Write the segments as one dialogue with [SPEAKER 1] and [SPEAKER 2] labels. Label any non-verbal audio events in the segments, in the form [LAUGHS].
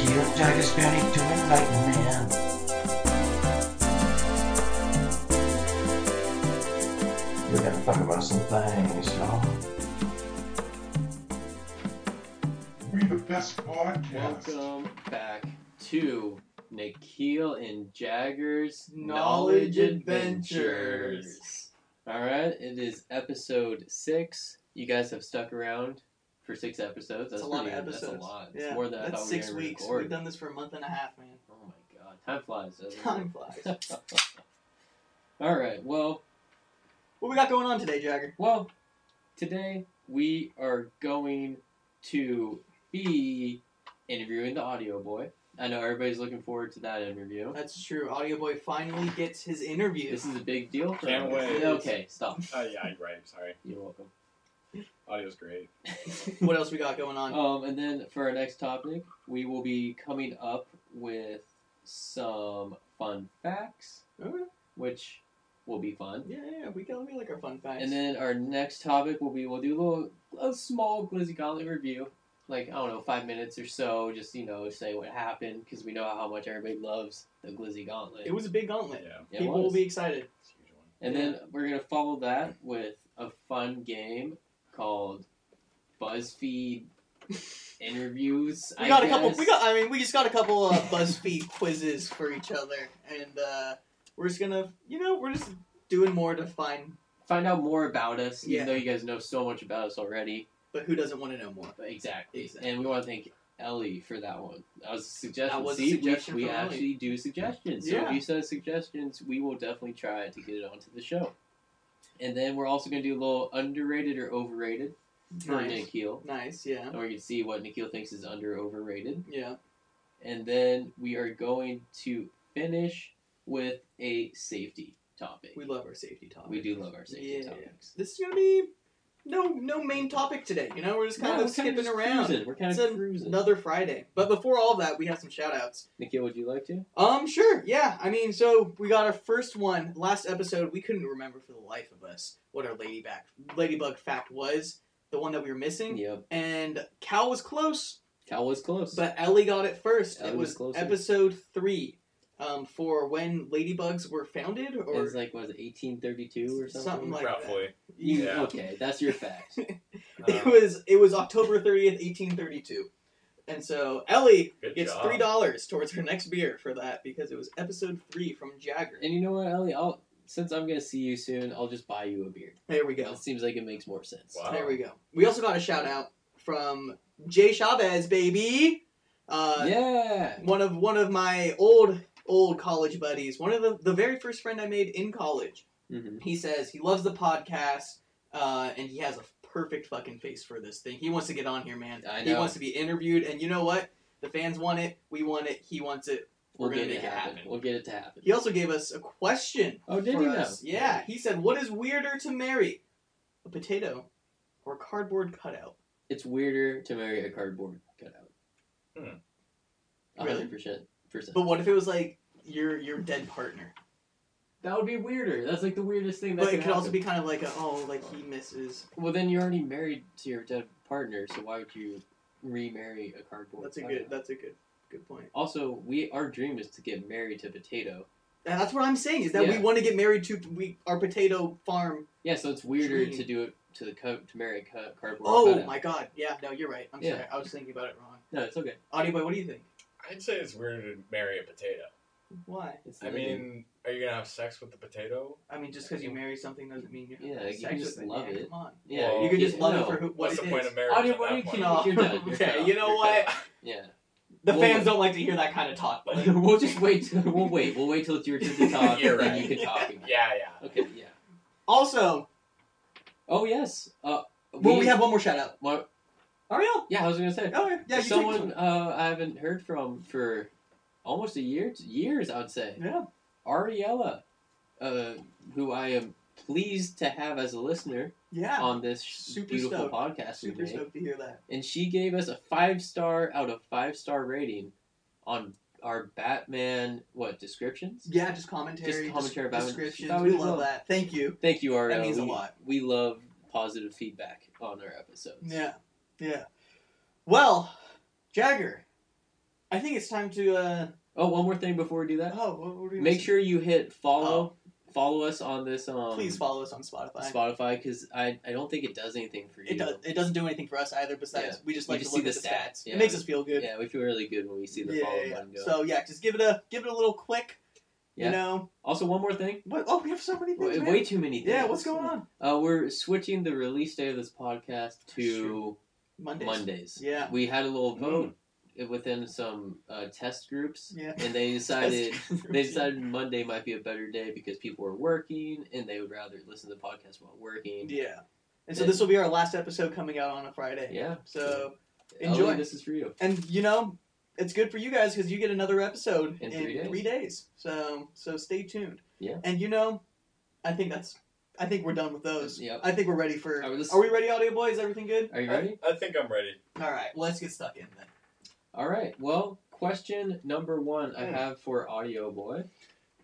[SPEAKER 1] is going to enlighten man. We're gonna talk about some things, y'all.
[SPEAKER 2] We the best podcast.
[SPEAKER 3] Welcome back to Nikhil and Jagger's
[SPEAKER 4] Knowledge Adventures.
[SPEAKER 3] All right, it is episode six. You guys have stuck around for six episodes. That's,
[SPEAKER 4] That's a lot of
[SPEAKER 3] pretty- That's
[SPEAKER 4] episodes.
[SPEAKER 3] a lot. It's
[SPEAKER 4] Yeah,
[SPEAKER 3] more than I
[SPEAKER 4] that's
[SPEAKER 3] thought
[SPEAKER 4] six
[SPEAKER 3] we were gonna
[SPEAKER 4] weeks.
[SPEAKER 3] record.
[SPEAKER 4] We've done this for a month and a half, man.
[SPEAKER 3] Oh my god, time flies. doesn't it? [LAUGHS]
[SPEAKER 4] Time flies.
[SPEAKER 3] All right, well,
[SPEAKER 4] what we got going on today, Jagger?
[SPEAKER 3] well, today we are going to be interviewing the audio boy. I know everybody's looking forward to that interview.
[SPEAKER 4] That's true. Audio Boy finally gets his interview.
[SPEAKER 3] This is a big deal for us.
[SPEAKER 5] Can't wait.
[SPEAKER 3] Okay, stop.
[SPEAKER 5] Oh yeah, you're right. Sorry,
[SPEAKER 3] You're welcome.
[SPEAKER 5] audio's great.
[SPEAKER 4] [LAUGHS] what else we got
[SPEAKER 3] [LAUGHS]
[SPEAKER 4] going on?
[SPEAKER 3] um, and then for our next topic, we will be coming up with some fun facts,
[SPEAKER 4] Okay.
[SPEAKER 3] which will be fun.
[SPEAKER 4] Yeah, yeah, we got we like our fun facts.
[SPEAKER 3] And then our next topic will be we'll do a little a small Glizzy Gauntlet review, like I don't know five minutes or so, just you know say what happened because we know how much everybody loves the Glizzy Gauntlet.
[SPEAKER 4] it was a big gauntlet.
[SPEAKER 3] It
[SPEAKER 5] Yeah,
[SPEAKER 4] People will
[SPEAKER 3] was.
[SPEAKER 4] be excited.
[SPEAKER 5] it's a huge one.
[SPEAKER 3] And then we're gonna follow that with a fun game called BuzzFeed
[SPEAKER 4] [LAUGHS]
[SPEAKER 3] interviews.
[SPEAKER 4] We
[SPEAKER 3] I
[SPEAKER 4] got a couple.
[SPEAKER 3] guess.
[SPEAKER 4] We got. I mean, we just got a couple uh, BuzzFeed [LAUGHS] quizzes for each other, and uh, we're just gonna, you know, we're just doing more to find.
[SPEAKER 3] find out more about us, even
[SPEAKER 4] Yeah.
[SPEAKER 3] though you guys know so much about us already.
[SPEAKER 4] But who doesn't want to know more?
[SPEAKER 3] But exactly.
[SPEAKER 4] Exactly.
[SPEAKER 3] And we want to thank Ellie for that one. That was a suggestion.
[SPEAKER 4] That was a
[SPEAKER 3] See, we-
[SPEAKER 4] suggestion
[SPEAKER 3] we,
[SPEAKER 4] from Ellie.
[SPEAKER 3] actually do suggestions. So
[SPEAKER 4] Yeah.
[SPEAKER 3] if you send us suggestions, we will definitely try to get it onto the show. And then we're also gonna do a little underrated or overrated for
[SPEAKER 4] Nice.
[SPEAKER 3] Nikhil.
[SPEAKER 4] Nice. Yeah.
[SPEAKER 3] Or you can see what Nikhil thinks is under or overrated.
[SPEAKER 4] Yeah.
[SPEAKER 3] and then we are going to finish with a safety topic.
[SPEAKER 4] We love our safety topic.
[SPEAKER 3] We do love our safety
[SPEAKER 4] Yeah.
[SPEAKER 3] topics.
[SPEAKER 4] this is gonna be no no main topic today. You know, we're just kind
[SPEAKER 3] Yeah,
[SPEAKER 4] of
[SPEAKER 3] we're kinda
[SPEAKER 4] skipping
[SPEAKER 3] just
[SPEAKER 4] around.
[SPEAKER 3] cruising. We're kind
[SPEAKER 4] It's
[SPEAKER 3] of cruising.
[SPEAKER 4] another Friday. But before all that, we have some shout outs.
[SPEAKER 3] Nikhil, would you like to?
[SPEAKER 4] Um, sure, yeah. I mean, so we got our first one last episode. We couldn't remember for the life of us what our ladybug ladybug fact was, the one that we were missing.
[SPEAKER 3] Yep.
[SPEAKER 4] And Cal was close,
[SPEAKER 3] Cal was close.
[SPEAKER 4] but Ellie got it first.
[SPEAKER 3] Ellie
[SPEAKER 4] it
[SPEAKER 3] was
[SPEAKER 4] was
[SPEAKER 3] closer.
[SPEAKER 4] episode three, um, for when ladybugs were founded,
[SPEAKER 3] it
[SPEAKER 4] or
[SPEAKER 3] was like was it 1832 or something?
[SPEAKER 4] Something like that.
[SPEAKER 5] [LAUGHS] Roughly,
[SPEAKER 3] You-
[SPEAKER 5] Yeah.
[SPEAKER 3] Okay, that's your
[SPEAKER 4] [LAUGHS]
[SPEAKER 3] fact.
[SPEAKER 4] It
[SPEAKER 5] Um,
[SPEAKER 4] was it was October thirtieth, eighteen thirty two, and so Ellie
[SPEAKER 5] Good
[SPEAKER 4] gets
[SPEAKER 5] job.
[SPEAKER 4] three dollars towards her next beer for that because it was episode three from Jagger.
[SPEAKER 3] and you know what, Ellie? I'll since I'm gonna see you soon, I'll just buy you a beer.
[SPEAKER 4] There we go.
[SPEAKER 3] That seems like it makes more sense.
[SPEAKER 5] Wow.
[SPEAKER 4] There we go. We also got a shout out from Jay Chavez, baby. Uh,
[SPEAKER 3] yeah.
[SPEAKER 4] One of one of my old old college buddies, one of the the very first friend I made in college.
[SPEAKER 3] Mhm.
[SPEAKER 4] He says he loves the podcast, uh, and he has a perfect fucking face for this thing. He wants to get on here, man.
[SPEAKER 3] I
[SPEAKER 4] He
[SPEAKER 3] know.
[SPEAKER 4] wants to be interviewed, and you know what? The fans want it. We want it. He wants it. We're
[SPEAKER 3] We'll
[SPEAKER 4] gonna
[SPEAKER 3] get it
[SPEAKER 4] make it
[SPEAKER 3] happen.
[SPEAKER 4] happen.
[SPEAKER 3] We'll get it to happen.
[SPEAKER 4] He also gave us a question.
[SPEAKER 3] Oh, did
[SPEAKER 4] for
[SPEAKER 3] he
[SPEAKER 4] us.
[SPEAKER 3] now?
[SPEAKER 4] Yeah. He said, "What is weirder to marry, a potato, or a cardboard cutout?"
[SPEAKER 3] It's weirder to marry a cardboard cutout.
[SPEAKER 5] Hmm.
[SPEAKER 3] A
[SPEAKER 4] Really?
[SPEAKER 3] hundred percent. Percent.
[SPEAKER 4] But what if it was like your your dead partner?
[SPEAKER 3] That would be weirder. That's like the weirdest thing. That
[SPEAKER 4] but it
[SPEAKER 3] could,
[SPEAKER 4] could also be kind of like a oh, like he misses.
[SPEAKER 3] Well, then you're already married to your dead partner, so why would you remarry a cardboard?
[SPEAKER 4] That's a
[SPEAKER 3] cutout?
[SPEAKER 4] good. That's a good. Good point.
[SPEAKER 3] Also, we our dream is to get married to potato.
[SPEAKER 4] And that's what I'm saying is that
[SPEAKER 3] Yeah.
[SPEAKER 4] we want to get married to we our potato farm
[SPEAKER 3] Yeah, so it's weirder
[SPEAKER 4] Dream.
[SPEAKER 3] to do it to the co- to marry a cu- cardboard.
[SPEAKER 4] Oh
[SPEAKER 3] cutout.
[SPEAKER 4] my god. Yeah, no, you're right. I'm
[SPEAKER 3] Yeah.
[SPEAKER 4] sorry. I was thinking about it wrong.
[SPEAKER 3] No, it's okay.
[SPEAKER 4] Audio boy, what do you think?
[SPEAKER 5] I'd say it's weird to marry a potato.
[SPEAKER 4] Why?
[SPEAKER 3] It's
[SPEAKER 5] I
[SPEAKER 3] living.
[SPEAKER 5] mean, are you gonna have sex with the potato?
[SPEAKER 4] I mean, just because you marry something doesn't mean you're
[SPEAKER 3] Yeah,
[SPEAKER 4] having
[SPEAKER 3] you
[SPEAKER 4] sex
[SPEAKER 3] can just
[SPEAKER 4] with
[SPEAKER 3] love
[SPEAKER 4] it. Yeah,
[SPEAKER 3] it.
[SPEAKER 4] Come on.
[SPEAKER 3] yeah,
[SPEAKER 5] Well,
[SPEAKER 4] you can just love
[SPEAKER 3] no.
[SPEAKER 4] it for who, what
[SPEAKER 5] What's
[SPEAKER 4] it
[SPEAKER 5] the point
[SPEAKER 4] is.
[SPEAKER 5] of marriage?
[SPEAKER 3] Audio,
[SPEAKER 5] at
[SPEAKER 3] what
[SPEAKER 5] that
[SPEAKER 3] are you
[SPEAKER 5] point?
[SPEAKER 3] kidding? No. You're done.
[SPEAKER 4] [LAUGHS]
[SPEAKER 3] You're
[SPEAKER 4] okay,
[SPEAKER 3] cut
[SPEAKER 4] you know
[SPEAKER 5] You're
[SPEAKER 4] what?
[SPEAKER 5] cut.
[SPEAKER 3] Yeah, [LAUGHS]
[SPEAKER 4] The
[SPEAKER 3] Well,
[SPEAKER 4] fans don't like to hear that kind of talk. But
[SPEAKER 3] we'll just wait. Till, we'll wait. We'll wait till it's your
[SPEAKER 4] [LAUGHS]
[SPEAKER 3] turn to talk,
[SPEAKER 5] You're
[SPEAKER 3] and then
[SPEAKER 5] right.
[SPEAKER 3] you can talk. Again.
[SPEAKER 5] Yeah, yeah.
[SPEAKER 3] Okay. Yeah.
[SPEAKER 4] also,
[SPEAKER 3] Oh yes. Uh,
[SPEAKER 4] well, we have one more shout out.
[SPEAKER 3] What?
[SPEAKER 4] Ariel.
[SPEAKER 3] Yeah, I was gonna say.
[SPEAKER 4] Okay. Yeah, you take
[SPEAKER 3] someone
[SPEAKER 4] this
[SPEAKER 3] uh, I haven't heard from for almost a year, years I would say.
[SPEAKER 4] one. Yeah.
[SPEAKER 3] Ariella, uh, who I am pleased to have as a listener
[SPEAKER 4] Yeah.
[SPEAKER 3] on this
[SPEAKER 4] Super
[SPEAKER 3] beautiful
[SPEAKER 4] stoked.
[SPEAKER 3] podcast we
[SPEAKER 4] Super
[SPEAKER 3] made,
[SPEAKER 4] stoked to hear that.
[SPEAKER 3] and she gave us a five star out of five star rating on our Batman what descriptions.
[SPEAKER 4] Yeah, just commentary.
[SPEAKER 3] Just commentary about it.
[SPEAKER 4] descriptions.
[SPEAKER 3] That
[SPEAKER 4] We
[SPEAKER 3] was
[SPEAKER 4] love
[SPEAKER 3] love.
[SPEAKER 4] that. Thank you.
[SPEAKER 3] Thank you, Ariella.
[SPEAKER 4] That means a
[SPEAKER 3] We-
[SPEAKER 4] lot.
[SPEAKER 3] We love positive feedback on our episodes.
[SPEAKER 4] Yeah. Yeah. Well, Jagger, I think it's time to. uh
[SPEAKER 3] Oh, one more thing before we do that.
[SPEAKER 4] Oh, what were we
[SPEAKER 3] Make sure you hit follow. Follow us on this. Um,
[SPEAKER 4] Oh. Please follow us on Spotify.
[SPEAKER 3] Spotify because I I don't think it does anything for you.
[SPEAKER 4] It does. It doesn't do anything for us either. Besides, we just
[SPEAKER 3] We
[SPEAKER 4] like
[SPEAKER 3] just
[SPEAKER 4] to look
[SPEAKER 3] see
[SPEAKER 4] at
[SPEAKER 3] the
[SPEAKER 4] the
[SPEAKER 3] stats,
[SPEAKER 4] stats.
[SPEAKER 3] yeah.
[SPEAKER 4] It makes us feel good.
[SPEAKER 3] Yeah, we feel really good when we see the
[SPEAKER 4] Yeah,
[SPEAKER 3] follow
[SPEAKER 4] yeah,
[SPEAKER 3] button
[SPEAKER 4] yeah.
[SPEAKER 3] go.
[SPEAKER 4] So yeah, just give it a give it a little click.
[SPEAKER 3] Yeah.
[SPEAKER 4] You know,
[SPEAKER 3] also, one more thing.
[SPEAKER 4] what? Oh, we have so many
[SPEAKER 3] Way,
[SPEAKER 4] things. man.
[SPEAKER 3] way too many things.
[SPEAKER 4] yeah, what's going on?
[SPEAKER 3] Uh, we're switching the release day of this podcast to
[SPEAKER 4] true. Mondays.
[SPEAKER 3] Mondays.
[SPEAKER 4] Yeah. Mm.
[SPEAKER 3] We had a little vote within some uh, test groups,
[SPEAKER 4] Yeah.
[SPEAKER 3] and
[SPEAKER 4] [LAUGHS]
[SPEAKER 3] they decided
[SPEAKER 4] That's-
[SPEAKER 3] they decided Monday might be a better day because people were working and they would rather listen to the podcast while working.
[SPEAKER 4] Yeah. And so this will be our last episode coming out on a Friday.
[SPEAKER 3] Yeah.
[SPEAKER 4] So
[SPEAKER 3] Ellie,
[SPEAKER 4] Enjoy.
[SPEAKER 3] this is for you.
[SPEAKER 4] and you know, it's good for you guys because you get another episode
[SPEAKER 3] In three days.
[SPEAKER 4] days. So so stay tuned.
[SPEAKER 3] Yeah.
[SPEAKER 4] And you know, I think that's I think we're done with those.
[SPEAKER 3] Yep.
[SPEAKER 4] I think we're ready for.
[SPEAKER 3] Are we just-
[SPEAKER 4] Are we ready, Audio Boys? Everything good?
[SPEAKER 3] Are you ready?
[SPEAKER 5] I, I think I'm ready.
[SPEAKER 4] All right. Well, let's get stuck in then.
[SPEAKER 3] All right. Well, question number one I
[SPEAKER 5] Hmm.
[SPEAKER 3] have for Audio Boy.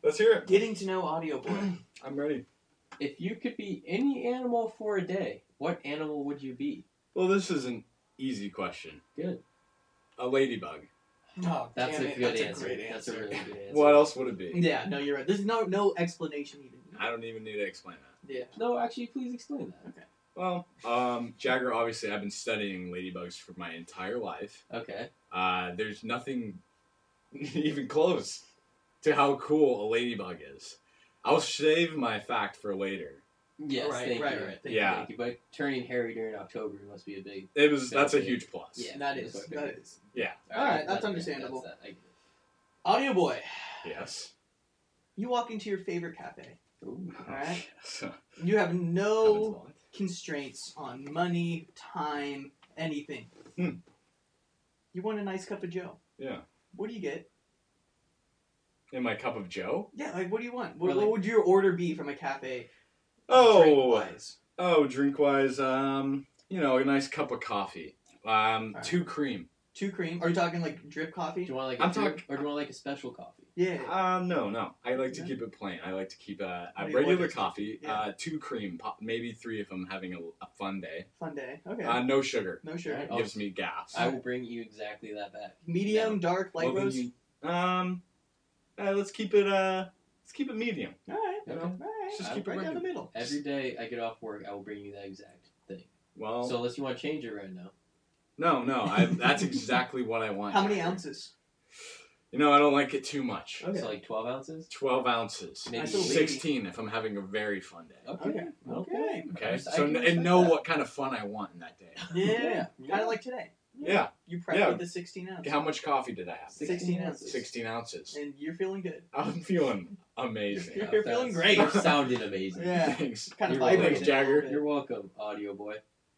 [SPEAKER 5] Let's hear it.
[SPEAKER 4] Getting to know Audio
[SPEAKER 3] [CLEARS THROAT]
[SPEAKER 4] Boy.
[SPEAKER 5] I'm ready.
[SPEAKER 3] If you could be any animal for a day, what animal would you be?
[SPEAKER 5] Well, this is an easy question.
[SPEAKER 3] Good.
[SPEAKER 5] A ladybug.
[SPEAKER 4] oh,
[SPEAKER 3] That's
[SPEAKER 4] damn
[SPEAKER 3] a
[SPEAKER 4] it,
[SPEAKER 3] good
[SPEAKER 4] that's
[SPEAKER 3] answer.
[SPEAKER 4] A great
[SPEAKER 3] That's
[SPEAKER 4] answer.
[SPEAKER 3] a really
[SPEAKER 4] [LAUGHS]
[SPEAKER 3] good answer.
[SPEAKER 5] What else would it be?
[SPEAKER 4] Yeah. No, you're right. There's no no explanation needed.
[SPEAKER 5] I don't even need to explain that.
[SPEAKER 4] Yeah.
[SPEAKER 3] No, actually, please explain
[SPEAKER 5] Well, um, Jagger, obviously, I've been studying ladybugs for my entire life.
[SPEAKER 3] that. Okay.
[SPEAKER 5] Uh, there's nothing [LAUGHS] even close to how cool a ladybug is. I'll save my fact for later.
[SPEAKER 3] Yes,
[SPEAKER 4] Right,
[SPEAKER 3] thank
[SPEAKER 4] right,
[SPEAKER 3] you.
[SPEAKER 4] right.
[SPEAKER 3] Thank
[SPEAKER 5] Yeah.
[SPEAKER 3] you, thank you. But turning hairy during October must be a big.
[SPEAKER 5] It was that's a
[SPEAKER 3] Okay.
[SPEAKER 5] huge plus.
[SPEAKER 3] Yeah.
[SPEAKER 4] That is
[SPEAKER 3] That's what I
[SPEAKER 4] that
[SPEAKER 3] figured.
[SPEAKER 4] is.
[SPEAKER 3] All
[SPEAKER 4] All
[SPEAKER 3] right,
[SPEAKER 4] right, that's understandable.
[SPEAKER 3] that. I get it.
[SPEAKER 4] Audio Boy. [LAUGHS]
[SPEAKER 5] Yes.
[SPEAKER 4] You walk into your favorite cafe.
[SPEAKER 3] Ooh.
[SPEAKER 4] All right.
[SPEAKER 5] So,
[SPEAKER 4] You have no
[SPEAKER 5] Cummins
[SPEAKER 4] constraints on money, time, anything.
[SPEAKER 5] Hmm.
[SPEAKER 4] You want a nice cup of Joe.
[SPEAKER 5] Yeah.
[SPEAKER 4] What do you get?
[SPEAKER 5] in my cup of Joe.
[SPEAKER 4] Yeah, like what do you want? What,
[SPEAKER 3] Really?
[SPEAKER 4] what would your order be from a cafe?
[SPEAKER 5] Oh,
[SPEAKER 4] drink-wise?
[SPEAKER 5] oh, drink wise, um, you know, a nice cup of coffee. Um,
[SPEAKER 4] Alright.
[SPEAKER 5] two cream.
[SPEAKER 4] two cream. Are you talking like drip
[SPEAKER 3] Do
[SPEAKER 4] coffee?
[SPEAKER 3] you want like a
[SPEAKER 5] I'm
[SPEAKER 3] two-
[SPEAKER 5] talk-
[SPEAKER 3] or do you want like a special coffee?
[SPEAKER 4] Yeah.
[SPEAKER 5] Um, no, no. I like to
[SPEAKER 4] Yeah.
[SPEAKER 5] keep it plain. I like to keep a,
[SPEAKER 4] What
[SPEAKER 5] a
[SPEAKER 4] do you
[SPEAKER 5] regular
[SPEAKER 4] order?
[SPEAKER 5] coffee,
[SPEAKER 4] Yeah.
[SPEAKER 5] uh, two cream, po- maybe three if I'm having a, a fun day.
[SPEAKER 4] Fun day. Okay.
[SPEAKER 5] Uh, no sugar.
[SPEAKER 4] no sugar.
[SPEAKER 3] Alright.
[SPEAKER 5] It gives me gas.
[SPEAKER 3] I will bring you exactly that back.
[SPEAKER 4] Medium, dark, light
[SPEAKER 5] Well, then
[SPEAKER 4] roast.
[SPEAKER 5] you- um, uh, let's keep it. Uh, let's keep it medium.
[SPEAKER 4] All right.
[SPEAKER 5] You
[SPEAKER 3] Okay.
[SPEAKER 5] know,
[SPEAKER 4] All right.
[SPEAKER 5] Just
[SPEAKER 4] Just
[SPEAKER 5] keep
[SPEAKER 4] keep
[SPEAKER 5] it
[SPEAKER 4] right down the
[SPEAKER 5] regular.
[SPEAKER 4] middle.
[SPEAKER 3] Every day I get off work, I will bring you that exact thing.
[SPEAKER 5] well,
[SPEAKER 3] So unless you want to change it right now,
[SPEAKER 5] no, no. I, that's exactly what I want.
[SPEAKER 4] How many ounces?
[SPEAKER 5] You know, I don't like it too much.
[SPEAKER 4] Okay.
[SPEAKER 3] so like twelve ounces.
[SPEAKER 5] Twelve ounces,
[SPEAKER 3] Maybe
[SPEAKER 4] That's a lady.
[SPEAKER 5] sixteen if I'm having a very fun day.
[SPEAKER 3] Okay.
[SPEAKER 4] Okay.
[SPEAKER 3] Okay.
[SPEAKER 5] Okay,
[SPEAKER 3] I
[SPEAKER 5] so
[SPEAKER 3] can
[SPEAKER 5] n-
[SPEAKER 3] respect
[SPEAKER 5] and know
[SPEAKER 3] that.
[SPEAKER 5] what kind of fun I want in that day.
[SPEAKER 4] Yeah.
[SPEAKER 3] Yeah.
[SPEAKER 4] Kind
[SPEAKER 3] [LAUGHS]
[SPEAKER 4] of like today.
[SPEAKER 5] Yeah.
[SPEAKER 4] You prepped
[SPEAKER 5] Yeah.
[SPEAKER 4] with the 16 ounce.
[SPEAKER 5] How much coffee did I have?
[SPEAKER 4] 16 ounces.
[SPEAKER 5] Sixteen ounces.
[SPEAKER 4] And you're feeling good.
[SPEAKER 3] Oh.
[SPEAKER 5] I'm feeling
[SPEAKER 3] [LAUGHS]
[SPEAKER 5] amazing.
[SPEAKER 4] You're feeling great.
[SPEAKER 3] You're [LAUGHS] sounding amazing.
[SPEAKER 4] Yeah.
[SPEAKER 3] [LAUGHS]
[SPEAKER 5] Thanks.
[SPEAKER 4] Kind of
[SPEAKER 3] You're welcome.
[SPEAKER 4] vibrating.
[SPEAKER 5] Thanks, Jagger.
[SPEAKER 3] You're welcome, audio boy.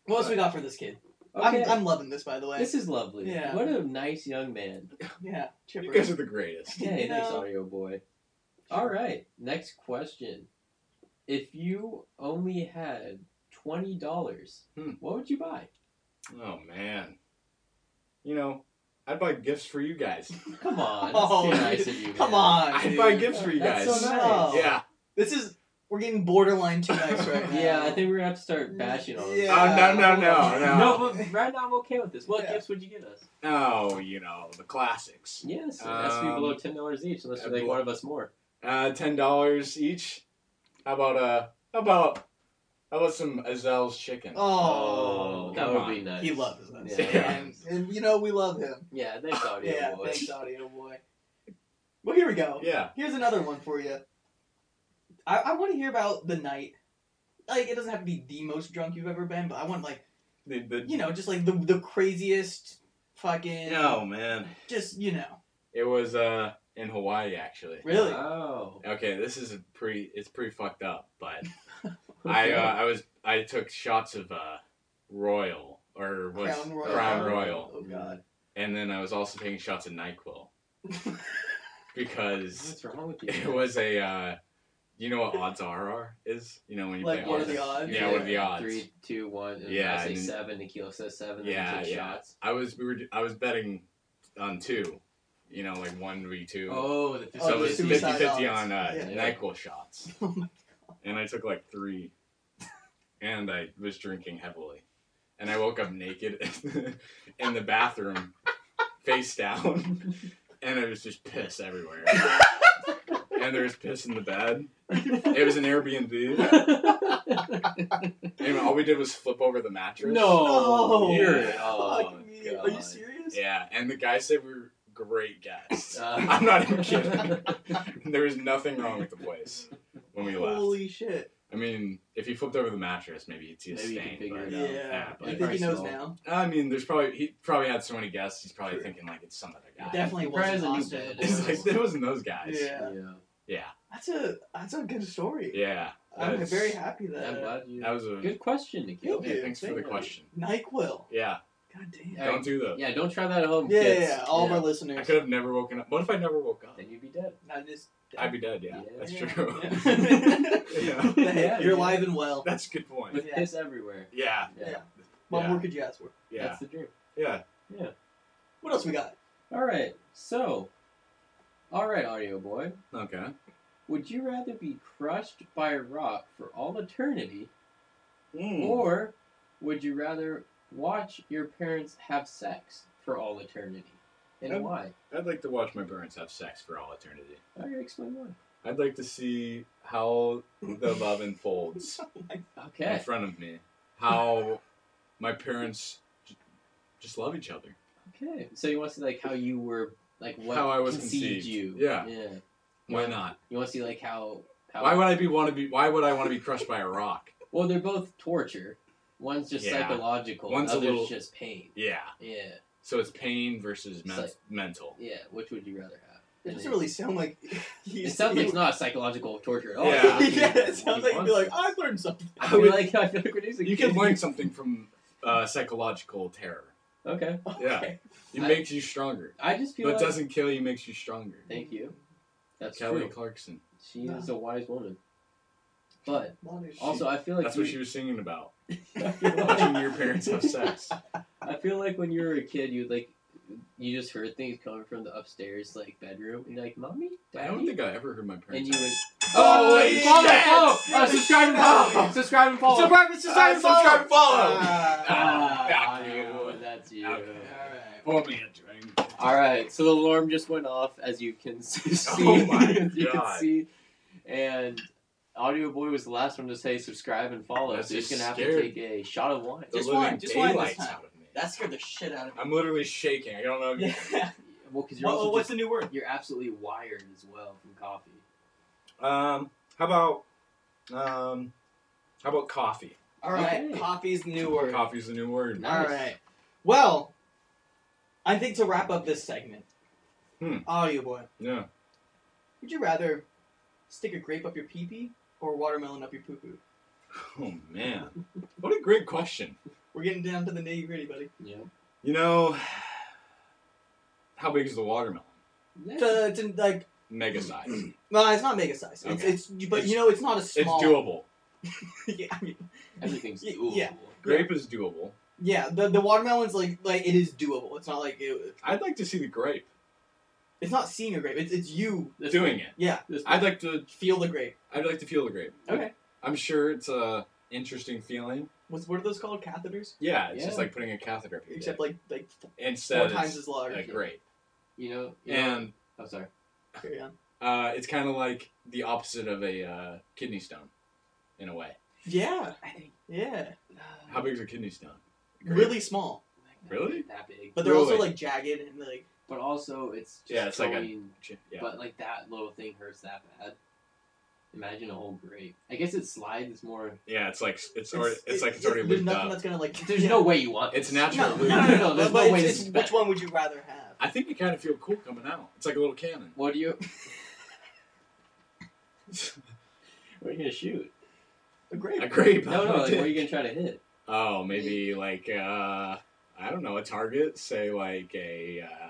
[SPEAKER 4] What else we got for this kid?
[SPEAKER 3] Okay.
[SPEAKER 4] I'm, I'm loving this, by the way.
[SPEAKER 3] this is lovely.
[SPEAKER 4] Yeah.
[SPEAKER 3] What a nice young man.
[SPEAKER 4] yeah, chipper.
[SPEAKER 5] You guys are the greatest.
[SPEAKER 3] Yeah,
[SPEAKER 4] [LAUGHS] You
[SPEAKER 3] thanks,
[SPEAKER 4] know?
[SPEAKER 3] audio boy. All right, next question. If you only had twenty dollars,
[SPEAKER 5] Hmm.
[SPEAKER 3] what would you buy?
[SPEAKER 5] Oh man. You know, I'd buy gifts for you guys.
[SPEAKER 3] Come on, that's
[SPEAKER 4] [LAUGHS] Oh,
[SPEAKER 3] too
[SPEAKER 4] dude.
[SPEAKER 3] nice of you.
[SPEAKER 4] Come
[SPEAKER 3] man.
[SPEAKER 4] on,
[SPEAKER 5] I'd
[SPEAKER 4] dude.
[SPEAKER 5] buy gifts for you
[SPEAKER 3] That's
[SPEAKER 5] guys.
[SPEAKER 3] so nice.
[SPEAKER 5] Yeah.
[SPEAKER 4] This is we're getting borderline too nice
[SPEAKER 3] [LAUGHS]
[SPEAKER 4] right now.
[SPEAKER 3] Yeah, I think we're gonna have to start bashing on
[SPEAKER 4] Yeah.
[SPEAKER 5] Oh, no, no,
[SPEAKER 4] Oh,
[SPEAKER 5] no,
[SPEAKER 3] [LAUGHS]
[SPEAKER 5] no.
[SPEAKER 3] No, but right now I'm okay with this. What
[SPEAKER 4] Yeah.
[SPEAKER 3] gifts would you get us?
[SPEAKER 5] Oh, you know the classics.
[SPEAKER 3] Yes, it has to be
[SPEAKER 5] Um,
[SPEAKER 3] below ten dollars each, unless you
[SPEAKER 5] uh,
[SPEAKER 3] like one of us more.
[SPEAKER 5] Uh, ten dollars each. How about uh? How about how about some Azel's chicken?
[SPEAKER 4] Oh,
[SPEAKER 3] that
[SPEAKER 5] come
[SPEAKER 3] would
[SPEAKER 5] on.
[SPEAKER 3] be nice.
[SPEAKER 4] he loves us,
[SPEAKER 3] Yeah. Oh,
[SPEAKER 4] and, and you know we love him.
[SPEAKER 3] Yeah, [LAUGHS] thanks, audio
[SPEAKER 4] yeah,
[SPEAKER 3] boy.
[SPEAKER 4] thanks, audio boy. Well, here we go.
[SPEAKER 5] Yeah.
[SPEAKER 4] Here's another one for you. I, I want to hear about the night. Like, it doesn't have to be the most drunk you've ever been, but I want like
[SPEAKER 5] The, the,
[SPEAKER 4] you know just like the the craziest fucking.
[SPEAKER 5] Oh man,
[SPEAKER 4] Just you know.
[SPEAKER 5] it was uh in Hawaii actually.
[SPEAKER 4] Really?
[SPEAKER 3] Wow.
[SPEAKER 5] Okay, this is a pretty. It's pretty fucked up, but
[SPEAKER 4] [LAUGHS]
[SPEAKER 5] I
[SPEAKER 3] [LAUGHS]
[SPEAKER 5] uh, I was I took shots of uh Royal or was
[SPEAKER 4] Crown Royal.
[SPEAKER 5] Crown Royal,
[SPEAKER 4] Oh God.
[SPEAKER 5] and then I was also taking shots
[SPEAKER 4] [LAUGHS]
[SPEAKER 5] of Nyquil because
[SPEAKER 3] What's wrong with you?
[SPEAKER 5] [LAUGHS] it
[SPEAKER 3] man?
[SPEAKER 5] was a. uh you know what odds are are is? You know when you
[SPEAKER 4] Like,
[SPEAKER 5] play
[SPEAKER 4] what are
[SPEAKER 5] odds?
[SPEAKER 4] the odds?
[SPEAKER 5] Yeah, what are the odds?
[SPEAKER 3] Three, two, one. And
[SPEAKER 5] Yeah,
[SPEAKER 3] I say
[SPEAKER 5] and-
[SPEAKER 3] seven. Nikhil says seven.
[SPEAKER 5] Yeah,
[SPEAKER 3] then we take
[SPEAKER 5] yeah.
[SPEAKER 3] shots.
[SPEAKER 5] I was we were I was betting on two, you know, like one v two.
[SPEAKER 3] Oh, the
[SPEAKER 5] so
[SPEAKER 4] Oh,
[SPEAKER 5] it was
[SPEAKER 4] the
[SPEAKER 5] 50
[SPEAKER 4] suicide
[SPEAKER 5] 50
[SPEAKER 4] odds.
[SPEAKER 5] on uh,
[SPEAKER 3] Yeah.
[SPEAKER 5] Nyquil shots.
[SPEAKER 4] [LAUGHS] Oh my
[SPEAKER 5] And I took like three. and I [LAUGHS] was drinking heavily. And I woke up naked in the bathroom
[SPEAKER 4] [LAUGHS]
[SPEAKER 5] face down, and it was just piss everywhere. and there was piss in the bed. It was
[SPEAKER 3] [LAUGHS]
[SPEAKER 5] an Airbnb, and all we did was flip over the mattress.
[SPEAKER 3] no.
[SPEAKER 5] Yeah.
[SPEAKER 3] You're- oh,
[SPEAKER 4] [LAUGHS] Fuck me. Are you
[SPEAKER 3] God.
[SPEAKER 4] serious?
[SPEAKER 5] Yeah, and the guy said we were great guests.
[SPEAKER 3] Uh.
[SPEAKER 5] [LAUGHS] I'm not
[SPEAKER 3] [LAUGHS]
[SPEAKER 5] even kidding. [LAUGHS] there was nothing wrong with the place when we left.
[SPEAKER 4] Holy shit.
[SPEAKER 5] I mean, if he flipped over the mattress, maybe he'd see a
[SPEAKER 3] Maybe he
[SPEAKER 5] stain.
[SPEAKER 3] could figure it
[SPEAKER 5] but-
[SPEAKER 4] Yeah.
[SPEAKER 3] out.
[SPEAKER 5] Yeah,
[SPEAKER 4] I
[SPEAKER 5] but-
[SPEAKER 4] think he knows
[SPEAKER 3] Arsenal.
[SPEAKER 4] now.
[SPEAKER 5] I mean, there's probably he probably had so many guests. He's probably
[SPEAKER 4] True.
[SPEAKER 5] thinking like it's some other guy.
[SPEAKER 4] Definitely
[SPEAKER 3] He probably
[SPEAKER 4] wasn't
[SPEAKER 3] has a new bed.
[SPEAKER 4] Austin.
[SPEAKER 3] [LAUGHS]
[SPEAKER 5] It's like there wasn't those guys.
[SPEAKER 4] Yeah.
[SPEAKER 5] Yeah.
[SPEAKER 4] That's a that's a good story.
[SPEAKER 5] Yeah.
[SPEAKER 4] I'm
[SPEAKER 5] That's-
[SPEAKER 4] very happy that
[SPEAKER 3] I'm glad you.
[SPEAKER 5] That was a
[SPEAKER 3] Good question, Nikhil.
[SPEAKER 4] Thank
[SPEAKER 5] yeah,
[SPEAKER 4] you.
[SPEAKER 5] thanks for the
[SPEAKER 3] Thank you.
[SPEAKER 5] question.
[SPEAKER 4] NyQuil.
[SPEAKER 5] Yeah.
[SPEAKER 4] God damn.
[SPEAKER 3] Yeah,
[SPEAKER 4] Yeah,
[SPEAKER 5] Don't do that.
[SPEAKER 3] Yeah, don't try that at home,
[SPEAKER 4] yeah,
[SPEAKER 3] kids.
[SPEAKER 4] yeah, All of our
[SPEAKER 5] I
[SPEAKER 4] listeners.
[SPEAKER 5] could have never woken up. What if I never woke up?
[SPEAKER 3] Then you'd be dead.
[SPEAKER 4] Not just-
[SPEAKER 5] I'd be dead. Yeah,
[SPEAKER 3] Yeah.
[SPEAKER 5] that's
[SPEAKER 4] Yeah.
[SPEAKER 5] true.
[SPEAKER 4] [LAUGHS] Yeah.
[SPEAKER 5] [LAUGHS] yeah,
[SPEAKER 3] Yeah,
[SPEAKER 4] You're
[SPEAKER 3] yeah.
[SPEAKER 4] alive and well.
[SPEAKER 5] that's a good point.
[SPEAKER 3] With
[SPEAKER 4] Yeah.
[SPEAKER 3] piss everywhere.
[SPEAKER 5] Yeah,
[SPEAKER 3] Yeah.
[SPEAKER 4] Yeah. Mom,
[SPEAKER 5] Yeah.
[SPEAKER 4] where could you ask for?
[SPEAKER 5] yeah,
[SPEAKER 3] That's the dream.
[SPEAKER 5] yeah.
[SPEAKER 4] What else we got?
[SPEAKER 3] All right. So, all right, audio boy.
[SPEAKER 5] Okay.
[SPEAKER 3] Would you rather be crushed by a rock for all eternity,
[SPEAKER 4] Hmm.
[SPEAKER 5] Mm.
[SPEAKER 3] or would you rather watch your parents have sex for all eternity, and
[SPEAKER 5] Um,
[SPEAKER 3] why?
[SPEAKER 5] I'd like to watch my parents have sex for all eternity.
[SPEAKER 3] I already explained why.
[SPEAKER 5] I'd like to see how the love unfolds in
[SPEAKER 3] [LAUGHS] Okay.
[SPEAKER 5] front of me. How my parents j- just love each other.
[SPEAKER 3] Okay. So you want to see like how you were, like what
[SPEAKER 5] How I was
[SPEAKER 3] conceived,
[SPEAKER 5] conceived.
[SPEAKER 3] you?
[SPEAKER 5] Yeah.
[SPEAKER 3] Yeah.
[SPEAKER 5] Why
[SPEAKER 3] Yeah. Oh.
[SPEAKER 5] not?
[SPEAKER 3] You want to see like how? how
[SPEAKER 5] Why would I be want to be? Why would I want to be crushed by a rock?
[SPEAKER 3] Well, they're both torture. One's just
[SPEAKER 5] Yeah.
[SPEAKER 3] psychological.
[SPEAKER 5] One's a
[SPEAKER 3] the other's
[SPEAKER 5] little-
[SPEAKER 3] just pain.
[SPEAKER 5] Yeah.
[SPEAKER 3] Yeah.
[SPEAKER 5] So it's pain versus men-
[SPEAKER 3] It's
[SPEAKER 5] mental.
[SPEAKER 3] Yeah. Which would you rather have?
[SPEAKER 4] It
[SPEAKER 3] And
[SPEAKER 4] doesn't
[SPEAKER 3] then-
[SPEAKER 4] really sound like. [LAUGHS]
[SPEAKER 3] It sounds [LAUGHS] like it's not psychological torture at all. [LAUGHS]
[SPEAKER 5] Yeah.
[SPEAKER 4] yeah, it sounds like you'd be like, I learned something. [LAUGHS]
[SPEAKER 3] I
[SPEAKER 5] I would-
[SPEAKER 3] feel like I feel like we're using.
[SPEAKER 5] You can learn something from uh, psychological terror.
[SPEAKER 3] Okay.
[SPEAKER 5] Yeah.
[SPEAKER 4] Okay.
[SPEAKER 5] It
[SPEAKER 3] I-
[SPEAKER 5] makes you stronger.
[SPEAKER 3] I just feel
[SPEAKER 5] What
[SPEAKER 3] like
[SPEAKER 5] doesn't kill you makes you stronger.
[SPEAKER 3] Thank you. That's
[SPEAKER 5] Kelly
[SPEAKER 3] true.
[SPEAKER 5] Clarkson.
[SPEAKER 3] She is a wise woman. But
[SPEAKER 4] Not as-
[SPEAKER 3] also, I feel like
[SPEAKER 5] That's
[SPEAKER 3] you,
[SPEAKER 5] what she was singing about.
[SPEAKER 3] [LAUGHS] I, feel like,
[SPEAKER 5] Watching your parents have sex.
[SPEAKER 3] I feel like when you were a kid, you like you just heard things coming from the upstairs like bedroom, and you're like, "Mommy,
[SPEAKER 5] I
[SPEAKER 3] daddy,"
[SPEAKER 5] don't think I ever heard my
[SPEAKER 3] and
[SPEAKER 5] parents.
[SPEAKER 3] you would.
[SPEAKER 5] Oh,
[SPEAKER 3] wait,
[SPEAKER 5] shit!
[SPEAKER 3] follow, follow, uh, subscribe and follow,
[SPEAKER 4] Oh.
[SPEAKER 3] subscribe and follow.
[SPEAKER 4] Subscribe, subscribe,
[SPEAKER 5] Uh, subscribe and follow. [LAUGHS]
[SPEAKER 4] Ah.
[SPEAKER 3] Ah,
[SPEAKER 5] Fuck you.
[SPEAKER 3] that's you.
[SPEAKER 4] All
[SPEAKER 5] Fuck
[SPEAKER 4] right.
[SPEAKER 5] Pour me a drink.
[SPEAKER 3] All right, so the alarm just went off, as you can [LAUGHS] see.
[SPEAKER 5] Oh my
[SPEAKER 3] [LAUGHS] as you can
[SPEAKER 5] God.
[SPEAKER 3] see, and Audio Boy was the last one to say subscribe and follow.
[SPEAKER 5] That's
[SPEAKER 3] so he's
[SPEAKER 5] just
[SPEAKER 3] gonna have
[SPEAKER 5] scared.
[SPEAKER 3] to take a shot of wine.
[SPEAKER 5] The
[SPEAKER 4] Just
[SPEAKER 5] living
[SPEAKER 4] one, just one this
[SPEAKER 5] daylights
[SPEAKER 4] time.
[SPEAKER 5] out of me.
[SPEAKER 4] That scared the shit out of me.
[SPEAKER 5] I'm literally shaking. I don't know. If
[SPEAKER 3] [LAUGHS]
[SPEAKER 5] you-
[SPEAKER 4] Yeah.
[SPEAKER 3] Well, because you're
[SPEAKER 4] What,
[SPEAKER 3] also
[SPEAKER 4] what's
[SPEAKER 3] just,
[SPEAKER 4] the new word?
[SPEAKER 3] you're absolutely wired as well from coffee.
[SPEAKER 5] Um, how about um, how about coffee?
[SPEAKER 4] All right,
[SPEAKER 3] Okay.
[SPEAKER 4] coffee's the new word.
[SPEAKER 5] Coffee's the new word.
[SPEAKER 3] Nice.
[SPEAKER 4] All right. Well, I think to wrap up this segment,
[SPEAKER 5] Hmm.
[SPEAKER 4] audio boy,
[SPEAKER 5] Yeah. [LAUGHS]
[SPEAKER 4] would you rather stick a grape up your pee pee or watermelon up your poo poo?
[SPEAKER 5] Oh man, what a great question.
[SPEAKER 4] We're getting down to the nitty gritty, buddy.
[SPEAKER 3] Yeah.
[SPEAKER 5] You know, how big is the watermelon?
[SPEAKER 4] To, to, like,
[SPEAKER 3] [CLEARS THROAT]
[SPEAKER 5] Mega size.
[SPEAKER 4] no, it's not mega size.
[SPEAKER 5] Okay.
[SPEAKER 4] It's, it's, but
[SPEAKER 5] It's-
[SPEAKER 4] you know, it's not a
[SPEAKER 5] It's
[SPEAKER 4] small.
[SPEAKER 5] doable.
[SPEAKER 4] [LAUGHS] yeah, I mean,
[SPEAKER 3] Everything's
[SPEAKER 4] Yeah,
[SPEAKER 3] doable.
[SPEAKER 4] yeah.
[SPEAKER 5] Grape is doable.
[SPEAKER 4] yeah, the the watermelon's like like it is doable. It's not like it,
[SPEAKER 5] I'd like to see the grape
[SPEAKER 4] it's not seeing a grape. It's it's you.
[SPEAKER 3] This
[SPEAKER 5] doing it.
[SPEAKER 4] Yeah,
[SPEAKER 3] one, This
[SPEAKER 5] I'd like to.
[SPEAKER 4] feel the grape.
[SPEAKER 5] I'd like to feel the grape.
[SPEAKER 4] Okay.
[SPEAKER 5] I'm sure it's a interesting feeling.
[SPEAKER 4] What's what are those called? Catheters.
[SPEAKER 5] Yeah, it's just
[SPEAKER 3] Yeah.
[SPEAKER 5] like putting a catheter up your
[SPEAKER 4] Except
[SPEAKER 5] dick.
[SPEAKER 4] like like
[SPEAKER 5] Instead,
[SPEAKER 4] four times
[SPEAKER 5] it's
[SPEAKER 4] as large.
[SPEAKER 5] a grape.
[SPEAKER 3] you know. You know
[SPEAKER 5] And
[SPEAKER 3] I'm sorry.
[SPEAKER 4] Carry on.
[SPEAKER 5] uh, it's kind of like the opposite of a uh, kidney stone, in a way.
[SPEAKER 4] Yeah,
[SPEAKER 3] I think.
[SPEAKER 4] yeah.
[SPEAKER 5] How big is a kidney stone? Grape?
[SPEAKER 4] Really small,
[SPEAKER 5] Really?
[SPEAKER 3] That big.
[SPEAKER 4] but they're also
[SPEAKER 5] Really?
[SPEAKER 4] like jagged and like
[SPEAKER 3] But also, it's just
[SPEAKER 5] Yeah, it's like a-
[SPEAKER 3] going-
[SPEAKER 5] Yeah.
[SPEAKER 3] But like that little thing hurts that bad. Imagine a whole grape. I guess it slides more.
[SPEAKER 5] yeah, it's like it's already, it's like it's
[SPEAKER 4] it-
[SPEAKER 5] already
[SPEAKER 4] There's
[SPEAKER 5] lubed
[SPEAKER 4] nothing
[SPEAKER 5] up.
[SPEAKER 4] that's gonna like.
[SPEAKER 3] There's
[SPEAKER 4] yeah.
[SPEAKER 3] no way you want.
[SPEAKER 5] It's
[SPEAKER 3] this.
[SPEAKER 5] natural.
[SPEAKER 4] No, no, no, no, no.
[SPEAKER 3] There's
[SPEAKER 4] but
[SPEAKER 3] no way
[SPEAKER 4] it's-
[SPEAKER 3] to
[SPEAKER 4] it's
[SPEAKER 3] suspect.
[SPEAKER 4] which one would you rather have?
[SPEAKER 5] I think you kind of feel cool coming out. It's like a little cannon. [LAUGHS]
[SPEAKER 3] What do you? What are you gonna shoot?
[SPEAKER 4] A grape.
[SPEAKER 5] a
[SPEAKER 3] [LAUGHS]
[SPEAKER 5] grape.
[SPEAKER 3] No, no. Like, what are you gonna try to hit?
[SPEAKER 5] Oh, maybe like uh, I don't know, a target. Say like a uh,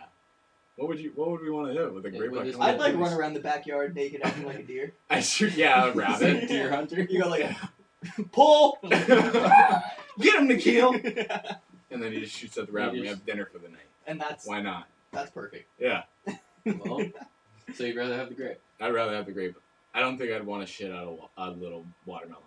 [SPEAKER 5] what would you what would we want to hit with a
[SPEAKER 3] Yeah,
[SPEAKER 5] grape?
[SPEAKER 3] with
[SPEAKER 5] I
[SPEAKER 3] this-
[SPEAKER 5] can-
[SPEAKER 4] I'd like run around the backyard naked acting like a deer.
[SPEAKER 5] [LAUGHS] I shoot. Yeah, a
[SPEAKER 4] Rabbit?
[SPEAKER 5] rabbit.
[SPEAKER 3] Deer hunter.
[SPEAKER 4] You go like [LAUGHS] pull.
[SPEAKER 5] [LAUGHS] Get him, [LAUGHS] Nikhil.
[SPEAKER 4] and
[SPEAKER 5] And then he just shoots at the rabbit. We
[SPEAKER 3] just-
[SPEAKER 5] have dinner for the night.
[SPEAKER 4] that's
[SPEAKER 5] Why not?
[SPEAKER 4] that's
[SPEAKER 5] [LAUGHS]
[SPEAKER 4] perfect.
[SPEAKER 5] Yeah,
[SPEAKER 3] [LAUGHS] Well, so you'd rather have the grape?
[SPEAKER 5] I'd rather have the grape. I don't think I'd want to shit out a, wa- a little watermelon.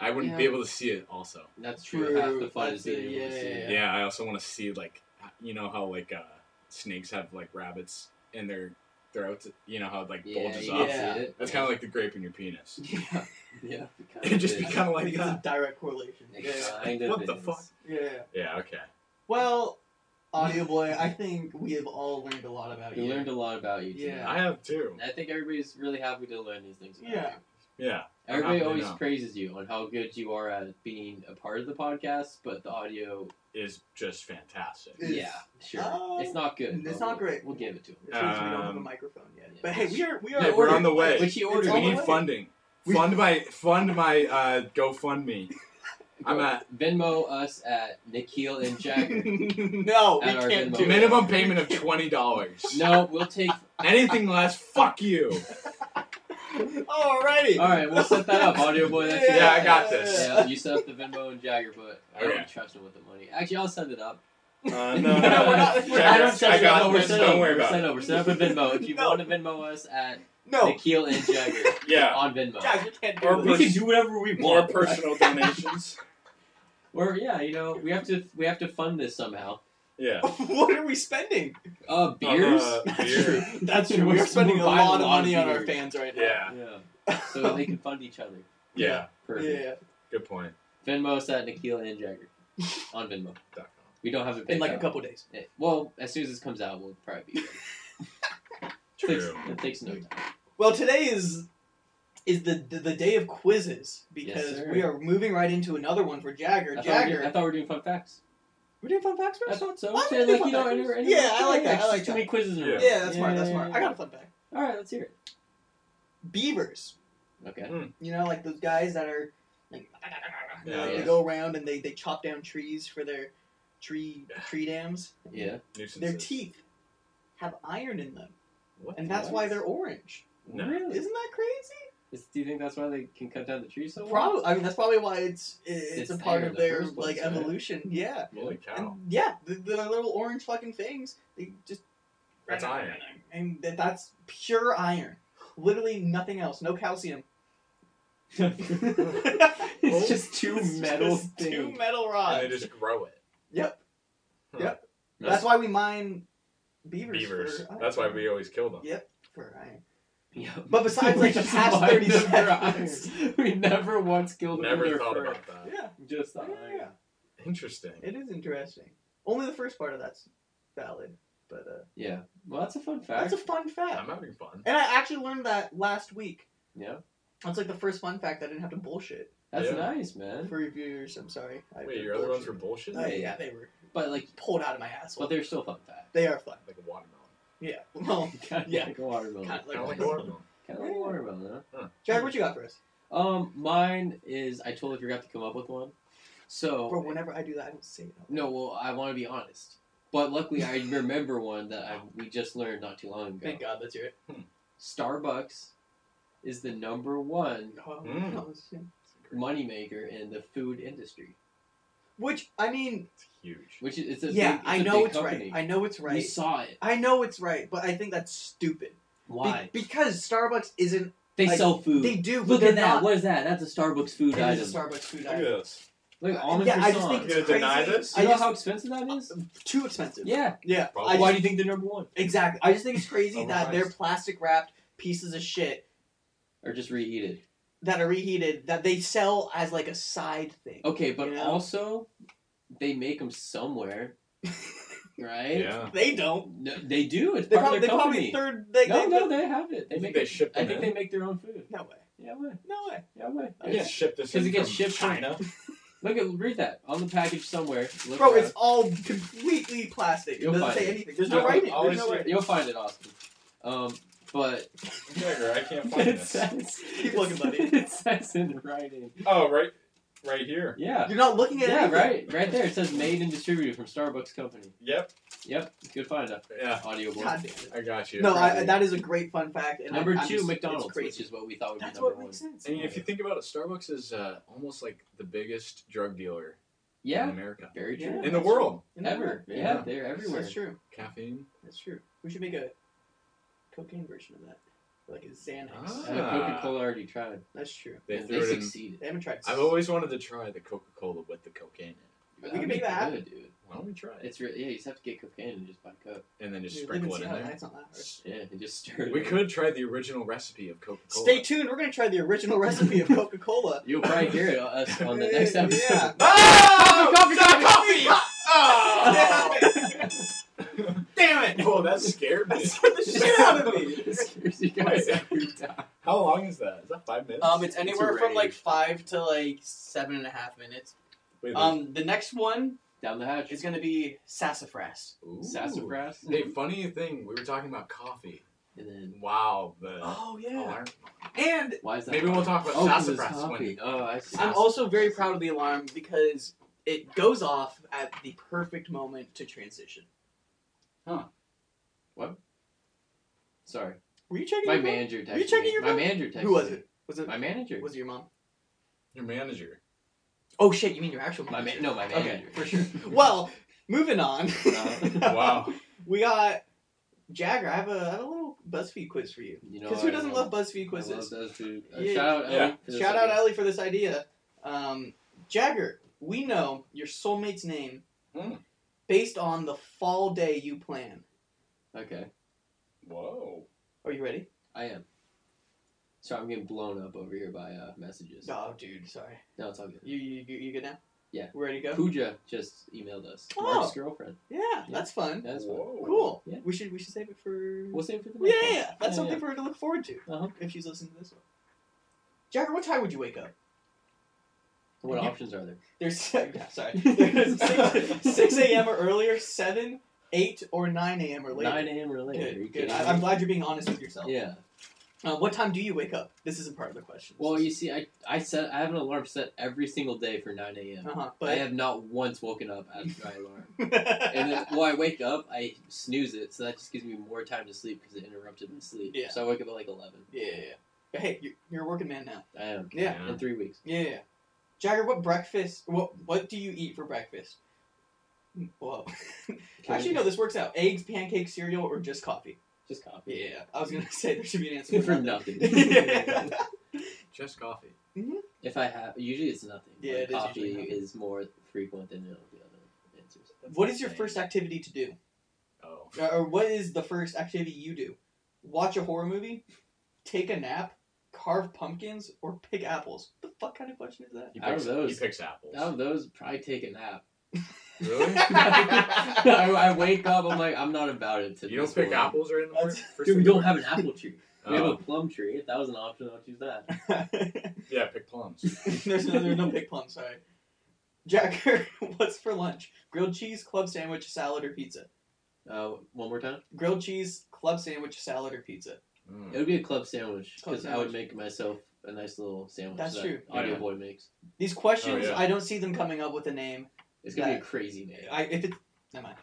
[SPEAKER 5] I wouldn't be
[SPEAKER 3] Yeah.
[SPEAKER 5] able to see it. Also,
[SPEAKER 3] That's true. Half the fun
[SPEAKER 4] That's
[SPEAKER 3] is being
[SPEAKER 4] it,
[SPEAKER 3] able to
[SPEAKER 4] yeah,
[SPEAKER 3] see
[SPEAKER 5] yeah,
[SPEAKER 3] it.
[SPEAKER 5] I also want to see like you know how like uh, snakes have like rabbits in their throats. You know how it like
[SPEAKER 3] Yeah,
[SPEAKER 5] bulges
[SPEAKER 3] you
[SPEAKER 5] up.
[SPEAKER 3] can see it.
[SPEAKER 5] That's kind of like the grape in your penis.
[SPEAKER 3] Yeah, [LAUGHS] yeah.
[SPEAKER 5] It would just be kind of like
[SPEAKER 4] Because
[SPEAKER 5] that.
[SPEAKER 4] of direct correlation. Yeah.
[SPEAKER 3] Kind of
[SPEAKER 5] What the
[SPEAKER 3] is.
[SPEAKER 5] fuck?
[SPEAKER 4] yeah.
[SPEAKER 5] Yeah. Okay.
[SPEAKER 4] Well, Audio Boy, I think we have all learned a lot about
[SPEAKER 3] We
[SPEAKER 4] you.
[SPEAKER 3] learned a lot about you. tonight.
[SPEAKER 4] Yeah.
[SPEAKER 5] I have too.
[SPEAKER 3] And I think everybody's really happy to learn these things. About
[SPEAKER 4] Yeah.
[SPEAKER 3] you.
[SPEAKER 5] Yeah. I'm happy
[SPEAKER 3] Everybody
[SPEAKER 5] to
[SPEAKER 3] always
[SPEAKER 5] know.
[SPEAKER 3] praises you on how good you are at being a part of the podcast, but the audio,
[SPEAKER 5] Is just fantastic.
[SPEAKER 4] It's-
[SPEAKER 3] yeah, sure,
[SPEAKER 4] uh,
[SPEAKER 3] it's not good.
[SPEAKER 4] it's
[SPEAKER 3] but
[SPEAKER 4] not
[SPEAKER 3] we'll-
[SPEAKER 4] great.
[SPEAKER 3] We'll give it to him.
[SPEAKER 4] It's because we don't have a
[SPEAKER 5] Um,
[SPEAKER 4] microphone yet.
[SPEAKER 3] yeah.
[SPEAKER 4] But hey, we are we are
[SPEAKER 5] Yeah, we're on the way.
[SPEAKER 3] Which he
[SPEAKER 4] It's
[SPEAKER 3] ordered.
[SPEAKER 4] all
[SPEAKER 5] we
[SPEAKER 4] the
[SPEAKER 5] need
[SPEAKER 4] way.
[SPEAKER 5] funding.
[SPEAKER 4] We-
[SPEAKER 5] Fund my fund my uh, [LAUGHS] GoFundMe. I'm at
[SPEAKER 3] Venmo us at Nikhil and
[SPEAKER 4] [LAUGHS]
[SPEAKER 3] Jagger.
[SPEAKER 4] No, we
[SPEAKER 3] At our
[SPEAKER 4] can't
[SPEAKER 3] Venmo.
[SPEAKER 4] do it.
[SPEAKER 5] minimum payment of twenty dollars.
[SPEAKER 3] no, we'll take.
[SPEAKER 5] Anything less, fuck you.
[SPEAKER 4] Alrighty.
[SPEAKER 3] All right, we'll set that up, audio boy. That's
[SPEAKER 5] Yeah, I got this.
[SPEAKER 3] Yeah, you set up the Venmo and Jagger, but I don't
[SPEAKER 5] Okay.
[SPEAKER 3] trust him with the money. Actually, I'll send it up.
[SPEAKER 5] Uh, [LAUGHS] no,
[SPEAKER 4] No, we're not-
[SPEAKER 5] Jagger,
[SPEAKER 4] we're-
[SPEAKER 3] I don't trust
[SPEAKER 5] I got
[SPEAKER 3] Venmo. We're
[SPEAKER 5] this.
[SPEAKER 3] set
[SPEAKER 5] Don't
[SPEAKER 3] up.
[SPEAKER 5] worry
[SPEAKER 3] We're
[SPEAKER 5] about
[SPEAKER 3] set
[SPEAKER 5] it.
[SPEAKER 3] over. Set up a Venmo. If you
[SPEAKER 4] No.
[SPEAKER 3] want to Venmo us at
[SPEAKER 4] [LAUGHS] No,
[SPEAKER 3] Nikhil and Jagger
[SPEAKER 5] [LAUGHS] Yeah.
[SPEAKER 3] on Venmo.
[SPEAKER 4] Jack, you can't
[SPEAKER 5] Or
[SPEAKER 4] do
[SPEAKER 3] we
[SPEAKER 4] this.
[SPEAKER 5] pers-
[SPEAKER 3] can do whatever we
[SPEAKER 5] More
[SPEAKER 3] want.
[SPEAKER 5] personal donations.
[SPEAKER 3] Or yeah, you know, we have to we have to fund this somehow.
[SPEAKER 4] [LAUGHS]
[SPEAKER 5] Yeah.
[SPEAKER 4] what are we spending?
[SPEAKER 3] Uh, beers.
[SPEAKER 5] Uh,
[SPEAKER 3] [LAUGHS]
[SPEAKER 4] That's
[SPEAKER 5] beer.
[SPEAKER 4] true. That's true.
[SPEAKER 3] We're-
[SPEAKER 4] We're spending
[SPEAKER 3] we're
[SPEAKER 4] a
[SPEAKER 3] buying
[SPEAKER 4] lot of money on our fans right now.
[SPEAKER 5] [LAUGHS] Yeah.
[SPEAKER 3] Yeah. [LAUGHS] So that they can fund each other.
[SPEAKER 5] Yeah.
[SPEAKER 3] Perfect.
[SPEAKER 4] Yeah.
[SPEAKER 5] Good point.
[SPEAKER 3] Venmo us at Nikhil and Jagger on Venmo.
[SPEAKER 5] Dot com.
[SPEAKER 3] We don't have a PayPal.
[SPEAKER 4] In like a couple days.
[SPEAKER 3] Eh, well, as soon as this comes out, we'll probably be. ready. It
[SPEAKER 5] True.
[SPEAKER 3] takes, it takes no time.
[SPEAKER 4] Well, today is is the the, the day of quizzes because
[SPEAKER 3] sir.
[SPEAKER 4] we are moving right into another one for Jagger.
[SPEAKER 3] I thought, we were,
[SPEAKER 4] Jagger,
[SPEAKER 3] I thought we were doing fun facts.
[SPEAKER 4] we're doing fun facts
[SPEAKER 3] I
[SPEAKER 4] first.
[SPEAKER 3] thought so.
[SPEAKER 4] Why don't
[SPEAKER 3] Yeah,
[SPEAKER 4] we do
[SPEAKER 3] like,
[SPEAKER 4] fun
[SPEAKER 3] you know,
[SPEAKER 4] facts?
[SPEAKER 3] inter- inter-
[SPEAKER 4] Yeah, I like that, I
[SPEAKER 3] just
[SPEAKER 4] like
[SPEAKER 3] too
[SPEAKER 4] that.
[SPEAKER 3] many quizzes in a
[SPEAKER 5] Yeah.
[SPEAKER 3] row.
[SPEAKER 4] Yeah, that's smart. That's
[SPEAKER 3] yeah,
[SPEAKER 4] smart.
[SPEAKER 3] yeah,
[SPEAKER 4] I
[SPEAKER 3] yeah.
[SPEAKER 4] got a fun fact.
[SPEAKER 3] All right, let's hear it.
[SPEAKER 4] Beavers,
[SPEAKER 3] Okay.
[SPEAKER 4] you know, like those guys that are like
[SPEAKER 3] Oh,
[SPEAKER 4] you know,
[SPEAKER 5] Yeah,
[SPEAKER 4] they
[SPEAKER 3] yeah.
[SPEAKER 4] go around and they, they chop down trees for their tree tree dams.
[SPEAKER 3] Yeah.
[SPEAKER 5] Nuisances.
[SPEAKER 4] Their teeth have iron in them,
[SPEAKER 5] What?
[SPEAKER 4] and that's
[SPEAKER 3] What?
[SPEAKER 4] why they're orange.
[SPEAKER 5] No.
[SPEAKER 3] Really?
[SPEAKER 4] Isn't that crazy?
[SPEAKER 3] Is- do you think that's why they can cut down the trees so well?
[SPEAKER 4] Probably. I mean, that's probably why it's
[SPEAKER 3] It's
[SPEAKER 4] it's, a part
[SPEAKER 3] there in
[SPEAKER 4] of
[SPEAKER 3] the
[SPEAKER 4] their
[SPEAKER 3] first place,
[SPEAKER 4] like
[SPEAKER 3] right?
[SPEAKER 4] evolution. Yeah.
[SPEAKER 5] Holy cow.
[SPEAKER 4] And yeah, the, the little orange fucking things, they just.
[SPEAKER 5] That's iron.
[SPEAKER 4] And that, that's pure iron. Literally nothing else. No calcium. [LAUGHS]
[SPEAKER 3] it's just two
[SPEAKER 4] It's
[SPEAKER 3] metal
[SPEAKER 4] just Two
[SPEAKER 3] things.
[SPEAKER 4] metal
[SPEAKER 5] And
[SPEAKER 4] rods.
[SPEAKER 5] they just grow it.
[SPEAKER 4] Yep.
[SPEAKER 5] Huh.
[SPEAKER 4] Yep. That's why we mine beavers.
[SPEAKER 5] Beavers.
[SPEAKER 4] For iron.
[SPEAKER 5] That's why we always kill them.
[SPEAKER 4] Yep. For iron.
[SPEAKER 3] Yeah.
[SPEAKER 4] But besides,
[SPEAKER 3] [LAUGHS]
[SPEAKER 4] like,
[SPEAKER 3] We
[SPEAKER 4] the
[SPEAKER 3] just
[SPEAKER 4] past
[SPEAKER 3] mined
[SPEAKER 4] 30
[SPEAKER 3] them for
[SPEAKER 4] seconds.
[SPEAKER 3] iron. [LAUGHS] We never once killed them.
[SPEAKER 5] Never
[SPEAKER 3] for
[SPEAKER 5] thought
[SPEAKER 3] fur.
[SPEAKER 5] about that.
[SPEAKER 4] Yeah.
[SPEAKER 3] Just the
[SPEAKER 4] Yeah.
[SPEAKER 3] iron.
[SPEAKER 5] Interesting.
[SPEAKER 4] It is interesting. Only the first part of that's valid, but uh,
[SPEAKER 3] Yeah. Well, that's a fun fact.
[SPEAKER 4] that's a fun fact.
[SPEAKER 5] I'm having fun.
[SPEAKER 4] And I actually learned that last week.
[SPEAKER 3] yeah.
[SPEAKER 4] That's like the first fun fact I didn't have to bullshit
[SPEAKER 3] That's
[SPEAKER 5] Yeah.
[SPEAKER 3] nice, man.
[SPEAKER 4] for reviewers. I'm sorry. I
[SPEAKER 5] Wait, your other ones were bullshit?
[SPEAKER 4] Oh, yeah, they were
[SPEAKER 3] But like,
[SPEAKER 4] pulled out of my asshole.
[SPEAKER 3] but they're still fun facts.
[SPEAKER 4] They are fun.
[SPEAKER 5] Like a watermelon.
[SPEAKER 4] Yeah. [LAUGHS] Well,
[SPEAKER 3] [LAUGHS] Kinda
[SPEAKER 4] Yeah.
[SPEAKER 3] Like a watermelon.
[SPEAKER 4] Kinda
[SPEAKER 5] Kind of
[SPEAKER 4] Like
[SPEAKER 5] like a
[SPEAKER 4] a
[SPEAKER 5] watermelon.
[SPEAKER 3] Kind of like a watermelon, huh?
[SPEAKER 4] Jack, what you got for us?
[SPEAKER 3] Um, mine is I totally forgot to come up with one. So
[SPEAKER 4] Bro, whenever I do that, I don't say it.
[SPEAKER 3] no, well, I want to be honest. But luckily, I [LAUGHS] remember one that I, we just learned not too long ago.
[SPEAKER 4] Thank God, that's your.
[SPEAKER 3] Starbucks is the number one
[SPEAKER 4] Oh,
[SPEAKER 5] Mm.
[SPEAKER 4] no, shit.
[SPEAKER 3] moneymaker in the food industry,
[SPEAKER 4] Which I mean,
[SPEAKER 5] It's huge.
[SPEAKER 3] which is it's a
[SPEAKER 4] yeah,
[SPEAKER 3] big, it's
[SPEAKER 4] I
[SPEAKER 3] a
[SPEAKER 4] know
[SPEAKER 3] big
[SPEAKER 4] it's
[SPEAKER 3] company.
[SPEAKER 4] right. I know it's
[SPEAKER 3] We
[SPEAKER 4] right.
[SPEAKER 3] saw it.
[SPEAKER 4] I know it's right, but I think that's stupid. Be-
[SPEAKER 3] Why?
[SPEAKER 4] because Starbucks isn't.
[SPEAKER 3] they
[SPEAKER 4] like,
[SPEAKER 3] sell food.
[SPEAKER 4] They do. but
[SPEAKER 3] Look
[SPEAKER 4] they're
[SPEAKER 3] at that.
[SPEAKER 4] Not,
[SPEAKER 3] What is that? That's a Starbucks food
[SPEAKER 4] it
[SPEAKER 3] item.
[SPEAKER 4] is a Starbucks food
[SPEAKER 5] Look at
[SPEAKER 4] item.
[SPEAKER 5] this.
[SPEAKER 3] Look, almond
[SPEAKER 4] yeah, I just
[SPEAKER 3] croissant.
[SPEAKER 4] think it's
[SPEAKER 5] You're gonna deny
[SPEAKER 4] crazy.
[SPEAKER 5] this?
[SPEAKER 3] You
[SPEAKER 4] I
[SPEAKER 3] know
[SPEAKER 4] just,
[SPEAKER 3] how expensive that is?
[SPEAKER 4] too expensive.
[SPEAKER 3] Yeah.
[SPEAKER 4] Yeah.
[SPEAKER 5] Probably.
[SPEAKER 4] I
[SPEAKER 3] Why
[SPEAKER 4] just-
[SPEAKER 3] do you think they're number one?
[SPEAKER 4] exactly. I just think it's crazy that
[SPEAKER 5] Overpriced.
[SPEAKER 4] they're plastic wrapped pieces of shit
[SPEAKER 3] Or just reheated?
[SPEAKER 4] that are reheated that they sell as like a side thing.
[SPEAKER 3] Okay, but
[SPEAKER 4] You know?
[SPEAKER 3] also, they make them somewhere, right?
[SPEAKER 5] Yeah.
[SPEAKER 4] [LAUGHS] They don't.
[SPEAKER 3] No, they do. It's
[SPEAKER 4] They
[SPEAKER 3] part
[SPEAKER 4] probably,
[SPEAKER 3] of
[SPEAKER 4] they
[SPEAKER 3] their
[SPEAKER 4] probably
[SPEAKER 3] company.
[SPEAKER 4] third. They,
[SPEAKER 3] no,
[SPEAKER 4] they,
[SPEAKER 3] no, they have it. They
[SPEAKER 5] You
[SPEAKER 3] make.
[SPEAKER 5] think they ship
[SPEAKER 3] I
[SPEAKER 5] them
[SPEAKER 3] think
[SPEAKER 5] in?
[SPEAKER 3] they make their own food.
[SPEAKER 4] no way.
[SPEAKER 3] Yeah, way.
[SPEAKER 4] No way.
[SPEAKER 3] Yeah, way.
[SPEAKER 5] They just ship this
[SPEAKER 3] 'Cause
[SPEAKER 5] in
[SPEAKER 3] it gets
[SPEAKER 5] from
[SPEAKER 3] shipped from-
[SPEAKER 5] China.
[SPEAKER 3] Look at read that on the package somewhere. Look
[SPEAKER 4] Bro,
[SPEAKER 3] around.
[SPEAKER 4] it's all completely plastic. It
[SPEAKER 3] You'll
[SPEAKER 4] doesn't
[SPEAKER 3] find
[SPEAKER 4] say
[SPEAKER 3] it.
[SPEAKER 4] anything. There's
[SPEAKER 5] You'll
[SPEAKER 4] no writing.
[SPEAKER 5] find-
[SPEAKER 4] There's no
[SPEAKER 5] I'll
[SPEAKER 4] writing.
[SPEAKER 3] You'll find it, Austin. Um,
[SPEAKER 5] [LAUGHS]
[SPEAKER 3] but
[SPEAKER 5] Jagger, I can't find
[SPEAKER 3] it [LAUGHS]
[SPEAKER 5] this.
[SPEAKER 3] says,
[SPEAKER 4] Keep looking, buddy.
[SPEAKER 3] It says in writing.
[SPEAKER 5] Oh, right, right here.
[SPEAKER 3] Yeah.
[SPEAKER 4] You're not looking at
[SPEAKER 3] Yeah,
[SPEAKER 4] anything.
[SPEAKER 3] right, right there. It says made and distributed from Starbucks Company.
[SPEAKER 5] Yep.
[SPEAKER 3] Yep, good find. uh,
[SPEAKER 5] Yeah,
[SPEAKER 3] Audio board.
[SPEAKER 4] [LAUGHS] God damn it.
[SPEAKER 5] I got you.
[SPEAKER 4] No, I,
[SPEAKER 3] Probably.
[SPEAKER 4] that is a great fun fact. And
[SPEAKER 3] Number
[SPEAKER 4] I, I'm
[SPEAKER 3] two,
[SPEAKER 4] just-
[SPEAKER 3] McDonald's,
[SPEAKER 4] It's crazy.
[SPEAKER 3] which is what we thought would
[SPEAKER 4] That's
[SPEAKER 3] be number
[SPEAKER 4] what
[SPEAKER 3] one.
[SPEAKER 4] makes sense.
[SPEAKER 5] I mean, if you think about it, Starbucks is uh, almost like the biggest drug dealer in
[SPEAKER 3] Yeah,
[SPEAKER 5] America,
[SPEAKER 3] very
[SPEAKER 4] Yeah.
[SPEAKER 3] true.
[SPEAKER 5] in the world.
[SPEAKER 3] Ever, yeah,
[SPEAKER 5] Yeah.
[SPEAKER 3] they're everywhere.
[SPEAKER 4] That's true.
[SPEAKER 5] Caffeine.
[SPEAKER 4] That's true. We should make a cocaine version of that, like a Xanax.
[SPEAKER 5] Ah.
[SPEAKER 3] And Coca Cola already tried.
[SPEAKER 4] That's true.
[SPEAKER 5] They
[SPEAKER 3] and
[SPEAKER 5] threw
[SPEAKER 3] they
[SPEAKER 5] it in.
[SPEAKER 3] succeeded.
[SPEAKER 4] They haven't tried.
[SPEAKER 5] I've always wanted to try the Coca Cola with the cocaine in. it.
[SPEAKER 4] We can make that happen.
[SPEAKER 3] dude.
[SPEAKER 5] Why don't we try it?
[SPEAKER 3] It's re- yeah, you just have to get cocaine and just buy coke.
[SPEAKER 5] And then just
[SPEAKER 4] Dude,
[SPEAKER 5] sprinkle it in
[SPEAKER 4] Seattle,
[SPEAKER 5] there.
[SPEAKER 4] That's not that hard.
[SPEAKER 3] Yeah, and just stir it.
[SPEAKER 5] We
[SPEAKER 3] in.
[SPEAKER 5] could try the original recipe of Coca Cola.
[SPEAKER 4] Stay tuned. We're gonna try the original recipe of Coca Cola.
[SPEAKER 3] You'll probably
[SPEAKER 4] [LAUGHS]
[SPEAKER 3] hear it uh, us on the next episode.
[SPEAKER 4] Yeah.
[SPEAKER 5] Ah!
[SPEAKER 3] Coffee, coffee,
[SPEAKER 5] coffee!
[SPEAKER 4] Damn
[SPEAKER 3] [LAUGHS]
[SPEAKER 5] Oh!
[SPEAKER 4] it! [LAUGHS] Damn it!
[SPEAKER 5] oh, that scared me.
[SPEAKER 4] That scared the shit out of me.
[SPEAKER 3] It scares you guys every time.
[SPEAKER 5] [LAUGHS] How long is that? Is that five minutes?
[SPEAKER 4] Um, it's
[SPEAKER 5] a
[SPEAKER 4] anywhere from like
[SPEAKER 5] rage.
[SPEAKER 4] five to like seven and a half minutes.
[SPEAKER 5] Wait,
[SPEAKER 4] Um, the next one
[SPEAKER 3] Down the hatch.
[SPEAKER 4] is gonna be sassafras.
[SPEAKER 5] ooh.
[SPEAKER 3] Sassafras.
[SPEAKER 5] Hey, funny thing, we were talking about coffee.
[SPEAKER 3] And then
[SPEAKER 5] Wow, the
[SPEAKER 4] Oh yeah.
[SPEAKER 5] alarm.
[SPEAKER 4] And
[SPEAKER 3] why is that?
[SPEAKER 5] Maybe we'll talk about
[SPEAKER 3] Oh, 'cause it's
[SPEAKER 5] sassafras
[SPEAKER 3] coffee.
[SPEAKER 5] when
[SPEAKER 3] Oh, I see.
[SPEAKER 4] I'm also very proud of the alarm because it goes off at the perfect moment to transition.
[SPEAKER 3] Sorry.
[SPEAKER 4] Were you checking?
[SPEAKER 3] My
[SPEAKER 4] your phone?
[SPEAKER 3] manager texted
[SPEAKER 4] you checking
[SPEAKER 3] me.
[SPEAKER 4] your
[SPEAKER 3] My
[SPEAKER 4] phone?
[SPEAKER 3] manager texted
[SPEAKER 4] Who was
[SPEAKER 3] me.
[SPEAKER 4] it? Was it?
[SPEAKER 3] My manager.
[SPEAKER 4] Was it your mom?
[SPEAKER 5] your manager.
[SPEAKER 4] Oh shit! You mean your actual mom?
[SPEAKER 3] my ma- no, my manager.
[SPEAKER 4] Okay, for sure. Well, moving on. [LAUGHS]
[SPEAKER 3] Uh,
[SPEAKER 5] [LAUGHS] Wow.
[SPEAKER 4] We got Jagger. I have a, I have a little BuzzFeed quiz for you.
[SPEAKER 3] You know,
[SPEAKER 4] Because
[SPEAKER 3] I
[SPEAKER 4] who doesn't
[SPEAKER 3] love-
[SPEAKER 4] love BuzzFeed
[SPEAKER 3] I
[SPEAKER 4] quizzes?
[SPEAKER 3] love those two. Uh,
[SPEAKER 4] Yeah.
[SPEAKER 3] Shout out,
[SPEAKER 5] Yeah.
[SPEAKER 3] Ellie. for this
[SPEAKER 4] Shout out
[SPEAKER 3] idea.
[SPEAKER 4] Ellie for this idea. Um, Jagger, we know your soulmate's name
[SPEAKER 5] Hmm.
[SPEAKER 4] based on the fall day you plan.
[SPEAKER 3] Okay,
[SPEAKER 5] Whoa.
[SPEAKER 4] Are you ready?
[SPEAKER 3] I am. So I'm getting blown up over here by uh, messages.
[SPEAKER 4] Oh, dude, sorry.
[SPEAKER 3] No, it's all good.
[SPEAKER 4] You you you, you good now?
[SPEAKER 3] Yeah.
[SPEAKER 4] We're ready to go.
[SPEAKER 3] Pooja just emailed us.
[SPEAKER 4] Oh.
[SPEAKER 3] Mark's girlfriend.
[SPEAKER 4] Yeah, that's fun.
[SPEAKER 3] That's fine.
[SPEAKER 5] Whoa.
[SPEAKER 4] Cool.
[SPEAKER 3] Yeah.
[SPEAKER 4] We should we should save it for.
[SPEAKER 3] We'll save it for the
[SPEAKER 4] yeah,
[SPEAKER 3] next
[SPEAKER 4] yeah,
[SPEAKER 3] one.
[SPEAKER 4] yeah. that's something for her to look forward to
[SPEAKER 3] yeah. Uh-huh.
[SPEAKER 4] if she's listening to this one. Jagger, what time would you wake up?
[SPEAKER 3] What
[SPEAKER 4] You-
[SPEAKER 3] options are there?
[SPEAKER 4] There's [LAUGHS]
[SPEAKER 3] [LAUGHS]
[SPEAKER 4] yeah, sorry. There's six, 6 a.m. or earlier, seven, eight, or nine a.m. or later.
[SPEAKER 3] 9 a.m. or later. Are you
[SPEAKER 4] Good, good.
[SPEAKER 3] kidding
[SPEAKER 4] I, am
[SPEAKER 3] me?
[SPEAKER 4] glad you're being honest with yourself.
[SPEAKER 3] Yeah.
[SPEAKER 4] Uh, what time do you wake up? This isn't part of the question.
[SPEAKER 3] Well, you see, I I set I have an alarm set every single day for 9 a.m.
[SPEAKER 4] Uh huh.
[SPEAKER 3] I
[SPEAKER 4] But [LAUGHS]
[SPEAKER 3] have not once woken up after my alarm. And then, well, I wake up, I snooze it, so that just gives me more time to sleep because it interrupted my sleep.
[SPEAKER 4] Yeah.
[SPEAKER 3] So I wake up at like 11.
[SPEAKER 4] yeah, yeah, yeah. But Hey, you're, you're a working man now.
[SPEAKER 3] I am.
[SPEAKER 4] Yeah.
[SPEAKER 3] In three weeks.
[SPEAKER 4] Yeah. yeah, yeah. Jagger, what breakfast? What What do you eat for breakfast? [LAUGHS] Whoa.
[SPEAKER 3] Can
[SPEAKER 4] Actually,
[SPEAKER 3] we-
[SPEAKER 4] no. This works out. Eggs, pancakes, cereal, or just coffee.
[SPEAKER 3] Just coffee.
[SPEAKER 4] Yeah. I was gonna [LAUGHS] say there should be an answer [LAUGHS]
[SPEAKER 3] for [LAUGHS]
[SPEAKER 4] nothing.
[SPEAKER 3] nothing.
[SPEAKER 4] Yeah.
[SPEAKER 5] Just coffee.
[SPEAKER 3] If I have, usually it's nothing.
[SPEAKER 4] Yeah,
[SPEAKER 3] Like,
[SPEAKER 4] it is
[SPEAKER 3] coffee
[SPEAKER 4] usually nothing.
[SPEAKER 3] is more frequent than all the other answers.
[SPEAKER 4] [LAUGHS] What is your
[SPEAKER 5] insane.
[SPEAKER 4] first activity to do?
[SPEAKER 5] Oh.
[SPEAKER 4] Or- Or what is the first activity you do? Watch a horror movie, take a nap, carve pumpkins, or pick apples? What the fuck kind of question is that?
[SPEAKER 5] He
[SPEAKER 3] Out of
[SPEAKER 5] picks,
[SPEAKER 3] those-
[SPEAKER 5] he picks apples.
[SPEAKER 3] Out of Oh, those, probably take a nap. [LAUGHS]
[SPEAKER 5] Really?
[SPEAKER 4] [LAUGHS]
[SPEAKER 5] [LAUGHS]
[SPEAKER 3] I, I wake up, I'm like, I'm not about it. To
[SPEAKER 5] you don't
[SPEAKER 3] this
[SPEAKER 5] pick
[SPEAKER 3] morning.
[SPEAKER 5] apples right anymore?
[SPEAKER 4] That's-
[SPEAKER 5] First
[SPEAKER 3] Dude, we
[SPEAKER 5] thing-
[SPEAKER 3] don't have an apple tree. We have a
[SPEAKER 5] Oh.
[SPEAKER 3] plum tree. If that was an option, I'll choose that.
[SPEAKER 5] [LAUGHS] Yeah,
[SPEAKER 3] [LAUGHS]
[SPEAKER 5] pick plums.
[SPEAKER 4] [LAUGHS] there's no there's no big plum, sorry. Jacker, [LAUGHS] what's for lunch? Grilled cheese, club sandwich, salad, or pizza?
[SPEAKER 3] Uh, one more time.
[SPEAKER 4] Grilled cheese, club sandwich, salad, or pizza.
[SPEAKER 5] Mm.
[SPEAKER 3] It would be a club sandwich
[SPEAKER 4] Club
[SPEAKER 3] because I would
[SPEAKER 4] sandwich.
[SPEAKER 3] make myself a nice little sandwich.
[SPEAKER 4] That's
[SPEAKER 3] that
[SPEAKER 4] true.
[SPEAKER 3] Audio
[SPEAKER 5] Yeah.
[SPEAKER 3] Boy makes.
[SPEAKER 4] These questions,
[SPEAKER 5] Oh, yeah.
[SPEAKER 4] I don't see them coming up with a name.
[SPEAKER 3] It's gonna be
[SPEAKER 4] Yeah.
[SPEAKER 3] a crazy name.
[SPEAKER 4] I if it never mind.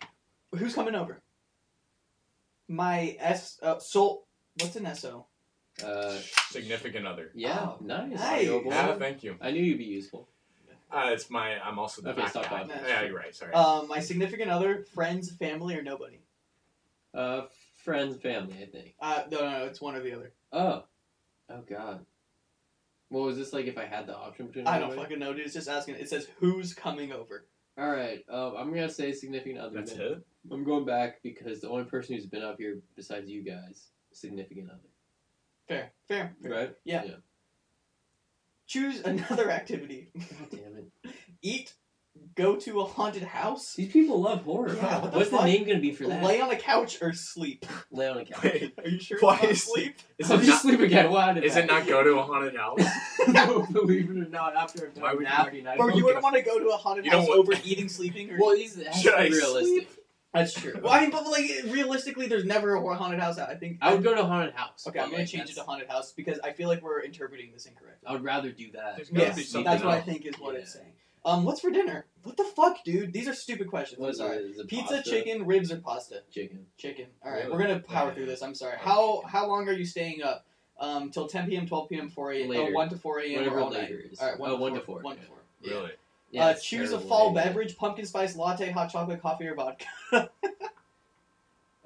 [SPEAKER 4] Who's coming over? My S uh, soul. What's an SO?
[SPEAKER 3] Uh,
[SPEAKER 5] Significant other.
[SPEAKER 3] yeah,
[SPEAKER 4] Oh,
[SPEAKER 3] nice.
[SPEAKER 4] nice.
[SPEAKER 3] Audio Boy.
[SPEAKER 5] Yeah, thank you.
[SPEAKER 3] I knew you'd be useful.
[SPEAKER 5] Uh, it's my. I'm also the
[SPEAKER 3] Okay,
[SPEAKER 5] back
[SPEAKER 3] stop
[SPEAKER 5] guy.
[SPEAKER 3] that.
[SPEAKER 5] Yeah, you're right. Sorry.
[SPEAKER 4] Um, my significant other, friends, family, or nobody.
[SPEAKER 3] Uh, friends, family, I think.
[SPEAKER 4] Uh, no, no, no, it's one or the other.
[SPEAKER 3] Oh, oh God. What was this like? If I had the option between,
[SPEAKER 4] I don't
[SPEAKER 3] everybody?
[SPEAKER 4] fucking know, dude. It's just asking. It says who's coming over.
[SPEAKER 3] All right, um, I'm gonna say significant other.
[SPEAKER 5] That's
[SPEAKER 3] man.
[SPEAKER 5] it. [LAUGHS]
[SPEAKER 3] I'm going back because the only person who's been up here besides you guys, significant other,
[SPEAKER 4] Fair, fair. fair.
[SPEAKER 3] right?
[SPEAKER 4] Yeah.
[SPEAKER 3] Yeah.
[SPEAKER 4] Choose [LAUGHS] another activity.
[SPEAKER 3] God damn it!
[SPEAKER 4] Eat. Go to a haunted house.
[SPEAKER 3] These people love horror.
[SPEAKER 4] Yeah, what the
[SPEAKER 3] What's
[SPEAKER 4] fuck?
[SPEAKER 3] the name gonna be for that?
[SPEAKER 4] Lay on a couch or
[SPEAKER 3] [LAUGHS]
[SPEAKER 4] sleep.
[SPEAKER 3] Lay on a couch.
[SPEAKER 5] Wait,
[SPEAKER 4] Are you sure?
[SPEAKER 5] Why
[SPEAKER 4] it's not
[SPEAKER 5] is-
[SPEAKER 4] sleep?
[SPEAKER 5] [LAUGHS] is
[SPEAKER 3] I'm
[SPEAKER 5] it
[SPEAKER 3] just
[SPEAKER 5] not?
[SPEAKER 3] sleeping again. Why did
[SPEAKER 5] Is
[SPEAKER 3] I-
[SPEAKER 5] it not go to a haunted house?
[SPEAKER 3] [LAUGHS] no, believe it or not, after I'm
[SPEAKER 5] Why
[SPEAKER 3] done
[SPEAKER 5] would you-
[SPEAKER 3] napping, I
[SPEAKER 4] Bro,
[SPEAKER 3] don't
[SPEAKER 4] you
[SPEAKER 3] get-
[SPEAKER 4] wouldn't want to go to a haunted
[SPEAKER 5] You don't
[SPEAKER 4] house
[SPEAKER 5] want-
[SPEAKER 4] over eating, sleeping, or
[SPEAKER 3] Well, these it has
[SPEAKER 5] Should
[SPEAKER 3] to be
[SPEAKER 5] I
[SPEAKER 3] realistic. That's true.
[SPEAKER 4] Well, I mean, but like realistically, there's never a haunted house out. I think.
[SPEAKER 3] I would go to haunted house.
[SPEAKER 4] okay, I'm
[SPEAKER 3] but,
[SPEAKER 4] gonna
[SPEAKER 3] like,
[SPEAKER 4] change it
[SPEAKER 3] that's-
[SPEAKER 4] to haunted house because I feel like we're interpreting this incorrectly.
[SPEAKER 3] I would rather do that.
[SPEAKER 5] There's gotta
[SPEAKER 4] Yes,
[SPEAKER 5] be
[SPEAKER 4] that's
[SPEAKER 5] something
[SPEAKER 4] what I
[SPEAKER 5] else.
[SPEAKER 4] think is what
[SPEAKER 3] Yeah.
[SPEAKER 4] it's saying. Um, what's for dinner? What the fuck, dude? These are stupid questions.
[SPEAKER 3] What
[SPEAKER 4] I'm
[SPEAKER 3] is
[SPEAKER 4] sorry.
[SPEAKER 3] it? Is it
[SPEAKER 4] Pizza,
[SPEAKER 3] pasta?
[SPEAKER 4] chicken, ribs, or pasta?
[SPEAKER 3] chicken.
[SPEAKER 4] Chicken. All right,
[SPEAKER 5] Really?
[SPEAKER 4] we're gonna power
[SPEAKER 5] Yeah.
[SPEAKER 4] through this. I'm sorry.
[SPEAKER 5] Oh,
[SPEAKER 4] How
[SPEAKER 5] chicken.
[SPEAKER 4] how long are you staying up? Um, till 10 p.m., 12 p.m., 4 a.m., uh,
[SPEAKER 3] Later.
[SPEAKER 4] 1 to 4 a.m.
[SPEAKER 3] Whatever
[SPEAKER 4] or all night.
[SPEAKER 3] later is.
[SPEAKER 4] All right, 1,
[SPEAKER 3] Oh,
[SPEAKER 4] to,
[SPEAKER 3] one
[SPEAKER 4] 4,
[SPEAKER 3] to four,
[SPEAKER 4] 1
[SPEAKER 3] yeah.
[SPEAKER 4] to 4. yeah.
[SPEAKER 5] Really?
[SPEAKER 3] Yeah,
[SPEAKER 4] uh,
[SPEAKER 3] it's
[SPEAKER 4] choose a
[SPEAKER 3] terrible
[SPEAKER 4] fall
[SPEAKER 3] idea.
[SPEAKER 4] beverage: pumpkin spice latte, hot chocolate, coffee, or vodka. [LAUGHS]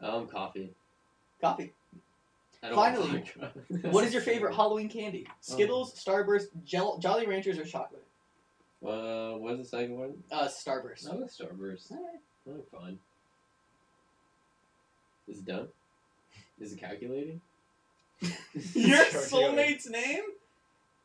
[SPEAKER 3] Um, coffee.
[SPEAKER 4] coffee.
[SPEAKER 3] I don't want
[SPEAKER 4] Finally,
[SPEAKER 3] vodka. Oh.
[SPEAKER 4] What is your favorite Halloween candy? Skittles, Starburst, Jell- Jolly Ranchers, or chocolate?
[SPEAKER 3] [LAUGHS] Uh, what is the second one?
[SPEAKER 4] Uh, Starburst.
[SPEAKER 3] I'm a starburst.
[SPEAKER 4] Alright.
[SPEAKER 3] Oh, fun. Is it done? Is it calculating?
[SPEAKER 4] Your
[SPEAKER 5] Sorry,
[SPEAKER 4] soulmate's name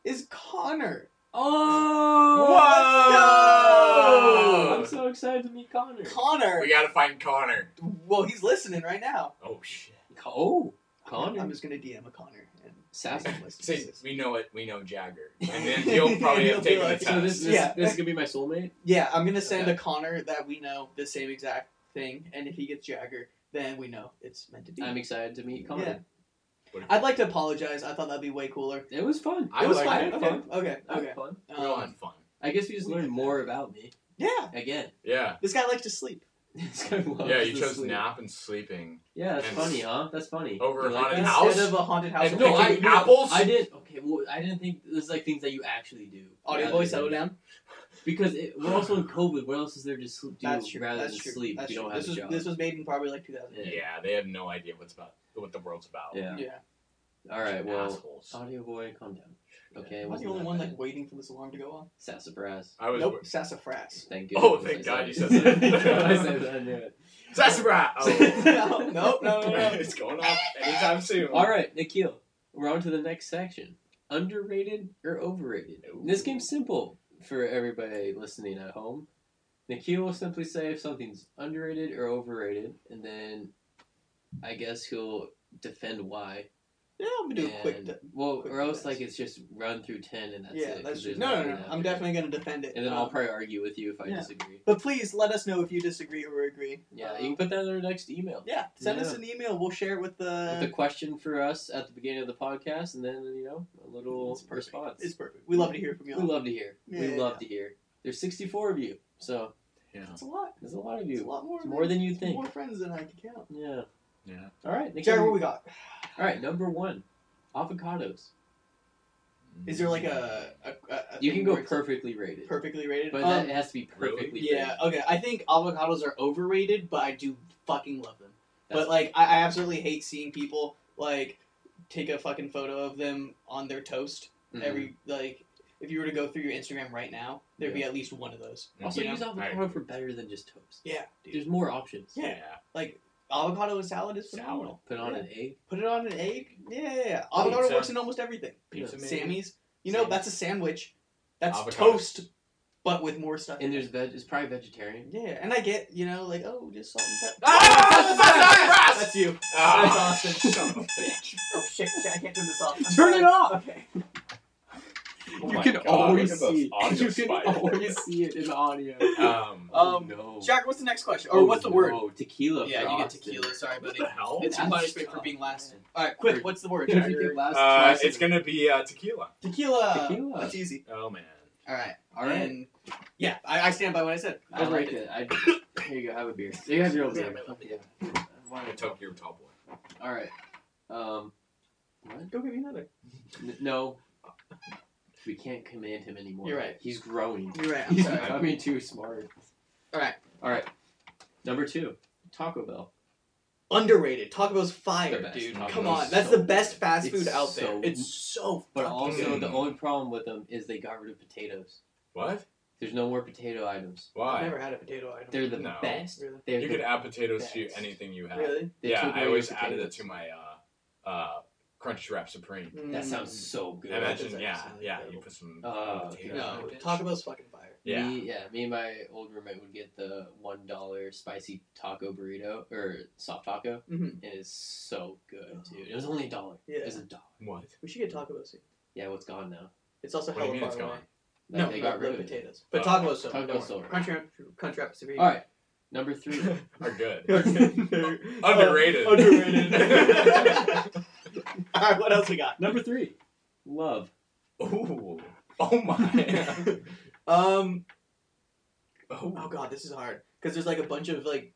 [SPEAKER 4] is Connor.
[SPEAKER 3] Oh!
[SPEAKER 5] Whoa!
[SPEAKER 3] I'm so excited to meet Connor.
[SPEAKER 4] Connor.
[SPEAKER 5] We gotta find Connor.
[SPEAKER 4] Well, he's listening right now.
[SPEAKER 5] Oh shit.
[SPEAKER 3] oh,
[SPEAKER 4] I'm,
[SPEAKER 3] Connor.
[SPEAKER 4] just gonna DM a Connor. And
[SPEAKER 3] [LAUGHS] Sassy.
[SPEAKER 5] See, we know it. We
[SPEAKER 3] [LAUGHS]
[SPEAKER 5] know Jagger, and then he'll probably have taken the
[SPEAKER 3] So this,
[SPEAKER 5] test.
[SPEAKER 3] this,
[SPEAKER 4] Yeah.
[SPEAKER 3] this is gonna be my soulmate.
[SPEAKER 4] Yeah, I'm gonna send
[SPEAKER 3] Okay.
[SPEAKER 4] a Connor that we know the same exact thing, and if he gets Jagger, then we know it's meant to be.
[SPEAKER 3] I'm excited to meet Connor.
[SPEAKER 4] I'd like to apologize. I thought that'd be way cooler.
[SPEAKER 3] It was fun.
[SPEAKER 5] I
[SPEAKER 4] it was
[SPEAKER 5] like
[SPEAKER 4] fine.
[SPEAKER 5] it.
[SPEAKER 4] Okay. Okay.
[SPEAKER 3] That was
[SPEAKER 4] Okay.
[SPEAKER 3] fun.
[SPEAKER 5] We all
[SPEAKER 4] Um,
[SPEAKER 5] had fun.
[SPEAKER 3] I guess we just
[SPEAKER 4] We
[SPEAKER 3] learned
[SPEAKER 4] did that.
[SPEAKER 3] more about me
[SPEAKER 4] yeah.
[SPEAKER 3] again. [LAUGHS]
[SPEAKER 5] Yeah.
[SPEAKER 4] This guy likes to sleep.
[SPEAKER 3] This guy loves
[SPEAKER 5] Yeah. You
[SPEAKER 3] to
[SPEAKER 5] chose
[SPEAKER 3] sleep.
[SPEAKER 5] nap and sleeping.
[SPEAKER 3] Yeah, that's
[SPEAKER 5] And-
[SPEAKER 3] funny, huh? That's funny.
[SPEAKER 5] Over
[SPEAKER 3] You like
[SPEAKER 5] haunted
[SPEAKER 3] that?
[SPEAKER 5] house?
[SPEAKER 4] Instead of a haunted house.
[SPEAKER 5] And
[SPEAKER 4] we're
[SPEAKER 5] no,
[SPEAKER 4] picking
[SPEAKER 5] I- apples?
[SPEAKER 3] I did. Okay, well, I didn't think there's like things that you actually do.
[SPEAKER 4] audio
[SPEAKER 3] rather
[SPEAKER 4] voice
[SPEAKER 3] than-
[SPEAKER 4] slow down.
[SPEAKER 3] Because it, we're also in COVID. What else is there to sl- do
[SPEAKER 4] That's true.
[SPEAKER 3] rather
[SPEAKER 4] That's
[SPEAKER 3] than
[SPEAKER 4] true.
[SPEAKER 3] sleep?
[SPEAKER 4] That's
[SPEAKER 3] if you
[SPEAKER 4] true.
[SPEAKER 3] don't have
[SPEAKER 4] this
[SPEAKER 3] a
[SPEAKER 4] was
[SPEAKER 3] job.
[SPEAKER 4] this was made in probably like 2000.
[SPEAKER 5] Yeah.
[SPEAKER 3] Yeah.
[SPEAKER 5] They have no idea what's about what the world's about.
[SPEAKER 3] yeah.
[SPEAKER 4] Yeah.
[SPEAKER 3] All right. Well,
[SPEAKER 5] assholes.
[SPEAKER 3] audio boy, calm down. Okay.
[SPEAKER 4] Am I the
[SPEAKER 3] wasn't
[SPEAKER 4] only
[SPEAKER 3] that
[SPEAKER 4] one
[SPEAKER 3] bad.
[SPEAKER 4] like waiting for this alarm to go on?
[SPEAKER 3] sassafras.
[SPEAKER 5] I was
[SPEAKER 3] [LAUGHS]
[SPEAKER 4] nope. Sassafras. [LAUGHS]
[SPEAKER 3] Thank you.
[SPEAKER 5] Oh, thank God you
[SPEAKER 3] [LAUGHS]
[SPEAKER 5] said that.
[SPEAKER 3] I said that. I knew it.
[SPEAKER 5] Sassafras. Oh.
[SPEAKER 4] [LAUGHS] no, no, no, no.
[SPEAKER 5] [LAUGHS] it's going off anytime soon.
[SPEAKER 3] All right, Nikhil. We're on to the next section. Underrated or overrated? This game's simple for everybody listening at home. Nikhil will simply say if something's underrated or overrated, and then I guess he'll defend why.
[SPEAKER 4] Yeah, I'm gonna do a quick.
[SPEAKER 3] and-
[SPEAKER 4] de-
[SPEAKER 3] well,
[SPEAKER 4] quick
[SPEAKER 3] or else
[SPEAKER 4] defense.
[SPEAKER 3] like it's just run through ten and that's
[SPEAKER 4] yeah,
[SPEAKER 3] it. 'cause
[SPEAKER 4] that's true.
[SPEAKER 3] there's
[SPEAKER 4] No, no,
[SPEAKER 3] nothing
[SPEAKER 4] no. I'm
[SPEAKER 3] after.
[SPEAKER 4] definitely gonna defend it.
[SPEAKER 3] And then I'll
[SPEAKER 4] Um,
[SPEAKER 3] probably argue with you if I
[SPEAKER 4] yeah.
[SPEAKER 3] disagree.
[SPEAKER 4] But please let us know if you disagree or agree.
[SPEAKER 3] Yeah,
[SPEAKER 4] Um,
[SPEAKER 3] you can put that in our next email.
[SPEAKER 4] yeah, send us
[SPEAKER 3] Yeah.
[SPEAKER 4] an email. We'll share it with the.
[SPEAKER 3] with a question for us at the beginning of the podcast, and then you know a little
[SPEAKER 4] It's perfect.
[SPEAKER 3] response.
[SPEAKER 4] It's perfect. We love to hear from
[SPEAKER 3] we
[SPEAKER 4] you. all.
[SPEAKER 3] love to hear. we
[SPEAKER 4] Yeah.
[SPEAKER 3] love to hear. There's 64 of you, so
[SPEAKER 5] Yeah.
[SPEAKER 4] It's a lot.
[SPEAKER 3] there's a lot of
[SPEAKER 4] It's a
[SPEAKER 3] you.
[SPEAKER 4] lot more.
[SPEAKER 3] It's more than you
[SPEAKER 4] it's
[SPEAKER 3] think.
[SPEAKER 4] More friends than I can count.
[SPEAKER 3] Yeah.
[SPEAKER 5] Yeah.
[SPEAKER 3] All right. Nick,
[SPEAKER 4] Jared, what we got?
[SPEAKER 3] All right. Number one, avocados.
[SPEAKER 4] Is there like a? a, a, a
[SPEAKER 3] You can
[SPEAKER 4] thing
[SPEAKER 3] go
[SPEAKER 4] where it's, like,
[SPEAKER 3] perfectly rated,
[SPEAKER 4] perfectly rated.
[SPEAKER 3] but
[SPEAKER 4] Um,
[SPEAKER 3] that has to be
[SPEAKER 5] really?
[SPEAKER 3] perfectly.
[SPEAKER 4] yeah.
[SPEAKER 3] rated.
[SPEAKER 4] Okay. I think avocados are overrated, but I do fucking love them.
[SPEAKER 3] That's-
[SPEAKER 4] But like, I, I absolutely hate seeing people like take a fucking photo of them on their toast.
[SPEAKER 3] Mhm.
[SPEAKER 4] Every like, if you were to go through your Instagram right now, there'd be at least one of those.
[SPEAKER 3] Also,
[SPEAKER 4] you know?
[SPEAKER 3] use avocado for better than just toast.
[SPEAKER 4] Yeah, dude.
[SPEAKER 3] There's more options.
[SPEAKER 4] Yeah.
[SPEAKER 5] Yeah.
[SPEAKER 4] Like avocado and salad is
[SPEAKER 5] Salad.
[SPEAKER 4] phenomenal.
[SPEAKER 3] Put on
[SPEAKER 4] Yeah.
[SPEAKER 3] an egg.
[SPEAKER 4] Put it on an egg. Yeah, yeah, yeah. Avocado
[SPEAKER 5] Pizza.
[SPEAKER 4] works in almost everything.
[SPEAKER 5] Pizza maybe?
[SPEAKER 4] Sammy's. You know,
[SPEAKER 3] Sammy's.
[SPEAKER 4] that's a sandwich. That's
[SPEAKER 5] Avocado.
[SPEAKER 4] toast, but with more stuff.
[SPEAKER 3] And
[SPEAKER 4] in
[SPEAKER 3] there's
[SPEAKER 4] it.
[SPEAKER 3] veg. It's probably vegetarian.
[SPEAKER 4] yeah, and I get you know like oh just salt and pepper.
[SPEAKER 5] Ah,
[SPEAKER 4] [LAUGHS] that's
[SPEAKER 5] [LAUGHS]
[SPEAKER 4] you.
[SPEAKER 5] Ah,
[SPEAKER 4] That's
[SPEAKER 5] [LAUGHS]
[SPEAKER 4] Austin.
[SPEAKER 5] son of a bitch.
[SPEAKER 4] Oh shit, shit, I can't turn this off.
[SPEAKER 3] Turn it off!
[SPEAKER 4] Okay.
[SPEAKER 5] Oh
[SPEAKER 3] you
[SPEAKER 5] my
[SPEAKER 3] can
[SPEAKER 5] God,
[SPEAKER 3] always
[SPEAKER 5] look at
[SPEAKER 3] see
[SPEAKER 5] those
[SPEAKER 3] it. You can
[SPEAKER 5] audio
[SPEAKER 3] always
[SPEAKER 5] [LAUGHS]
[SPEAKER 3] see it in audio.
[SPEAKER 5] spiders. Um,
[SPEAKER 4] Um,
[SPEAKER 3] no.
[SPEAKER 4] Jack, what's the next question? Or what's the word?
[SPEAKER 3] Oh, tequila.
[SPEAKER 4] Yeah,
[SPEAKER 3] for
[SPEAKER 4] you get
[SPEAKER 3] Austin.
[SPEAKER 4] tequila. Sorry,
[SPEAKER 5] what
[SPEAKER 4] buddy.
[SPEAKER 5] the hell?
[SPEAKER 4] It's your
[SPEAKER 3] That's
[SPEAKER 4] punishment for
[SPEAKER 3] tough,
[SPEAKER 4] being last.
[SPEAKER 3] man.
[SPEAKER 4] All right, quick. What's the word?
[SPEAKER 3] If you get last
[SPEAKER 5] Uh,
[SPEAKER 3] twice,
[SPEAKER 5] it's gonna be uh, tequila.
[SPEAKER 4] Tequila.
[SPEAKER 3] Tequila.
[SPEAKER 4] That's easy.
[SPEAKER 5] Oh man.
[SPEAKER 4] All right.
[SPEAKER 3] All right.
[SPEAKER 4] And yeah, I, I stand by what I said.
[SPEAKER 3] I like
[SPEAKER 4] Overrated.
[SPEAKER 3] it. I, [COUGHS] here you go. Have a beer. You have your own beer. Yeah.
[SPEAKER 5] I took your tall boy.
[SPEAKER 3] All right. Um, what?
[SPEAKER 4] Go give me another.
[SPEAKER 3] N- no. We can't command him anymore.
[SPEAKER 4] You're right.
[SPEAKER 3] He's growing.
[SPEAKER 4] [LAUGHS] You're right. I'm
[SPEAKER 3] He's
[SPEAKER 4] sorry.
[SPEAKER 3] becoming too smart.
[SPEAKER 4] All right.
[SPEAKER 3] All right. Number two, Taco Bell.
[SPEAKER 4] Underrated. Taco Bell's fire,
[SPEAKER 3] The best.
[SPEAKER 4] dude.
[SPEAKER 5] Taco
[SPEAKER 4] Come
[SPEAKER 5] Bell's
[SPEAKER 4] on, that's
[SPEAKER 3] so
[SPEAKER 4] the best fast
[SPEAKER 3] good.
[SPEAKER 4] food out
[SPEAKER 3] It's
[SPEAKER 4] there.
[SPEAKER 3] so-
[SPEAKER 4] It's so.
[SPEAKER 3] But
[SPEAKER 4] fucking
[SPEAKER 3] also,
[SPEAKER 4] good.
[SPEAKER 5] Mm.
[SPEAKER 3] the only problem with them is they got rid of potatoes.
[SPEAKER 5] What?
[SPEAKER 3] There's no more potato items.
[SPEAKER 4] I've
[SPEAKER 5] Why?
[SPEAKER 4] never had a potato item.
[SPEAKER 3] They're the
[SPEAKER 5] No.
[SPEAKER 3] best.
[SPEAKER 4] Really?
[SPEAKER 3] They're
[SPEAKER 5] You
[SPEAKER 3] the
[SPEAKER 5] could add potatoes to
[SPEAKER 3] best.
[SPEAKER 5] anything you have.
[SPEAKER 4] Really?
[SPEAKER 3] They
[SPEAKER 5] yeah,
[SPEAKER 3] took
[SPEAKER 5] I
[SPEAKER 3] away
[SPEAKER 5] always
[SPEAKER 3] your
[SPEAKER 5] added it
[SPEAKER 3] potatoes.
[SPEAKER 5] to my uh, uh, Crunch Wrap Supreme.
[SPEAKER 4] Mm.
[SPEAKER 3] That sounds so good.
[SPEAKER 4] Yeah, that's
[SPEAKER 5] Imagine,
[SPEAKER 4] actually
[SPEAKER 5] yeah,
[SPEAKER 4] sounds
[SPEAKER 5] yeah,
[SPEAKER 4] incredible.
[SPEAKER 5] you put some
[SPEAKER 3] Oh,
[SPEAKER 5] potatoes
[SPEAKER 4] No,
[SPEAKER 5] on it.
[SPEAKER 4] Taco Bell's fucking fire.
[SPEAKER 5] Yeah.
[SPEAKER 3] Me, yeah, me and my old roommate would get the one dollar spicy taco burrito or soft taco,
[SPEAKER 4] Mhm.
[SPEAKER 3] and it's so good, dude. It was only a dollar.
[SPEAKER 4] Yeah.
[SPEAKER 3] It was a dollar.
[SPEAKER 5] What? [LAUGHS]
[SPEAKER 4] We should get Taco Bell soon.
[SPEAKER 3] Yeah, well, it's gone now.
[SPEAKER 4] It's also
[SPEAKER 5] What do you
[SPEAKER 4] hella
[SPEAKER 5] mean
[SPEAKER 4] far
[SPEAKER 5] it's
[SPEAKER 4] away.
[SPEAKER 5] gone?
[SPEAKER 3] Like,
[SPEAKER 4] no,
[SPEAKER 3] they
[SPEAKER 4] the-
[SPEAKER 3] got
[SPEAKER 4] the
[SPEAKER 3] rid of it.
[SPEAKER 4] potatoes. But
[SPEAKER 5] Oh.
[SPEAKER 4] Taco Bell's soda.
[SPEAKER 3] Taco Bell's
[SPEAKER 4] don't worry.
[SPEAKER 3] soda.
[SPEAKER 4] Crunch Wrap, Crunch Wrap Supreme. [LAUGHS]
[SPEAKER 3] All right, number three,
[SPEAKER 5] Are good.
[SPEAKER 4] Underrated.
[SPEAKER 3] Oh,
[SPEAKER 5] Underrated.
[SPEAKER 4] underrated. All right, what else we got?
[SPEAKER 3] number three, love.
[SPEAKER 5] Ooh. Oh [LAUGHS] my.
[SPEAKER 4] Um, oh
[SPEAKER 5] Oh.
[SPEAKER 4] god, this is hard because there's like a bunch of like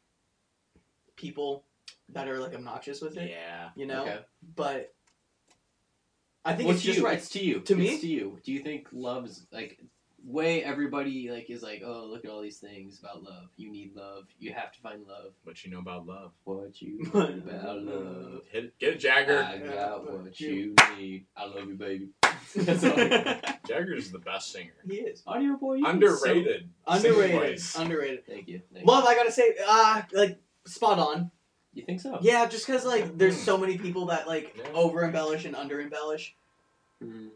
[SPEAKER 4] people that are like obnoxious with it,
[SPEAKER 5] Yeah.
[SPEAKER 4] you know.
[SPEAKER 3] okay.
[SPEAKER 4] But I think
[SPEAKER 3] Well,
[SPEAKER 4] it's
[SPEAKER 3] to
[SPEAKER 4] just
[SPEAKER 3] you, [LAUGHS]
[SPEAKER 4] right.
[SPEAKER 3] It's to you.
[SPEAKER 4] To
[SPEAKER 3] It's
[SPEAKER 4] me?
[SPEAKER 3] to you. Do you think love is like way everybody like is like, oh, look at all these things about love. You need love. You have to find love.
[SPEAKER 5] What you know about love?
[SPEAKER 3] What
[SPEAKER 4] [LAUGHS]
[SPEAKER 3] you know about love?
[SPEAKER 5] Hit, get a
[SPEAKER 3] I
[SPEAKER 5] Jagger.
[SPEAKER 3] got what you need. I love you, baby. That's all.
[SPEAKER 4] [LAUGHS] he
[SPEAKER 5] Jagger's the best singer.
[SPEAKER 4] is
[SPEAKER 3] Audio boy, you can sing.
[SPEAKER 5] Underrated. singing
[SPEAKER 4] underrated.
[SPEAKER 5] voice.
[SPEAKER 4] Underrated.
[SPEAKER 3] Thank you. Thank
[SPEAKER 4] Love, I gotta say, ah, like spot on.
[SPEAKER 3] you. You think so?
[SPEAKER 4] Yeah, just because like there's
[SPEAKER 3] Hmm.
[SPEAKER 4] so many people that like
[SPEAKER 5] Yeah.
[SPEAKER 4] over embellish and under embellish,
[SPEAKER 3] Mm,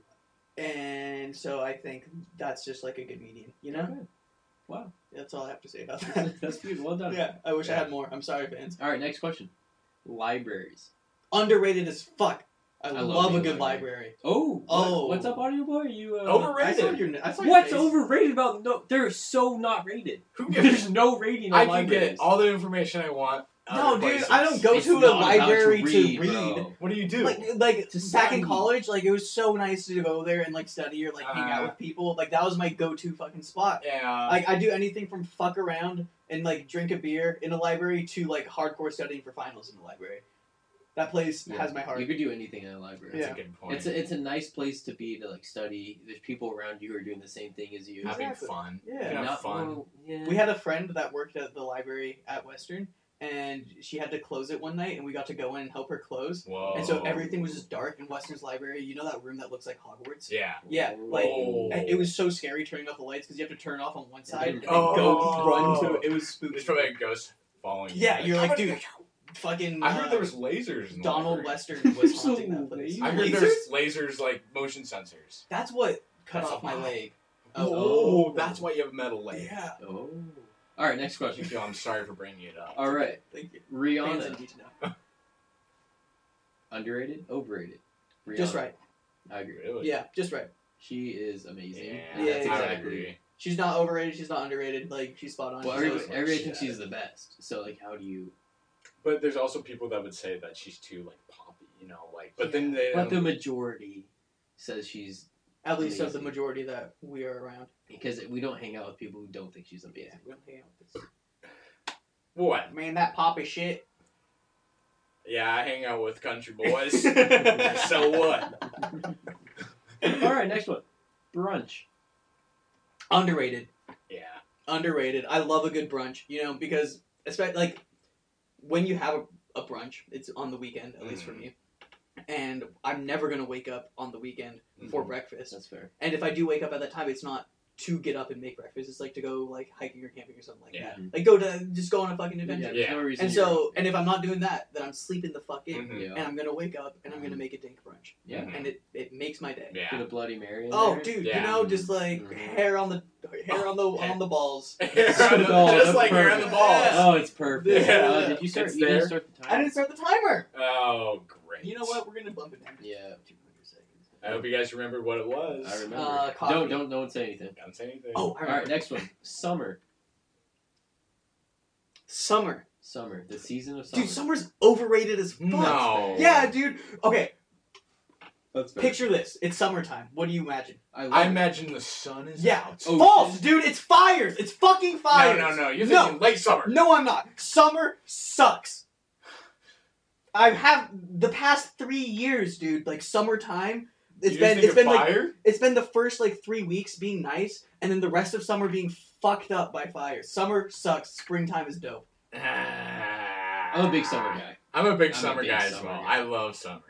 [SPEAKER 4] and so I think that's just like a good median. You know,
[SPEAKER 3] Okay. Wow.
[SPEAKER 4] that's all I have to [LAUGHS] say about that.
[SPEAKER 3] That's beautiful. Well done.
[SPEAKER 4] yeah, I wish I
[SPEAKER 5] Yeah.
[SPEAKER 4] had more. I'm sorry, fans.
[SPEAKER 3] All right, next question. Libraries.
[SPEAKER 4] Underrated as fuck. I,
[SPEAKER 3] I love
[SPEAKER 4] love, a
[SPEAKER 3] being
[SPEAKER 4] good
[SPEAKER 3] library.
[SPEAKER 4] library.
[SPEAKER 3] Oh. what-
[SPEAKER 4] Oh.
[SPEAKER 3] what's up, Audio Boy? Are you uh,
[SPEAKER 5] Over-
[SPEAKER 4] I saw
[SPEAKER 5] Rated.
[SPEAKER 4] your. I saw your
[SPEAKER 3] What's
[SPEAKER 4] face.
[SPEAKER 3] overrated about no? They're so not rated.
[SPEAKER 4] [LAUGHS]
[SPEAKER 5] Who gives?
[SPEAKER 3] There's no rating on
[SPEAKER 5] I can
[SPEAKER 3] libraries.
[SPEAKER 5] get all the information I want.
[SPEAKER 4] No,
[SPEAKER 5] other
[SPEAKER 4] dude,
[SPEAKER 5] places.
[SPEAKER 4] I don't go
[SPEAKER 3] It's
[SPEAKER 4] to
[SPEAKER 3] not
[SPEAKER 4] a
[SPEAKER 3] about
[SPEAKER 4] library to read.
[SPEAKER 3] bro.
[SPEAKER 5] What do you do?
[SPEAKER 4] Like, like
[SPEAKER 3] To
[SPEAKER 4] back
[SPEAKER 3] study.
[SPEAKER 4] in college, like it was so nice to go there and like study or like hang out
[SPEAKER 3] Uh-huh.
[SPEAKER 5] Uh.
[SPEAKER 4] with people. Like that was my go-to fucking spot.
[SPEAKER 5] yeah.
[SPEAKER 4] Like I do anything from fuck around and like drink a beer in a library to like hardcore studying for finals in the library. That place
[SPEAKER 3] Yeah.
[SPEAKER 4] has my heart.
[SPEAKER 3] You could do anything in a library.
[SPEAKER 5] That's
[SPEAKER 4] yeah.
[SPEAKER 5] a good point.
[SPEAKER 3] It's a, it's a nice place to be to like study. There's people around you who are doing the same thing as you.
[SPEAKER 5] Having
[SPEAKER 4] Exactly.
[SPEAKER 5] fun.
[SPEAKER 4] Yeah.
[SPEAKER 5] You can have
[SPEAKER 3] Not-
[SPEAKER 5] fun.
[SPEAKER 3] well, yeah.
[SPEAKER 4] We had a friend that worked at the library at Western, and she had to close it one night, and we got to go in and help her close.
[SPEAKER 5] Whoa.
[SPEAKER 4] And so everything was just dark in Western's library. You know that room that looks like Hogwarts?
[SPEAKER 5] Yeah.
[SPEAKER 4] Yeah, like
[SPEAKER 3] Oh.
[SPEAKER 5] Whoa.
[SPEAKER 4] And it was so scary turning off the lights because you have to turn off on one side and then
[SPEAKER 5] Oh.
[SPEAKER 4] go run to it. was spooky.
[SPEAKER 5] There's probably a ghost following. you.
[SPEAKER 4] yeah, you're like,
[SPEAKER 5] "I'm gonna
[SPEAKER 4] dude, fucking.
[SPEAKER 5] I heard there
[SPEAKER 4] uh,
[SPEAKER 5] was lasers. In the
[SPEAKER 4] Donald
[SPEAKER 5] library. [LAUGHS]
[SPEAKER 4] Western was
[SPEAKER 3] So
[SPEAKER 4] haunting that place.
[SPEAKER 3] late.
[SPEAKER 5] I heard
[SPEAKER 4] Lasers?
[SPEAKER 5] there's lasers like motion sensors.
[SPEAKER 4] That's what cut
[SPEAKER 5] That's
[SPEAKER 4] off
[SPEAKER 5] a
[SPEAKER 4] my
[SPEAKER 5] lie.
[SPEAKER 4] leg.
[SPEAKER 3] Oh.
[SPEAKER 5] that's why you have a metal leg.
[SPEAKER 4] Yeah,
[SPEAKER 3] Oh. All right, next question.
[SPEAKER 4] [LAUGHS]
[SPEAKER 5] Yo, I'm sorry for bringing it up.
[SPEAKER 3] All right,
[SPEAKER 4] thank you. Fans
[SPEAKER 3] Rihanna.
[SPEAKER 4] need to know.
[SPEAKER 3] Underrated, overrated. Rihanna.
[SPEAKER 4] Just right.
[SPEAKER 3] I agree.
[SPEAKER 5] Really?
[SPEAKER 4] Yeah, just right.
[SPEAKER 3] She is amazing.
[SPEAKER 5] Yeah,
[SPEAKER 3] and that's
[SPEAKER 4] Yeah,
[SPEAKER 5] I
[SPEAKER 3] exactly.
[SPEAKER 5] agree.
[SPEAKER 4] She's not overrated. She's not underrated. Like she's spot on.
[SPEAKER 3] Well,
[SPEAKER 4] she's
[SPEAKER 3] everybody,
[SPEAKER 4] always-
[SPEAKER 3] everybody
[SPEAKER 5] shit.
[SPEAKER 3] thinks she's the best. So like, how do you?
[SPEAKER 5] But there's also people that would say that she's too like poppy, you know, like. But then they. um,
[SPEAKER 3] But the majority says she's
[SPEAKER 4] at least of the
[SPEAKER 3] amazing.
[SPEAKER 4] majority that we are around.
[SPEAKER 3] because we don't hang out with people who don't think she's
[SPEAKER 4] [LAUGHS]
[SPEAKER 3] amazing.
[SPEAKER 4] we don't hang out with this.
[SPEAKER 5] what?
[SPEAKER 4] Man, that poppy shit.
[SPEAKER 5] Yeah, I hang out
[SPEAKER 4] [LAUGHS]
[SPEAKER 5] with country boys. so what?
[SPEAKER 3] All right, next one. Brunch.
[SPEAKER 4] Underrated.
[SPEAKER 5] Yeah.
[SPEAKER 4] underrated. I love a good brunch, you know, because especially like when you have a, a brunch, it's on the weekend, at least for
[SPEAKER 5] Mhm.
[SPEAKER 4] me. And I'm never gonna wake up on the weekend for breakfast.
[SPEAKER 3] That's fair.
[SPEAKER 4] And if I do wake up at that time, it's not to get up and make breakfast. It's like to go like hiking or camping or something like
[SPEAKER 5] Yeah.
[SPEAKER 4] that. Like go to just go on a fucking
[SPEAKER 3] Yeah,
[SPEAKER 4] adventure.
[SPEAKER 3] there's no
[SPEAKER 5] Yeah.
[SPEAKER 3] reason
[SPEAKER 4] And
[SPEAKER 3] you're-
[SPEAKER 4] so, and if I'm not doing that, then I'm sleeping the fuck in,
[SPEAKER 5] Mhm.
[SPEAKER 3] yeah,
[SPEAKER 4] and I'm gonna wake up and I'm gonna make a dank brunch,
[SPEAKER 3] yeah.
[SPEAKER 5] Mhm.
[SPEAKER 4] and it it makes my day. [LAUGHS]
[SPEAKER 3] Get
[SPEAKER 5] [LAUGHS] Yeah.
[SPEAKER 3] a Bloody Mary. in
[SPEAKER 4] Oh,
[SPEAKER 3] there.
[SPEAKER 4] dude,
[SPEAKER 5] Yeah. Mm-hmm.
[SPEAKER 4] you know, just like
[SPEAKER 3] Mhm.
[SPEAKER 4] hair on the hair on the on the
[SPEAKER 5] [LAUGHS]
[SPEAKER 4] balls. [LAUGHS]
[SPEAKER 3] Oh,
[SPEAKER 5] [LAUGHS] Just
[SPEAKER 3] that's
[SPEAKER 5] like you're on the
[SPEAKER 4] perfect.
[SPEAKER 5] ball.
[SPEAKER 4] Yeah.
[SPEAKER 3] Oh, it's perfect.
[SPEAKER 5] Yeah.
[SPEAKER 3] Oh, did you start?
[SPEAKER 5] It's
[SPEAKER 3] you didn't
[SPEAKER 5] there.
[SPEAKER 3] start the time.
[SPEAKER 4] I didn't start the timer.
[SPEAKER 5] Oh, great.
[SPEAKER 4] You know what? We're gonna bump it down. to
[SPEAKER 3] Yeah.
[SPEAKER 4] 200 seconds.
[SPEAKER 5] I hope you guys remembered what it was.
[SPEAKER 3] I remember.
[SPEAKER 4] Uh, coffee.
[SPEAKER 3] don't don't no one say anything.
[SPEAKER 5] Don't say anything.
[SPEAKER 4] Oh, I
[SPEAKER 3] All
[SPEAKER 4] remember.
[SPEAKER 3] right, next one. Summer,
[SPEAKER 4] Summer.
[SPEAKER 3] summer, the season of summer.
[SPEAKER 4] Dude, summer's overrated as fuck.
[SPEAKER 5] no.
[SPEAKER 4] Yeah, dude. Okay,
[SPEAKER 3] That's fair.
[SPEAKER 4] picture this. It's summertime. What do you imagine?
[SPEAKER 3] I,
[SPEAKER 5] I
[SPEAKER 3] love it.
[SPEAKER 5] imagine the sun is
[SPEAKER 4] Yeah.
[SPEAKER 5] out.
[SPEAKER 3] Oh,
[SPEAKER 4] False, dude. It's fires. It's fucking
[SPEAKER 5] No,
[SPEAKER 4] fires.
[SPEAKER 5] no, no. You're
[SPEAKER 4] No.
[SPEAKER 5] thinking late summer.
[SPEAKER 4] No, I'm not. Summer sucks. I have the past three years, dude. Like summertime, it's
[SPEAKER 5] you
[SPEAKER 4] been
[SPEAKER 5] just
[SPEAKER 4] it's been like
[SPEAKER 5] fire?
[SPEAKER 4] it's been the first like three weeks being nice, and then the rest of summer being fucked up by fire. Summer sucks. Springtime is dope.
[SPEAKER 5] like.
[SPEAKER 3] I'm a big summer guy.
[SPEAKER 5] Ah. I'm a big
[SPEAKER 3] I'm a
[SPEAKER 5] summer
[SPEAKER 3] big
[SPEAKER 5] guy as
[SPEAKER 3] summer
[SPEAKER 5] well.
[SPEAKER 3] guy.
[SPEAKER 5] I love summer.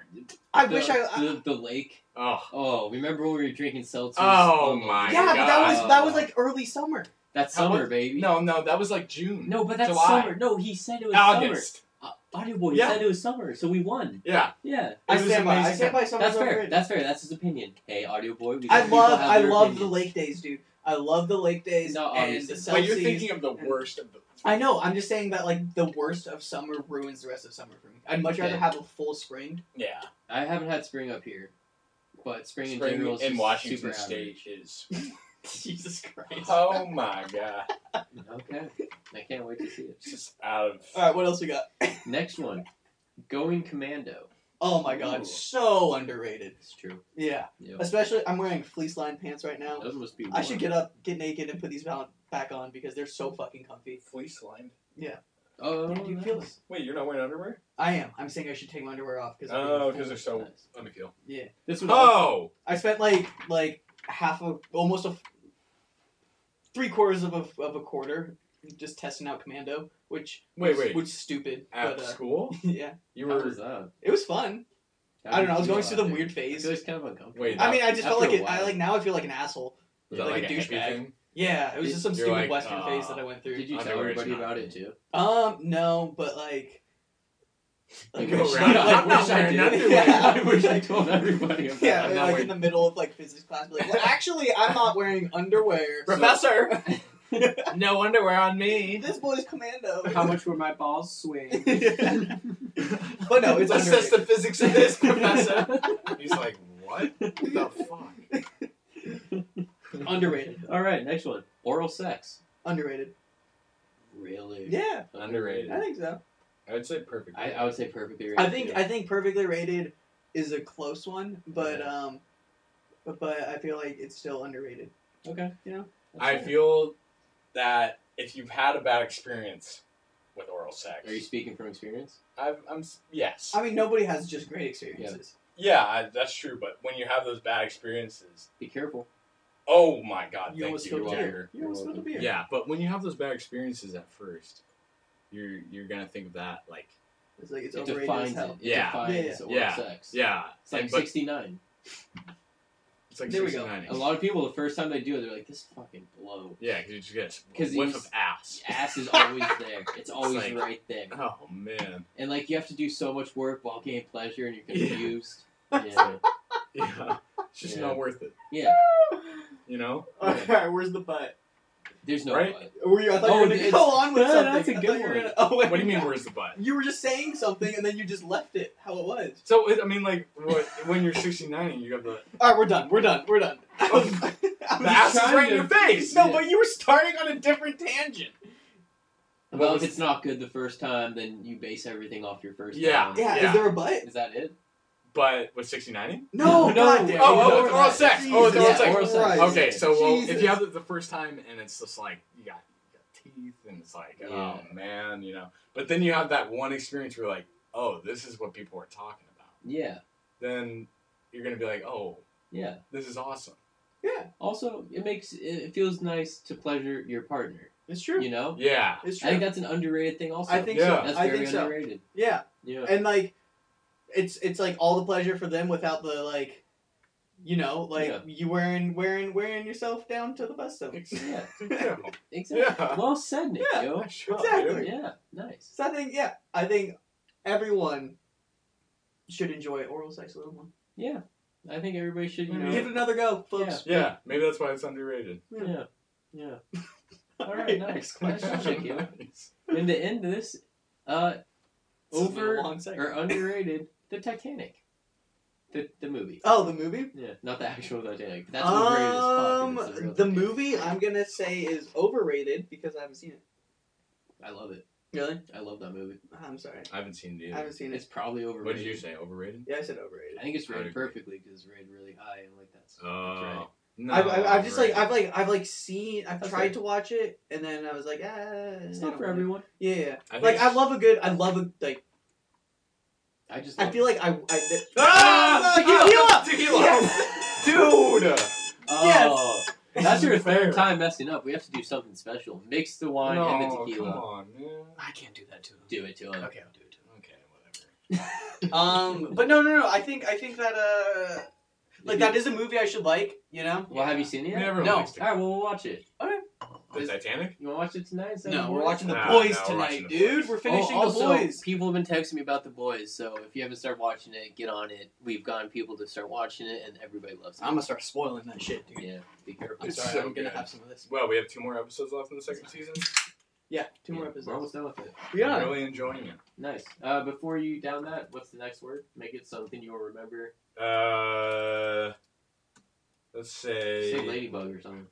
[SPEAKER 4] I
[SPEAKER 3] the,
[SPEAKER 4] wish I. I
[SPEAKER 3] the, the lake.
[SPEAKER 5] Oh,
[SPEAKER 3] Oh, remember when we were drinking seltzers?
[SPEAKER 5] Oh
[SPEAKER 3] my
[SPEAKER 5] my
[SPEAKER 4] yeah, but that was
[SPEAKER 5] God.
[SPEAKER 4] that was like early summer.
[SPEAKER 3] that's
[SPEAKER 5] How
[SPEAKER 3] summer,
[SPEAKER 5] was-
[SPEAKER 3] baby.
[SPEAKER 5] no, no. That was like June.
[SPEAKER 3] no, but that's
[SPEAKER 5] July.
[SPEAKER 3] summer. No, he said it was
[SPEAKER 5] August.
[SPEAKER 3] summer. Uh, Audio boy
[SPEAKER 5] Yeah.
[SPEAKER 3] said it was summer, so we won.
[SPEAKER 5] Yeah.
[SPEAKER 3] Yeah,
[SPEAKER 5] It
[SPEAKER 4] I
[SPEAKER 5] was
[SPEAKER 4] stand by. I
[SPEAKER 5] amazing.
[SPEAKER 4] stand by summer.
[SPEAKER 3] that's fair. That's fair. That's his opinion. Hey, audio boy. We
[SPEAKER 4] I
[SPEAKER 3] let people
[SPEAKER 4] love
[SPEAKER 3] have
[SPEAKER 4] I
[SPEAKER 3] their
[SPEAKER 4] love the
[SPEAKER 3] opinions.
[SPEAKER 4] lake days, dude. I love the lake days
[SPEAKER 3] No,
[SPEAKER 4] and
[SPEAKER 3] obviously.
[SPEAKER 4] the
[SPEAKER 5] But you're
[SPEAKER 4] Celsius.
[SPEAKER 5] thinking of the
[SPEAKER 4] and-
[SPEAKER 5] worst of the.
[SPEAKER 4] I know. I'm just saying that like the worst of summer ruins the rest of summer for me. I'd much rather
[SPEAKER 3] Okay.
[SPEAKER 4] have a full spring. [LAUGHS]
[SPEAKER 5] Yeah.
[SPEAKER 3] I haven't had spring up here, but spring, in
[SPEAKER 5] Spring
[SPEAKER 3] general is
[SPEAKER 5] in
[SPEAKER 3] just
[SPEAKER 5] Washington
[SPEAKER 3] super
[SPEAKER 5] State [LAUGHS] is.
[SPEAKER 4] Jesus Christ. All
[SPEAKER 5] Oh my god.
[SPEAKER 3] average. Okay, I can't wait to see it.
[SPEAKER 5] It's just out of.
[SPEAKER 4] right, what else we got? [COUGHS]
[SPEAKER 3] Next one, going commando.
[SPEAKER 4] Oh my God,
[SPEAKER 5] Ooh.
[SPEAKER 4] so underrated.
[SPEAKER 3] It's true.
[SPEAKER 4] Yeah,
[SPEAKER 3] Yeah.
[SPEAKER 4] especially I'm wearing fleece lined pants right now.
[SPEAKER 3] Those must be.
[SPEAKER 4] I
[SPEAKER 3] warm.
[SPEAKER 4] should get up, get naked, and put these ba- back on because they're so fucking comfy.
[SPEAKER 5] Fleece lined.
[SPEAKER 3] Oh,
[SPEAKER 4] Do you feel
[SPEAKER 3] nice.
[SPEAKER 4] this?
[SPEAKER 5] Wait, you're not wearing underwear?
[SPEAKER 4] I am. I'm saying I should take my underwear off because.
[SPEAKER 5] Oh, because they're so.
[SPEAKER 3] Nice.
[SPEAKER 5] Let me feel.
[SPEAKER 3] oh!
[SPEAKER 4] Yeah.
[SPEAKER 3] This would.
[SPEAKER 5] Oh!
[SPEAKER 4] I spent like like half of almost a three quarters of a, of a quarter just testing out Commando, which
[SPEAKER 5] Wait,
[SPEAKER 4] was-
[SPEAKER 5] wait.
[SPEAKER 4] which is stupid.
[SPEAKER 5] At
[SPEAKER 4] but, uh, [LAUGHS]
[SPEAKER 5] school?
[SPEAKER 4] yeah,
[SPEAKER 5] You
[SPEAKER 3] How
[SPEAKER 5] were.
[SPEAKER 3] was that?
[SPEAKER 4] it was fun.
[SPEAKER 3] How
[SPEAKER 4] I don't
[SPEAKER 3] did
[SPEAKER 4] know. I was
[SPEAKER 3] you
[SPEAKER 4] going
[SPEAKER 3] feel
[SPEAKER 4] through the
[SPEAKER 3] after?
[SPEAKER 4] weird
[SPEAKER 3] I
[SPEAKER 4] phase.
[SPEAKER 3] feel it's kind of uncomfortable.
[SPEAKER 5] Wait,
[SPEAKER 4] I mean, I just felt
[SPEAKER 3] After
[SPEAKER 4] like
[SPEAKER 3] a
[SPEAKER 4] it, I
[SPEAKER 3] while.
[SPEAKER 4] like now I feel like an asshole.
[SPEAKER 5] Was that
[SPEAKER 4] Like
[SPEAKER 5] like,
[SPEAKER 4] a
[SPEAKER 5] a hippie
[SPEAKER 4] douchebag.
[SPEAKER 5] thing?
[SPEAKER 4] Yeah, it was
[SPEAKER 3] Did-
[SPEAKER 4] just some
[SPEAKER 5] you're
[SPEAKER 4] stupid
[SPEAKER 5] like,
[SPEAKER 4] Western
[SPEAKER 5] uh,
[SPEAKER 4] phase that I went through.
[SPEAKER 3] Did you tell
[SPEAKER 5] Underwear is
[SPEAKER 3] everybody
[SPEAKER 5] not
[SPEAKER 3] about
[SPEAKER 5] in.
[SPEAKER 3] it
[SPEAKER 5] [LAUGHS]
[SPEAKER 3] too?
[SPEAKER 4] Um, no, but like,
[SPEAKER 3] Like, [LAUGHS]
[SPEAKER 5] Go
[SPEAKER 3] wish-
[SPEAKER 5] around.
[SPEAKER 3] I
[SPEAKER 5] I'm not
[SPEAKER 3] wish I
[SPEAKER 5] wearing
[SPEAKER 3] did. [LAUGHS]
[SPEAKER 4] [LAUGHS]
[SPEAKER 5] underwear.
[SPEAKER 3] Yeah, I wish I told everybody about
[SPEAKER 4] yeah,
[SPEAKER 5] I'm
[SPEAKER 3] it. [LAUGHS]
[SPEAKER 5] not
[SPEAKER 4] like in
[SPEAKER 5] wearing-
[SPEAKER 4] the middle of like physics class, be like, well, actually, I'm not wearing underwear. so-
[SPEAKER 6] Professor,
[SPEAKER 3] [LAUGHS]
[SPEAKER 6] no underwear on me.
[SPEAKER 4] this boy's [LAUGHS] commando.
[SPEAKER 6] How much were my balls
[SPEAKER 5] [LAUGHS]
[SPEAKER 6] swing?
[SPEAKER 4] But no, [LAUGHS] it's
[SPEAKER 6] Assess
[SPEAKER 4] underrated.
[SPEAKER 6] the physics of
[SPEAKER 3] [LAUGHS]
[SPEAKER 6] this, Professor.
[SPEAKER 5] He's like, what the fuck?
[SPEAKER 4] underrated.
[SPEAKER 3] [LAUGHS] All right, next one. Oral sex.
[SPEAKER 4] Underrated.
[SPEAKER 3] Really?
[SPEAKER 4] Yeah, I
[SPEAKER 5] Underrated.
[SPEAKER 4] think so.
[SPEAKER 5] I'd say perfect.
[SPEAKER 3] I, I would say perfectly.
[SPEAKER 4] I
[SPEAKER 3] rated,
[SPEAKER 4] think
[SPEAKER 3] too.
[SPEAKER 4] I think perfectly rated is a close one, but um, but, but I feel like it's still underrated.
[SPEAKER 3] okay.
[SPEAKER 4] You know,
[SPEAKER 5] I feel that if you've had a bad experience with oral sex,
[SPEAKER 3] Are you speaking from experience?
[SPEAKER 5] I've, I'm s- yes,
[SPEAKER 4] I mean, nobody has just great experiences.
[SPEAKER 5] yeah, I, that's true. But when you have those bad experiences,
[SPEAKER 3] Be careful.
[SPEAKER 5] oh my god,
[SPEAKER 4] You almost
[SPEAKER 5] thank
[SPEAKER 4] spilled
[SPEAKER 5] you,
[SPEAKER 4] a
[SPEAKER 5] Jagger.
[SPEAKER 4] beer. You almost spilled a beer.
[SPEAKER 5] Yeah, but when you have those bad experiences at first, you're you're gonna think of that like
[SPEAKER 4] It's like it's
[SPEAKER 3] it
[SPEAKER 4] overrated
[SPEAKER 3] defines
[SPEAKER 4] as hell.
[SPEAKER 3] It
[SPEAKER 5] Yeah.
[SPEAKER 3] defines
[SPEAKER 4] Yeah, yeah.
[SPEAKER 3] oral
[SPEAKER 5] Yeah.
[SPEAKER 3] sex.
[SPEAKER 5] yeah,
[SPEAKER 3] It's like
[SPEAKER 5] and- but
[SPEAKER 3] 69.
[SPEAKER 5] it's like
[SPEAKER 4] There we go.
[SPEAKER 5] 69.
[SPEAKER 3] A lot of people, the first time they do it, they're like, this fucking blow.
[SPEAKER 5] Yeah, because you just get a
[SPEAKER 3] 'Cause
[SPEAKER 5] whiff
[SPEAKER 3] he's-
[SPEAKER 5] of ass.
[SPEAKER 3] Ass is
[SPEAKER 4] [LAUGHS]
[SPEAKER 3] always there. It's always
[SPEAKER 5] like-
[SPEAKER 3] right there.
[SPEAKER 5] Oh man, [LAUGHS]
[SPEAKER 3] And like you have to do so much work while getting pleasure and you're
[SPEAKER 5] Yeah.
[SPEAKER 4] [LAUGHS]
[SPEAKER 3] confused. Yeah.
[SPEAKER 5] yeah, it's just
[SPEAKER 3] Yeah.
[SPEAKER 5] not worth it.
[SPEAKER 3] Yeah.
[SPEAKER 5] You know,
[SPEAKER 4] All right, where's the butt?
[SPEAKER 3] There's no
[SPEAKER 5] Right?
[SPEAKER 3] but.
[SPEAKER 4] Were you? I thought
[SPEAKER 3] Oh,
[SPEAKER 4] you were gonna
[SPEAKER 3] it's-
[SPEAKER 4] go on with
[SPEAKER 3] no,
[SPEAKER 4] something.
[SPEAKER 3] that's a
[SPEAKER 4] I thought
[SPEAKER 3] good
[SPEAKER 4] you were
[SPEAKER 3] one.
[SPEAKER 4] gonna- oh, wait.
[SPEAKER 5] what
[SPEAKER 3] [LAUGHS]
[SPEAKER 5] do you mean? Where's the butt?
[SPEAKER 4] You were just saying something and then you just left it how it was.
[SPEAKER 5] So it, I mean, like what, when you're 69 and you
[SPEAKER 6] [LAUGHS]
[SPEAKER 5] have the
[SPEAKER 4] All right, we're done. We're done. We're done. [LAUGHS] I was- I was
[SPEAKER 5] the ass is
[SPEAKER 4] trying to-
[SPEAKER 5] right in your face.
[SPEAKER 6] No, but you were starting on a different tangent.
[SPEAKER 5] What
[SPEAKER 3] Well, if
[SPEAKER 5] was-
[SPEAKER 3] it's not good the first time, then you base everything off your first
[SPEAKER 5] Yeah.
[SPEAKER 3] time.
[SPEAKER 4] Yeah,
[SPEAKER 5] Yeah.
[SPEAKER 4] is there a butt?
[SPEAKER 3] Is that it?
[SPEAKER 5] But with 69?
[SPEAKER 4] No,
[SPEAKER 3] No,
[SPEAKER 4] God
[SPEAKER 3] no.
[SPEAKER 4] damn it.
[SPEAKER 5] Oh, oh,
[SPEAKER 4] No,
[SPEAKER 5] it's
[SPEAKER 4] no.
[SPEAKER 5] oral sex. Oh, it's
[SPEAKER 4] Jesus
[SPEAKER 5] oral
[SPEAKER 4] Christ.
[SPEAKER 5] sex.
[SPEAKER 3] oral sex.
[SPEAKER 5] Okay, so well, if
[SPEAKER 4] Jesus.
[SPEAKER 5] you have it the first time and it's just like you got, you got teeth and it's like, oh
[SPEAKER 3] Yeah.
[SPEAKER 5] man, you know. But then you have that one experience where you're like, oh, this is what people are talking about.
[SPEAKER 3] Yeah.
[SPEAKER 5] Then you're gonna be like, oh,
[SPEAKER 3] Yeah.
[SPEAKER 5] this is awesome.
[SPEAKER 3] Also, it makes it feels nice to pleasure your partner.
[SPEAKER 4] It's true.
[SPEAKER 3] You know?
[SPEAKER 6] [LAUGHS]
[SPEAKER 5] Yeah,
[SPEAKER 4] It's true.
[SPEAKER 3] I think that's an underrated thing also.
[SPEAKER 4] I think
[SPEAKER 5] Yeah.
[SPEAKER 4] so.
[SPEAKER 3] that's
[SPEAKER 4] I
[SPEAKER 3] very
[SPEAKER 4] think so.
[SPEAKER 3] underrated.
[SPEAKER 4] Yeah,
[SPEAKER 3] Yeah.
[SPEAKER 4] and like, it's it's like all the pleasure for them without the like, you know, like
[SPEAKER 3] Yeah.
[SPEAKER 4] you wearing wearing wearing yourself down to the bust of. it.
[SPEAKER 3] yeah.
[SPEAKER 5] yeah,
[SPEAKER 3] Exactly.
[SPEAKER 5] yeah.
[SPEAKER 3] Well said, Nick.
[SPEAKER 4] Yeah.
[SPEAKER 3] yo.
[SPEAKER 5] Nice shot,
[SPEAKER 4] Exactly.
[SPEAKER 5] dude.
[SPEAKER 3] Yeah. Nice.
[SPEAKER 4] So I think yeah, I think everyone should enjoy oral sex a little more.
[SPEAKER 3] Yeah. I think everybody should, you
[SPEAKER 5] Maybe
[SPEAKER 3] know.
[SPEAKER 4] Give it another go, folks.
[SPEAKER 5] Yeah, maybe that's why
[SPEAKER 4] [LAUGHS]
[SPEAKER 5] it's underrated.
[SPEAKER 3] Yeah. Yeah. All right, [LAUGHS]
[SPEAKER 4] Right.
[SPEAKER 3] nice. Nice shit, yo. And to end this, uh,
[SPEAKER 4] This has been a
[SPEAKER 3] over
[SPEAKER 4] long segment.
[SPEAKER 3] or underrated the Titanic, the the movie.
[SPEAKER 4] Oh, the movie.
[SPEAKER 3] Yeah, not the actual Titanic. But that's overrated as fuck. and
[SPEAKER 4] Um,
[SPEAKER 3] it's real
[SPEAKER 4] the
[SPEAKER 3] Titanic.
[SPEAKER 4] movie I'm gonna say is overrated because I haven't seen it.
[SPEAKER 3] I love it.
[SPEAKER 4] Really?
[SPEAKER 3] I love that movie.
[SPEAKER 4] I'm sorry,
[SPEAKER 5] I haven't seen it
[SPEAKER 4] I haven't
[SPEAKER 5] either.
[SPEAKER 4] seen
[SPEAKER 3] It's
[SPEAKER 4] it.
[SPEAKER 3] probably overrated.
[SPEAKER 5] What did you say? Overrated?
[SPEAKER 4] Yeah, I said overrated.
[SPEAKER 3] I think it's
[SPEAKER 5] I would
[SPEAKER 3] rated
[SPEAKER 5] agree.
[SPEAKER 3] perfectly because it's rated really high and like that's.
[SPEAKER 5] Oh,
[SPEAKER 3] right.
[SPEAKER 5] no,
[SPEAKER 4] I've, I've, I've just like I've
[SPEAKER 5] overrated.
[SPEAKER 4] like I've like seen I've
[SPEAKER 3] That's
[SPEAKER 4] tried
[SPEAKER 3] fair.
[SPEAKER 4] to watch it and then I was like ah
[SPEAKER 3] It's
[SPEAKER 4] I
[SPEAKER 3] not
[SPEAKER 4] don't
[SPEAKER 3] for
[SPEAKER 4] wanna-
[SPEAKER 3] everyone.
[SPEAKER 4] yeah, yeah.
[SPEAKER 5] I think
[SPEAKER 4] like I
[SPEAKER 5] it's-
[SPEAKER 4] love a good I love a like
[SPEAKER 3] I just.
[SPEAKER 4] I
[SPEAKER 3] love
[SPEAKER 4] feel
[SPEAKER 3] it.
[SPEAKER 4] like I, I
[SPEAKER 5] [LAUGHS] Ah!
[SPEAKER 4] [LAUGHS] Ah!
[SPEAKER 5] [LAUGHS] Tequila!
[SPEAKER 4] Yes!
[SPEAKER 5] Dude!
[SPEAKER 3] Oh, that's
[SPEAKER 4] [LAUGHS]
[SPEAKER 3] your
[SPEAKER 5] Fair.
[SPEAKER 3] third time messing up. We have to do something special. Mix the wine and the
[SPEAKER 5] No,
[SPEAKER 3] tequila.
[SPEAKER 5] Come on, man.
[SPEAKER 6] I can't do that to him.
[SPEAKER 3] Do it to him.
[SPEAKER 6] Okay, I'll do it to him.
[SPEAKER 5] Okay,
[SPEAKER 4] [LAUGHS]
[SPEAKER 5] whatever.
[SPEAKER 4] um but no no no I think I think that uh like that is a movie I should like you know
[SPEAKER 3] Well, have you seen it? yet?
[SPEAKER 5] Never
[SPEAKER 4] No.
[SPEAKER 5] likes
[SPEAKER 3] All right, well we'll watch it.
[SPEAKER 5] The Titanic?
[SPEAKER 3] You want to watch it tonight? instead of
[SPEAKER 4] no we're
[SPEAKER 3] tomorrow?
[SPEAKER 4] watching the
[SPEAKER 5] Nah,
[SPEAKER 4] boys
[SPEAKER 5] nah, we're
[SPEAKER 4] tonight
[SPEAKER 5] watching The
[SPEAKER 4] dude
[SPEAKER 5] Boys.
[SPEAKER 4] we're finishing
[SPEAKER 3] oh, also,
[SPEAKER 4] the boys
[SPEAKER 3] People have been texting me about the boys, so if you haven't started watching it, get on it. We've gotten people to start watching it, and everybody loves it.
[SPEAKER 4] I'm gonna start spoiling that shit dude
[SPEAKER 3] yeah, be careful.
[SPEAKER 4] I'm
[SPEAKER 5] It's
[SPEAKER 4] sorry
[SPEAKER 5] so
[SPEAKER 4] I'm gonna
[SPEAKER 5] good.
[SPEAKER 4] have some of this
[SPEAKER 5] Well, we have two more episodes left in the second season.
[SPEAKER 4] yeah two
[SPEAKER 3] Yeah,
[SPEAKER 4] more
[SPEAKER 3] We're
[SPEAKER 4] episodes
[SPEAKER 3] almost done with it.
[SPEAKER 5] I'm really enjoying it.
[SPEAKER 3] Nice. Uh, before you down that, what's the next word? Make it something you'll remember.
[SPEAKER 5] Uh, let's
[SPEAKER 3] Say
[SPEAKER 5] say
[SPEAKER 3] ladybug or
[SPEAKER 4] [LAUGHS]
[SPEAKER 3] something.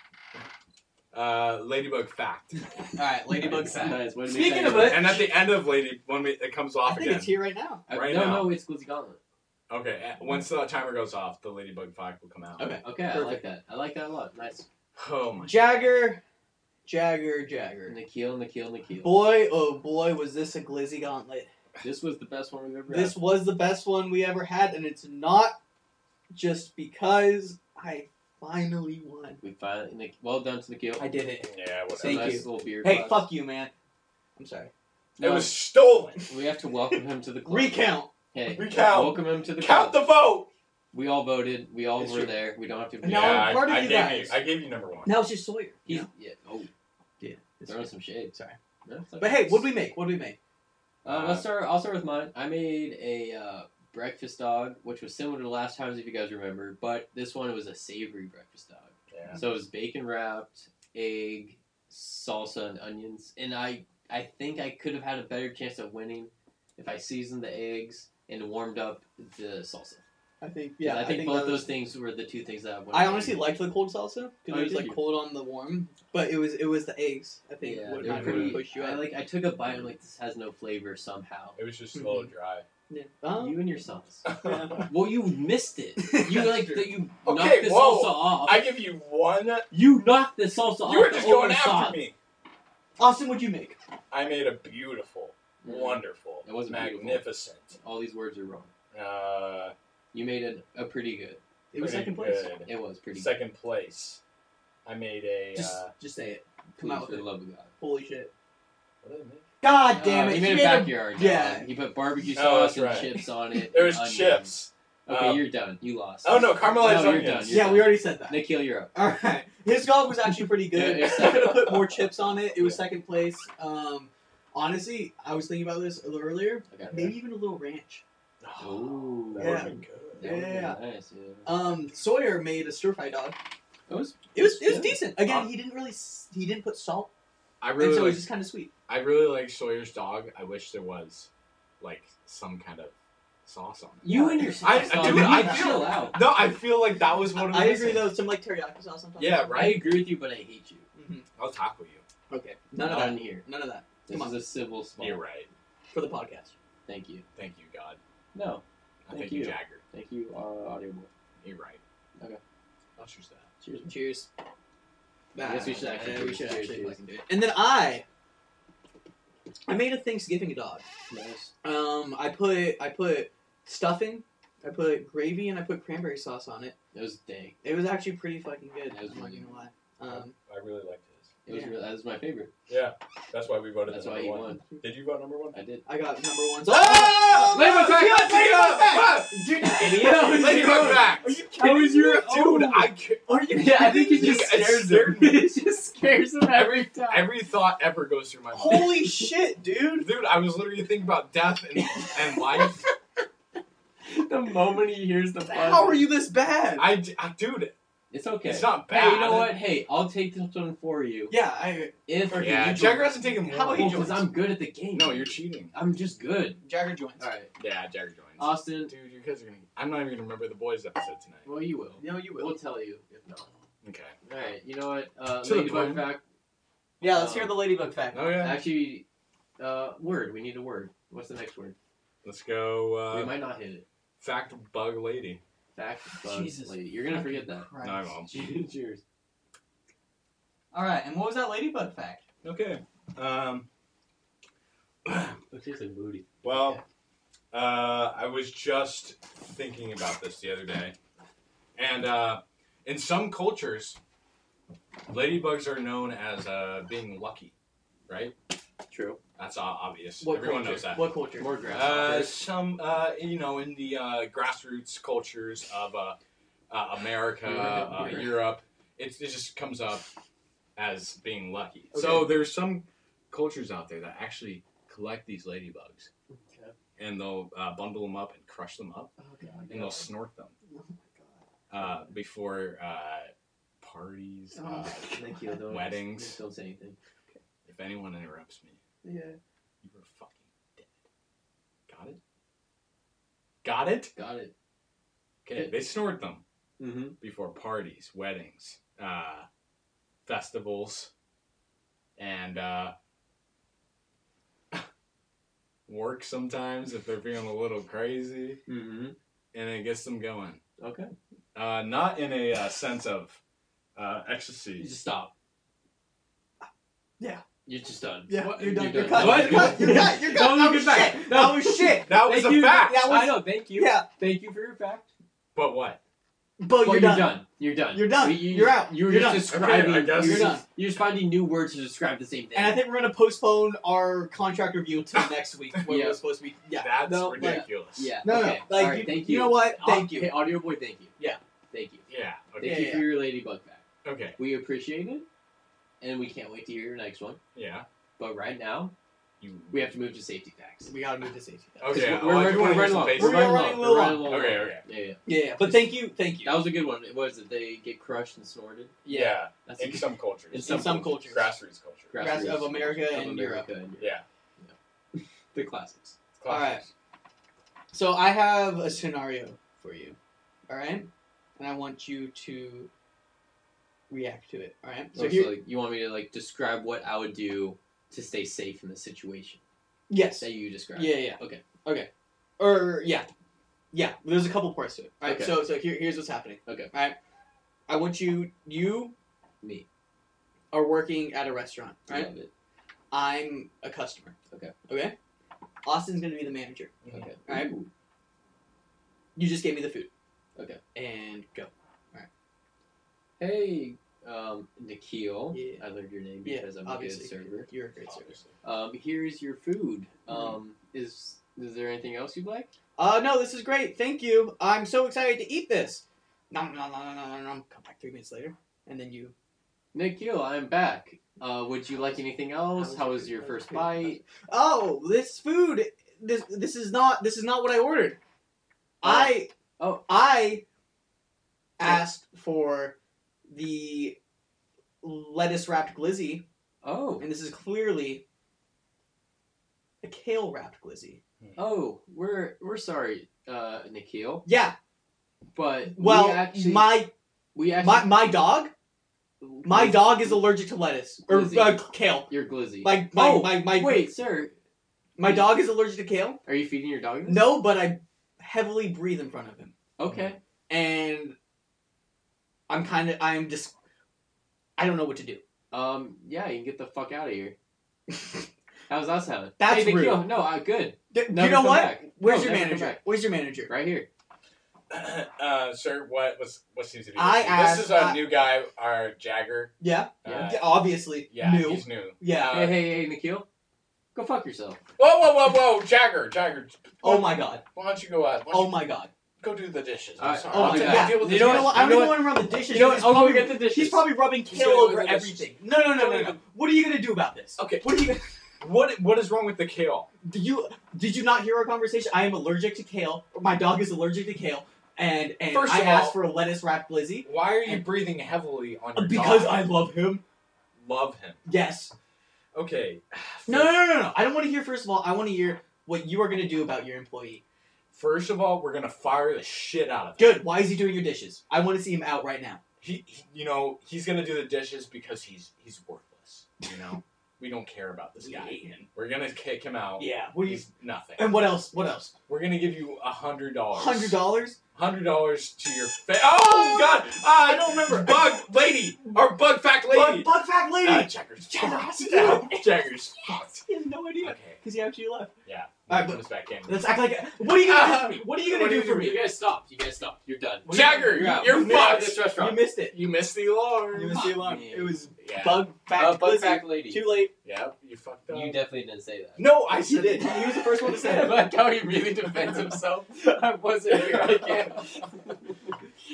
[SPEAKER 5] uh, Ladybug Fact.
[SPEAKER 4] all right ladybug
[SPEAKER 3] nice.
[SPEAKER 4] fact
[SPEAKER 3] Nice. Way to make
[SPEAKER 4] Speaking
[SPEAKER 3] that
[SPEAKER 4] of
[SPEAKER 3] easy.
[SPEAKER 4] it-
[SPEAKER 5] and at the end of Lady, when we, it comes
[SPEAKER 4] I
[SPEAKER 5] off
[SPEAKER 4] think
[SPEAKER 5] again.
[SPEAKER 4] it's here right now
[SPEAKER 3] Uh,
[SPEAKER 5] right
[SPEAKER 3] no,
[SPEAKER 5] now.
[SPEAKER 3] no, it's Glizzy Gauntlet.
[SPEAKER 5] Okay, uh, once the timer goes off, the Ladybug Fact will come out.
[SPEAKER 4] Okay.
[SPEAKER 3] Okay, I like
[SPEAKER 4] Perfect.
[SPEAKER 3] that. I like that a lot. Nice.
[SPEAKER 5] Oh my.
[SPEAKER 4] Jagger, Jagger, Jagger.
[SPEAKER 3] Nikhil, Nikhil, Nikhil.
[SPEAKER 4] Boy, oh boy, was this a glizzy gauntlet.
[SPEAKER 3] This was the best one we've ever
[SPEAKER 4] This was the best one we ever had, and it's not just because I finally won.
[SPEAKER 3] We finally. Nick- Well done to Nikhil.
[SPEAKER 4] I did it.
[SPEAKER 5] Yeah, whatever.
[SPEAKER 4] Thank
[SPEAKER 3] a nice
[SPEAKER 4] you.
[SPEAKER 3] little beer.
[SPEAKER 4] Hey,
[SPEAKER 3] glass.
[SPEAKER 4] fuck you, man. I'm sorry.
[SPEAKER 5] It
[SPEAKER 3] No,
[SPEAKER 5] was stolen.
[SPEAKER 3] We have to welcome him to the club.
[SPEAKER 4] Recount.
[SPEAKER 3] Hey,
[SPEAKER 5] Recount.
[SPEAKER 3] welcome him to the
[SPEAKER 5] Count
[SPEAKER 3] club.
[SPEAKER 5] the vote.
[SPEAKER 3] we all voted. We all
[SPEAKER 4] It's
[SPEAKER 3] were
[SPEAKER 4] true.
[SPEAKER 3] there. We don't have to.
[SPEAKER 4] No,
[SPEAKER 5] yeah,
[SPEAKER 4] I'm
[SPEAKER 5] I-
[SPEAKER 4] part of
[SPEAKER 5] I
[SPEAKER 4] you
[SPEAKER 5] gave
[SPEAKER 4] guys.
[SPEAKER 5] You, I gave you number one.
[SPEAKER 4] Now it's just Sawyer.
[SPEAKER 3] He's,
[SPEAKER 4] No.
[SPEAKER 3] yeah. Oh,
[SPEAKER 4] Yeah. it's
[SPEAKER 3] throwing
[SPEAKER 4] good.
[SPEAKER 3] some shade.
[SPEAKER 4] Sorry.
[SPEAKER 3] No, it's okay.
[SPEAKER 4] But hey, what'd we Uh, make? What'd we make?
[SPEAKER 3] Um, let's start. I'll start with mine. I made a uh, breakfast dog, which was similar to last times, if you guys remember. But this one was a savory breakfast dog.
[SPEAKER 5] Yeah.
[SPEAKER 3] So it was bacon wrapped, egg, salsa, and onions. And I, I think I could have had a better chance of winning if I seasoned the eggs and warmed up the salsa.
[SPEAKER 4] I think
[SPEAKER 3] Yeah, I think, both
[SPEAKER 4] that
[SPEAKER 3] those
[SPEAKER 4] was-
[SPEAKER 3] things were the two things that I wanted.
[SPEAKER 4] I honestly liked the cold salsa
[SPEAKER 3] Oh,
[SPEAKER 4] because it was
[SPEAKER 3] did
[SPEAKER 4] like
[SPEAKER 3] you?
[SPEAKER 4] cold on the warm, but it was it was the eggs. I think
[SPEAKER 3] Yeah,
[SPEAKER 4] what
[SPEAKER 3] they were
[SPEAKER 4] kind of
[SPEAKER 3] pretty-
[SPEAKER 4] pushed you
[SPEAKER 3] I
[SPEAKER 4] out.
[SPEAKER 3] like. I took a bite. and like, this has no flavor somehow.
[SPEAKER 5] It was just a little dry.
[SPEAKER 4] yeah. Oh,
[SPEAKER 3] You and your sauce.
[SPEAKER 4] Yeah.
[SPEAKER 3] Well, you missed it.
[SPEAKER 5] [LAUGHS]
[SPEAKER 3] You
[SPEAKER 4] [LAUGHS] That's
[SPEAKER 3] like
[SPEAKER 4] true.
[SPEAKER 3] that you
[SPEAKER 5] Okay,
[SPEAKER 3] knocked the
[SPEAKER 5] whoa.
[SPEAKER 3] salsa off.
[SPEAKER 5] [LAUGHS] I give you one.
[SPEAKER 3] You knocked the salsa off.
[SPEAKER 5] You were
[SPEAKER 3] the
[SPEAKER 5] just
[SPEAKER 3] over
[SPEAKER 5] going after
[SPEAKER 3] sauce.
[SPEAKER 5] me.
[SPEAKER 4] Austin, what'd you make?
[SPEAKER 5] I made a beautiful,
[SPEAKER 3] Mm.
[SPEAKER 5] wonderful,
[SPEAKER 3] It wasn't beautiful.
[SPEAKER 5] magnificent.
[SPEAKER 3] All these words are wrong.
[SPEAKER 5] Uh,
[SPEAKER 3] You made it a pretty good.
[SPEAKER 4] It was
[SPEAKER 5] pretty
[SPEAKER 4] second place.
[SPEAKER 5] good.
[SPEAKER 3] It was pretty good.
[SPEAKER 5] Second place. I made a.
[SPEAKER 4] Just
[SPEAKER 5] uh,
[SPEAKER 4] just say it.
[SPEAKER 3] Please,
[SPEAKER 4] Come out
[SPEAKER 3] for
[SPEAKER 4] with
[SPEAKER 3] the
[SPEAKER 4] it.
[SPEAKER 3] love of God.
[SPEAKER 4] Holy shit!
[SPEAKER 5] what did I make?
[SPEAKER 4] God damn
[SPEAKER 3] Uh,
[SPEAKER 4] it!
[SPEAKER 3] He made a
[SPEAKER 4] [LAUGHS]
[SPEAKER 3] backyard. dog.
[SPEAKER 4] yeah.
[SPEAKER 3] He put barbecue
[SPEAKER 5] Oh,
[SPEAKER 3] sauce
[SPEAKER 5] that's
[SPEAKER 3] and
[SPEAKER 5] right.
[SPEAKER 3] chips on it.
[SPEAKER 5] There
[SPEAKER 3] and
[SPEAKER 5] was
[SPEAKER 3] onions.
[SPEAKER 5] chips.
[SPEAKER 3] Okay,
[SPEAKER 5] Um,
[SPEAKER 3] you're done. You lost.
[SPEAKER 5] Oh no, caramelized
[SPEAKER 3] No, you're done,
[SPEAKER 5] onions.
[SPEAKER 3] you're
[SPEAKER 4] yeah, we already said that.
[SPEAKER 3] Nikhil, you're up.
[SPEAKER 4] All right, his dog was actually pretty good. [LAUGHS]
[SPEAKER 3] Yeah, it's
[SPEAKER 4] I could
[SPEAKER 5] second.
[SPEAKER 4] have put more chips on it. It was second place. Um, honestly, I was thinking about this a little earlier.
[SPEAKER 3] Okay.
[SPEAKER 4] Maybe even a little ranch.
[SPEAKER 3] Oh,
[SPEAKER 5] that
[SPEAKER 4] Yeah.
[SPEAKER 5] would have been good.
[SPEAKER 3] That would've been
[SPEAKER 4] Yeah.
[SPEAKER 3] nice, yeah.
[SPEAKER 4] Um, Sawyer made a stir fry dog.
[SPEAKER 3] It was
[SPEAKER 4] It was it was
[SPEAKER 3] Yeah.
[SPEAKER 4] decent. Again,
[SPEAKER 5] Uh,
[SPEAKER 4] he didn't really s- he didn't put salt,
[SPEAKER 5] I
[SPEAKER 4] and
[SPEAKER 5] really,
[SPEAKER 4] so it
[SPEAKER 5] like,
[SPEAKER 4] was just kind of sweet.
[SPEAKER 5] I really like Sawyer's dog. I wish there was, like, some kind of sauce on it.
[SPEAKER 3] you and your
[SPEAKER 5] I-
[SPEAKER 3] sauce.
[SPEAKER 5] I-
[SPEAKER 3] dog.
[SPEAKER 5] dude,
[SPEAKER 3] You
[SPEAKER 5] I
[SPEAKER 3] need to
[SPEAKER 5] feel-
[SPEAKER 3] chill out.
[SPEAKER 5] No, I feel like that was one of.
[SPEAKER 4] I agree though. Some like teriyaki sauce sometimes.
[SPEAKER 5] Yeah,
[SPEAKER 3] I
[SPEAKER 5] right.
[SPEAKER 3] agree with you, but I hate you.
[SPEAKER 4] Mhm.
[SPEAKER 5] I'll tackle you.
[SPEAKER 4] Okay. None of
[SPEAKER 3] Not in
[SPEAKER 4] that.
[SPEAKER 3] here.
[SPEAKER 4] None of that
[SPEAKER 3] This
[SPEAKER 4] Come
[SPEAKER 3] is
[SPEAKER 4] on.
[SPEAKER 3] a civil spot.
[SPEAKER 5] You're right.
[SPEAKER 4] for the podcast.
[SPEAKER 3] Thank you.
[SPEAKER 5] Thank you, God.
[SPEAKER 3] No,
[SPEAKER 5] I
[SPEAKER 3] Thank
[SPEAKER 5] thank you,
[SPEAKER 3] you.
[SPEAKER 5] Jagger.
[SPEAKER 3] thank you, uh, audio boy.
[SPEAKER 5] You're right.
[SPEAKER 3] Okay.
[SPEAKER 5] I'll choose that.
[SPEAKER 3] Cheers.
[SPEAKER 4] Cheers.
[SPEAKER 3] I guess we should
[SPEAKER 4] Ah,
[SPEAKER 3] actually
[SPEAKER 4] yeah,
[SPEAKER 3] do
[SPEAKER 4] we
[SPEAKER 3] it.
[SPEAKER 4] should
[SPEAKER 3] Cheers,
[SPEAKER 4] actually
[SPEAKER 3] cheers.
[SPEAKER 4] fucking do it. And then I, I made a Thanksgiving dog.
[SPEAKER 3] Nice.
[SPEAKER 4] Um, I put I put stuffing, I put gravy, and I put cranberry sauce on it.
[SPEAKER 3] That was dang.
[SPEAKER 4] It was actually pretty fucking good.
[SPEAKER 3] That was
[SPEAKER 4] I'm not
[SPEAKER 3] really
[SPEAKER 4] gonna lie. Um,
[SPEAKER 5] I really liked his.
[SPEAKER 3] It was
[SPEAKER 4] Yeah.
[SPEAKER 3] really, that was my favorite.
[SPEAKER 5] Yeah, that's why we voted
[SPEAKER 3] That's
[SPEAKER 5] number
[SPEAKER 3] why you
[SPEAKER 5] one.
[SPEAKER 3] won.
[SPEAKER 5] Did you vote number one?
[SPEAKER 3] I did.
[SPEAKER 4] I got number one. So-
[SPEAKER 3] Ah!
[SPEAKER 5] Oh,
[SPEAKER 3] Ladybug
[SPEAKER 5] no,
[SPEAKER 3] back,
[SPEAKER 5] yes,
[SPEAKER 3] ladybug
[SPEAKER 5] ladybug
[SPEAKER 3] back.
[SPEAKER 5] back. Dude, [LAUGHS]
[SPEAKER 3] idiot. How is
[SPEAKER 5] Ladybug
[SPEAKER 3] your-
[SPEAKER 5] back.
[SPEAKER 3] are you kidding
[SPEAKER 5] How is your-
[SPEAKER 3] me?
[SPEAKER 5] dude?
[SPEAKER 3] Oh.
[SPEAKER 5] I can't. Are you?
[SPEAKER 3] Yeah, I think [LAUGHS]
[SPEAKER 5] kidding
[SPEAKER 3] it just
[SPEAKER 5] me? It
[SPEAKER 3] scares him.
[SPEAKER 5] scared me.
[SPEAKER 3] it just scares him every time.
[SPEAKER 5] Every thought ever goes through my mind.
[SPEAKER 4] Holy shit, [LAUGHS] dude!
[SPEAKER 5] Dude, I was literally thinking about death and, and life.
[SPEAKER 3] the moment he hears the buzzer.
[SPEAKER 4] How are you this bad?
[SPEAKER 5] I, d- I- dude,
[SPEAKER 3] It's okay.
[SPEAKER 5] it's not bad.
[SPEAKER 3] Hey, you know what? Hey, I'll take this one for you.
[SPEAKER 4] yeah, I
[SPEAKER 3] If
[SPEAKER 4] Or
[SPEAKER 5] Yeah,
[SPEAKER 3] you
[SPEAKER 5] Jagger hasn't taken
[SPEAKER 4] How
[SPEAKER 5] one.
[SPEAKER 4] about you
[SPEAKER 3] because
[SPEAKER 4] joins?
[SPEAKER 3] I'm good at the game.
[SPEAKER 5] No, you're cheating.
[SPEAKER 3] I'm just good.
[SPEAKER 4] Jagger joins.
[SPEAKER 3] All right,
[SPEAKER 5] Yeah, Jagger joins.
[SPEAKER 3] Austin.
[SPEAKER 5] Dude, you guys are gonna. I'm not even gonna remember the boys episode tonight.
[SPEAKER 3] Well, you will.
[SPEAKER 4] No, you
[SPEAKER 3] We'll tell you if not.
[SPEAKER 5] Okay.
[SPEAKER 3] All right. You know what? Uh,
[SPEAKER 5] To the
[SPEAKER 3] ladybug
[SPEAKER 5] point.
[SPEAKER 3] fact.
[SPEAKER 4] Yeah, let's hear the ladybug fact.
[SPEAKER 5] Oh yeah.
[SPEAKER 3] Actually, uh, word. We need a word. What's the next word?
[SPEAKER 5] Let's go. Uh,
[SPEAKER 3] we might not hit it.
[SPEAKER 5] Fact bug lady.
[SPEAKER 3] Fact. Buzz,
[SPEAKER 4] Jesus
[SPEAKER 3] lady. You're gonna forget that. [LAUGHS]
[SPEAKER 4] Christ.
[SPEAKER 5] No, I won't.
[SPEAKER 3] Cheers.
[SPEAKER 4] All right, and what was that ladybug fact?
[SPEAKER 5] Okay. Um.
[SPEAKER 3] It tastes like booty.
[SPEAKER 5] Well, uh, I was just thinking about this the other day, and uh, in some cultures, ladybugs are known as uh, being lucky, right?
[SPEAKER 3] True.
[SPEAKER 5] That's o- obvious.
[SPEAKER 4] What
[SPEAKER 5] Everyone
[SPEAKER 4] culture?
[SPEAKER 5] knows that.
[SPEAKER 4] What culture?
[SPEAKER 3] More grass.
[SPEAKER 5] Uh, some, uh, you know, in the uh, grassroots cultures of uh, uh, America, uh,
[SPEAKER 3] Europe.
[SPEAKER 5] Europe, it, it just comes up as being lucky. So there's some cultures out there that actually collect these ladybugs
[SPEAKER 3] Okay.
[SPEAKER 5] and they'll uh, bundle them up and crush them up
[SPEAKER 4] Oh god.
[SPEAKER 5] and they'll snort them
[SPEAKER 4] Oh my
[SPEAKER 5] uh, before uh, parties.
[SPEAKER 4] Oh.
[SPEAKER 3] [LAUGHS]
[SPEAKER 5] Uh,
[SPEAKER 3] Thank you. Don't,
[SPEAKER 5] Weddings.
[SPEAKER 3] Don't say anything.
[SPEAKER 5] if anyone interrupts me,
[SPEAKER 4] god. Yeah.
[SPEAKER 5] you are fucking dead. Got it? Got it?
[SPEAKER 3] Got it.
[SPEAKER 5] Okay, they snort them.
[SPEAKER 3] Mm-hmm.
[SPEAKER 5] before parties, weddings, uh, festivals, and uh, [LAUGHS] work sometimes if they're being a little crazy,
[SPEAKER 3] Mm-hmm.
[SPEAKER 5] and it gets them going.
[SPEAKER 3] Okay.
[SPEAKER 5] Uh, not in a uh, sense of uh,
[SPEAKER 3] You
[SPEAKER 5] ecstasy.
[SPEAKER 3] just stop.
[SPEAKER 4] Yeah.
[SPEAKER 3] You're just done.
[SPEAKER 4] Yeah,
[SPEAKER 3] What-
[SPEAKER 4] you're done. You're
[SPEAKER 5] done.
[SPEAKER 4] cut. You're cut. You're
[SPEAKER 3] [LAUGHS]
[SPEAKER 4] cut. You're cut.
[SPEAKER 3] Don't
[SPEAKER 4] That
[SPEAKER 3] look
[SPEAKER 4] was
[SPEAKER 3] it back.
[SPEAKER 4] shit.
[SPEAKER 3] No.
[SPEAKER 4] That was shit.
[SPEAKER 5] [LAUGHS] That was
[SPEAKER 3] Oh, Thank
[SPEAKER 5] a
[SPEAKER 3] you.
[SPEAKER 5] fact.
[SPEAKER 4] That was-
[SPEAKER 3] I know. Thank you.
[SPEAKER 4] Yeah.
[SPEAKER 3] Thank you for your fact.
[SPEAKER 5] But what?
[SPEAKER 4] Bo,
[SPEAKER 3] Well,
[SPEAKER 4] Oh, you're, done.
[SPEAKER 3] You're done.
[SPEAKER 4] You're done.
[SPEAKER 3] You- you-
[SPEAKER 4] You're out.
[SPEAKER 3] You were
[SPEAKER 4] You're
[SPEAKER 3] just
[SPEAKER 4] done.
[SPEAKER 3] describing.
[SPEAKER 5] Okay, I guess.
[SPEAKER 3] You're,
[SPEAKER 4] You're
[SPEAKER 3] just, you're just finding new words to describe the same thing.
[SPEAKER 4] And I think we're gonna postpone our contract
[SPEAKER 3] [LAUGHS]
[SPEAKER 4] review till next week when
[SPEAKER 3] Yeah.
[SPEAKER 4] we're supposed to be. Yeah.
[SPEAKER 5] That's
[SPEAKER 4] no, like-
[SPEAKER 5] ridiculous.
[SPEAKER 3] yeah.
[SPEAKER 4] No,
[SPEAKER 3] okay.
[SPEAKER 4] no. Like,
[SPEAKER 3] All right,
[SPEAKER 4] you,
[SPEAKER 3] thank
[SPEAKER 4] you know what? Thank you.
[SPEAKER 3] Hey, Audio Boy, thank you.
[SPEAKER 4] Yeah.
[SPEAKER 3] Thank you.
[SPEAKER 5] Yeah.
[SPEAKER 3] Thank
[SPEAKER 5] Okay.
[SPEAKER 3] you
[SPEAKER 4] Yeah,
[SPEAKER 3] for your ladybug fact.
[SPEAKER 5] Okay.
[SPEAKER 3] We appreciate it, and we can't wait to hear your next one.
[SPEAKER 5] Yeah.
[SPEAKER 3] But right now,
[SPEAKER 5] You.
[SPEAKER 3] we have to move to safety facts.
[SPEAKER 4] We gotta move to safety. though.
[SPEAKER 5] Okay.
[SPEAKER 3] We're,
[SPEAKER 5] all I
[SPEAKER 3] we're,
[SPEAKER 5] do
[SPEAKER 3] we're
[SPEAKER 5] wanna hear
[SPEAKER 3] running
[SPEAKER 5] some
[SPEAKER 3] long.
[SPEAKER 5] basic-
[SPEAKER 3] We're running
[SPEAKER 4] We're
[SPEAKER 3] long.
[SPEAKER 4] running
[SPEAKER 3] We're
[SPEAKER 4] long.
[SPEAKER 3] running long.
[SPEAKER 5] Okay, okay.
[SPEAKER 3] Yeah, yeah.
[SPEAKER 4] Yeah, yeah, but thank you, thank you.
[SPEAKER 3] That was a good one. It was that they get crushed and snorted.
[SPEAKER 5] Yeah.
[SPEAKER 3] That's a
[SPEAKER 5] In
[SPEAKER 3] good
[SPEAKER 5] some cultures.
[SPEAKER 3] In some
[SPEAKER 4] In some cultures.
[SPEAKER 5] Grassroots culture.
[SPEAKER 3] Grassroots
[SPEAKER 4] Grass of America
[SPEAKER 3] of
[SPEAKER 4] and Europe.
[SPEAKER 3] America and Europe.
[SPEAKER 5] Yeah.
[SPEAKER 3] The classics.
[SPEAKER 4] All right. So I have a scenario for you, all right, and I want you to react to it, all right. So
[SPEAKER 3] Oh, So,
[SPEAKER 4] here,
[SPEAKER 3] like, you want me to like describe what I would do to stay safe in the situation
[SPEAKER 4] yes,
[SPEAKER 3] that you described?
[SPEAKER 4] Yeah, yeah.
[SPEAKER 3] Okay.
[SPEAKER 4] Okay. Or yeah, yeah. There's a couple parts to it. All right.
[SPEAKER 3] Okay.
[SPEAKER 4] So so here, here's what's happening.
[SPEAKER 3] Okay.
[SPEAKER 4] All right. I want you. You
[SPEAKER 3] Me.
[SPEAKER 4] are working at a restaurant, right?
[SPEAKER 3] Love it.
[SPEAKER 4] I'm a customer.
[SPEAKER 3] Okay.
[SPEAKER 4] Okay. Austin's gonna be the manager.
[SPEAKER 3] Okay.
[SPEAKER 4] All right.
[SPEAKER 3] Ooh.
[SPEAKER 4] You just gave me the food.
[SPEAKER 3] Okay.
[SPEAKER 4] And go.
[SPEAKER 3] Hey, um, Nikhil.
[SPEAKER 4] Yeah.
[SPEAKER 3] I learned your name
[SPEAKER 4] Yeah,
[SPEAKER 3] because I'm
[SPEAKER 4] obviously.
[SPEAKER 3] a good server.
[SPEAKER 4] You're a great server.
[SPEAKER 5] Obviously.
[SPEAKER 3] Um, here's your food.
[SPEAKER 4] Hmm.
[SPEAKER 3] Um, is is there anything else you'd like?
[SPEAKER 4] Uh, no, this is great. Thank you. I'm so excited to eat this. Nom nom nom nom nom nom. Come back three minutes later, and then you.
[SPEAKER 3] Nikhil, I'm back. Uh, would you like anything else?
[SPEAKER 4] was
[SPEAKER 3] How
[SPEAKER 4] your
[SPEAKER 3] was
[SPEAKER 4] food?
[SPEAKER 3] your
[SPEAKER 4] How was
[SPEAKER 3] first
[SPEAKER 4] your food?
[SPEAKER 3] bite?
[SPEAKER 4] Oh, this food. This this is not this is not what I ordered. I
[SPEAKER 3] Oh.
[SPEAKER 4] I asked for the lettuce wrapped glizzy,
[SPEAKER 3] Oh,
[SPEAKER 4] and this is clearly a kale wrapped glizzy.
[SPEAKER 3] oh, we're we're sorry, uh, Nikhil,
[SPEAKER 4] Yeah.
[SPEAKER 3] but
[SPEAKER 4] Well,
[SPEAKER 3] we actually,
[SPEAKER 4] my
[SPEAKER 3] we actually
[SPEAKER 4] my my dog my
[SPEAKER 3] Glizzy.
[SPEAKER 4] dog is allergic to lettuce or
[SPEAKER 3] Glizzy.
[SPEAKER 4] uh, kale.
[SPEAKER 3] You're glizzy.
[SPEAKER 4] My my
[SPEAKER 3] Oh,
[SPEAKER 4] my my,
[SPEAKER 3] Wait, sir,
[SPEAKER 4] my dog is allergic to kale.
[SPEAKER 3] are you feeding your dog? This?
[SPEAKER 4] No, but I heavily breathe in front of him.
[SPEAKER 3] Okay.
[SPEAKER 4] and I'm kind of I'm just I don't know what to do.
[SPEAKER 3] Um. Yeah, you can get the fuck out of
[SPEAKER 4] [LAUGHS]
[SPEAKER 3] here. How's that sound?
[SPEAKER 4] That's
[SPEAKER 3] hey, Nikhil,
[SPEAKER 4] rude.
[SPEAKER 3] No, uh, good.
[SPEAKER 4] D-
[SPEAKER 3] Never
[SPEAKER 4] you know
[SPEAKER 3] come
[SPEAKER 4] what?
[SPEAKER 3] back.
[SPEAKER 4] Where's
[SPEAKER 3] No,
[SPEAKER 4] your
[SPEAKER 3] never come
[SPEAKER 4] manager?
[SPEAKER 3] back.
[SPEAKER 4] Where's your manager?
[SPEAKER 3] Right here.
[SPEAKER 5] [CLEARS THROAT] uh, sir, what what's what seems to be?
[SPEAKER 4] I
[SPEAKER 5] this
[SPEAKER 4] asked-
[SPEAKER 5] is a
[SPEAKER 4] I-
[SPEAKER 5] new guy, our Jagger.
[SPEAKER 4] Yeah,
[SPEAKER 5] Uh,
[SPEAKER 4] Yeah, obviously
[SPEAKER 5] yeah,
[SPEAKER 4] new.
[SPEAKER 5] he's new.
[SPEAKER 4] yeah.
[SPEAKER 3] hey,
[SPEAKER 5] Uh,
[SPEAKER 3] hey, hey, Nikhil, go fuck yourself.
[SPEAKER 5] Whoa, whoa, whoa, whoa, Jagger, Jagger.
[SPEAKER 4] oh my god.
[SPEAKER 5] Why don't you go out? Why don't
[SPEAKER 4] Oh
[SPEAKER 5] you
[SPEAKER 4] my god.
[SPEAKER 5] go do the dishes?
[SPEAKER 3] All
[SPEAKER 5] I'm
[SPEAKER 3] right,
[SPEAKER 5] sorry.
[SPEAKER 4] Oh
[SPEAKER 5] I'll
[SPEAKER 4] my
[SPEAKER 5] take-
[SPEAKER 4] god.
[SPEAKER 5] I'll deal with
[SPEAKER 4] You
[SPEAKER 5] this
[SPEAKER 4] know,
[SPEAKER 5] guy.
[SPEAKER 4] what? I
[SPEAKER 3] You know
[SPEAKER 4] don't even want to run the dishes.
[SPEAKER 3] You know
[SPEAKER 4] he's
[SPEAKER 3] what? I'll go
[SPEAKER 4] probably,
[SPEAKER 3] Oh, get the dishes.
[SPEAKER 4] He's probably rubbing
[SPEAKER 5] He's
[SPEAKER 4] kale
[SPEAKER 5] gonna
[SPEAKER 4] over
[SPEAKER 5] order this.
[SPEAKER 4] everything. No, no, no,
[SPEAKER 5] No,
[SPEAKER 4] no,
[SPEAKER 5] no,
[SPEAKER 4] no. What are you gonna do about this?
[SPEAKER 5] Okay.
[SPEAKER 4] What are you? gonna-
[SPEAKER 5] What what is wrong with the kale?
[SPEAKER 4] Do you? Did you not hear our conversation? I am allergic to kale. Or my dog is allergic to kale, and and
[SPEAKER 5] First
[SPEAKER 4] I
[SPEAKER 5] of
[SPEAKER 4] asked
[SPEAKER 5] all-
[SPEAKER 4] for a lettuce wrapped glizzy
[SPEAKER 5] Why are you breathing heavily on your
[SPEAKER 4] because
[SPEAKER 5] dog?
[SPEAKER 4] I love him.
[SPEAKER 5] love him.
[SPEAKER 4] Yes.
[SPEAKER 5] Okay.
[SPEAKER 4] No, no, no, no, no. I don't want to hear. First of all, I want to hear what you are going to do about your employee.
[SPEAKER 5] First of all, we're gonna fire the shit out of him.
[SPEAKER 4] Good. Why is he doing your dishes? I want to see him out right now.
[SPEAKER 5] He, he- you know, he's gonna do the dishes because he's he's worthless.
[SPEAKER 4] [LAUGHS]
[SPEAKER 5] You know, we don't care about this
[SPEAKER 4] We
[SPEAKER 5] guy.
[SPEAKER 4] hate him.
[SPEAKER 5] We're gonna kick him out.
[SPEAKER 4] Yeah. What do you?
[SPEAKER 5] he's nothing.
[SPEAKER 4] And what else? What else?
[SPEAKER 5] We're gonna give you a hundred dollars.
[SPEAKER 4] Hundred dollars.
[SPEAKER 5] Hundred dollars to your face. Oh God! I don't remember. Bug lady, our bug fact lady.
[SPEAKER 4] Bug, bug fact lady.
[SPEAKER 5] Ah, checkers.
[SPEAKER 4] Yes.
[SPEAKER 5] Checkers. Checkers.
[SPEAKER 4] [LAUGHS] Yes, he has no idea
[SPEAKER 5] Uh, Okay.
[SPEAKER 4] because he actually left.
[SPEAKER 5] Yeah.
[SPEAKER 4] All right, [LAUGHS]
[SPEAKER 5] comes back in.
[SPEAKER 4] Let's act like. What are you gonna
[SPEAKER 5] Ah,
[SPEAKER 4] do? What are you gonna
[SPEAKER 5] what are
[SPEAKER 4] do
[SPEAKER 5] you
[SPEAKER 4] for
[SPEAKER 5] gonna
[SPEAKER 4] me?
[SPEAKER 3] You guys stop. You guys stop. You're done.
[SPEAKER 5] Jagger,
[SPEAKER 3] You're out.
[SPEAKER 5] you're
[SPEAKER 3] You're out of
[SPEAKER 5] fucked.
[SPEAKER 3] This
[SPEAKER 4] You
[SPEAKER 3] restaurant.
[SPEAKER 4] missed it.
[SPEAKER 5] You missed the
[SPEAKER 4] You
[SPEAKER 5] alarm.
[SPEAKER 4] missed the alarm.
[SPEAKER 3] man.
[SPEAKER 4] It was
[SPEAKER 5] Yeah.
[SPEAKER 4] bug fact.
[SPEAKER 3] Uh, bug
[SPEAKER 4] glizzy.
[SPEAKER 3] fact lady.
[SPEAKER 4] Too late.
[SPEAKER 5] yeah. You fucked up.
[SPEAKER 3] You definitely didn't say [LAUGHS] that.
[SPEAKER 5] no, I
[SPEAKER 4] He
[SPEAKER 5] said
[SPEAKER 4] did.
[SPEAKER 5] it.
[SPEAKER 4] He was the first one
[SPEAKER 3] [LAUGHS]
[SPEAKER 4] to say
[SPEAKER 3] I
[SPEAKER 5] [LAUGHS]
[SPEAKER 4] it.
[SPEAKER 3] like how he really defends himself. [LAUGHS] I wasn't here. I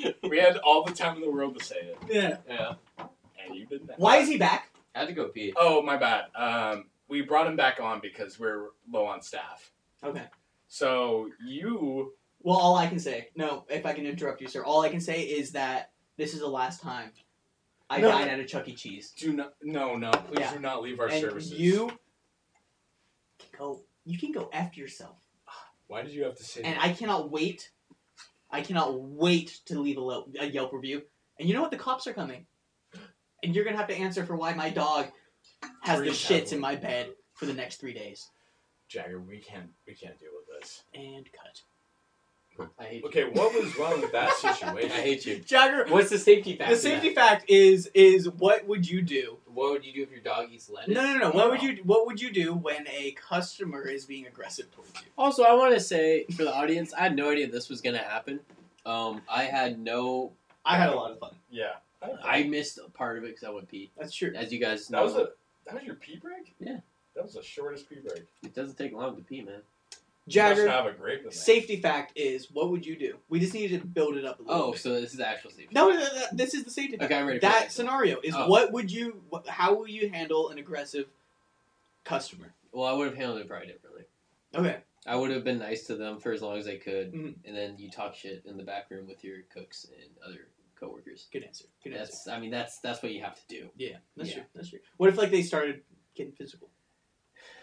[SPEAKER 3] can't.
[SPEAKER 5] We had all the time in the world to say it,
[SPEAKER 4] Yeah.
[SPEAKER 3] yeah.
[SPEAKER 5] and you did not.
[SPEAKER 4] Why is he back?
[SPEAKER 3] I had to go pee.
[SPEAKER 5] Oh, my bad. Um, we brought him back on because we're low on staff.
[SPEAKER 4] Okay.
[SPEAKER 5] So you,
[SPEAKER 4] Well, all I can say, no, if I can interrupt you, sir, all I can say is that this is the last time I
[SPEAKER 5] No.
[SPEAKER 4] dine at a Chuck E. Cheese.
[SPEAKER 5] do not. No, no. Please
[SPEAKER 4] Yeah.
[SPEAKER 5] do not leave our
[SPEAKER 4] and
[SPEAKER 5] services.
[SPEAKER 4] you can go, you can go after yourself.
[SPEAKER 5] Why did you have to say
[SPEAKER 4] And
[SPEAKER 5] that?
[SPEAKER 4] I cannot wait. I cannot wait to leave a, lo- a Yelp review. And you know what? The cops are coming, and you're gonna have to answer for why my dog has the
[SPEAKER 5] Three
[SPEAKER 4] shits
[SPEAKER 5] times.
[SPEAKER 4] in my bed for the next three days.
[SPEAKER 5] Jagger, we can't. We can't deal with this.
[SPEAKER 4] And cut.
[SPEAKER 3] I hate
[SPEAKER 5] Okay, what was wrong with
[SPEAKER 4] [LAUGHS]
[SPEAKER 5] that situation?
[SPEAKER 3] I hate you.
[SPEAKER 4] Jagger,
[SPEAKER 3] What's the safety factor?
[SPEAKER 4] the safety fact is is what would you do?
[SPEAKER 3] What would you do if your dog eats lettuce?
[SPEAKER 4] No, no, no. What would you What would you do when a customer is being aggressive towards you?
[SPEAKER 3] Also, I want to say for the audience, I had no idea this was going to happen. Um, I had no.
[SPEAKER 4] I had a lot of fun.
[SPEAKER 7] Yeah.
[SPEAKER 3] I missed a part of it because I went pee.
[SPEAKER 4] That's true.
[SPEAKER 3] As you guys know,
[SPEAKER 7] That was a that was your pee break.
[SPEAKER 3] Yeah.
[SPEAKER 7] That was the shortest pee break.
[SPEAKER 3] it doesn't take long to pee, man.
[SPEAKER 7] you
[SPEAKER 4] Jagger,
[SPEAKER 7] must have a great one.
[SPEAKER 4] safety fact is what would you do? We just needed to build it up a little
[SPEAKER 3] Oh,
[SPEAKER 4] bit.
[SPEAKER 3] so this is the actual safety.
[SPEAKER 4] No, no, no, no, this is the safety fact.
[SPEAKER 3] Okay, I'm ready. for
[SPEAKER 4] that
[SPEAKER 3] this.
[SPEAKER 4] scenario is
[SPEAKER 3] Oh.
[SPEAKER 4] what would you wh- how will you handle an aggressive customer
[SPEAKER 3] Well, I would have handled it probably differently.
[SPEAKER 4] okay
[SPEAKER 3] I would have been nice to them for as long as I could,
[SPEAKER 4] Mhm.
[SPEAKER 3] and then you talk shit in the back room with your cooks and other coworkers.
[SPEAKER 4] good answer good answer
[SPEAKER 3] That's, I mean, that's that's what you have to do.
[SPEAKER 4] yeah that's
[SPEAKER 3] Yeah.
[SPEAKER 4] true that's true what if like they started getting physical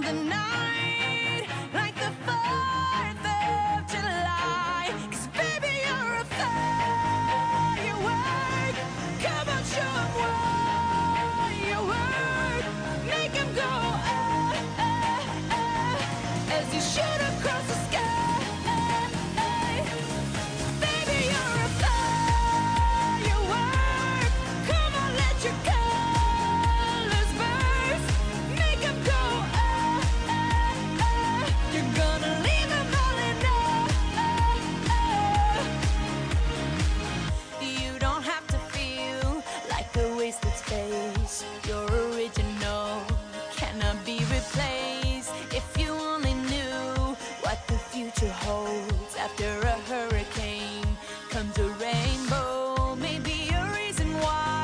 [SPEAKER 8] the night, like the 4th of July. Cause baby, you're a firework. Come on, show 'em what you work. Make 'em go, uh, uh, uh, as you shoot across the sky. Baby, you're a firework. Come on, let your colors burst. Make 'em go, uh, uh, uh. You're gonna leave 'em all in awe. You don't have to feel like a wasted space. Your original cannot be replaced. If you only knew what the future holds after a hurricane comes a rainbow. Maybe a reason why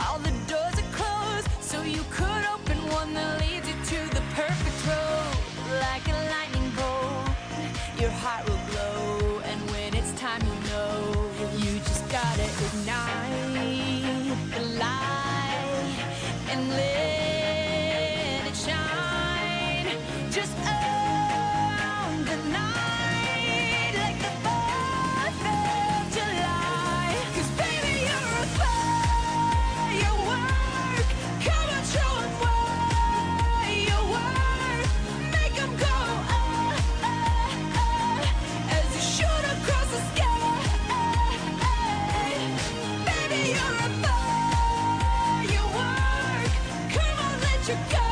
[SPEAKER 8] all the doors are closed. So you could open one that leads you to the perfect road. Like a lightning bolt, your heart will glow. And when it's time, you know you just gotta uh, uh, uh, uh,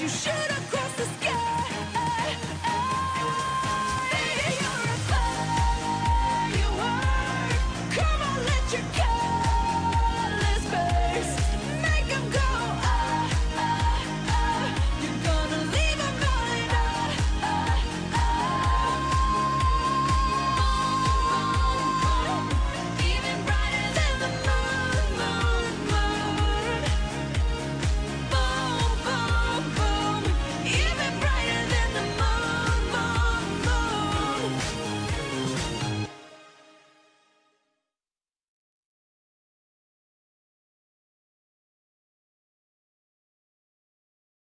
[SPEAKER 8] you should.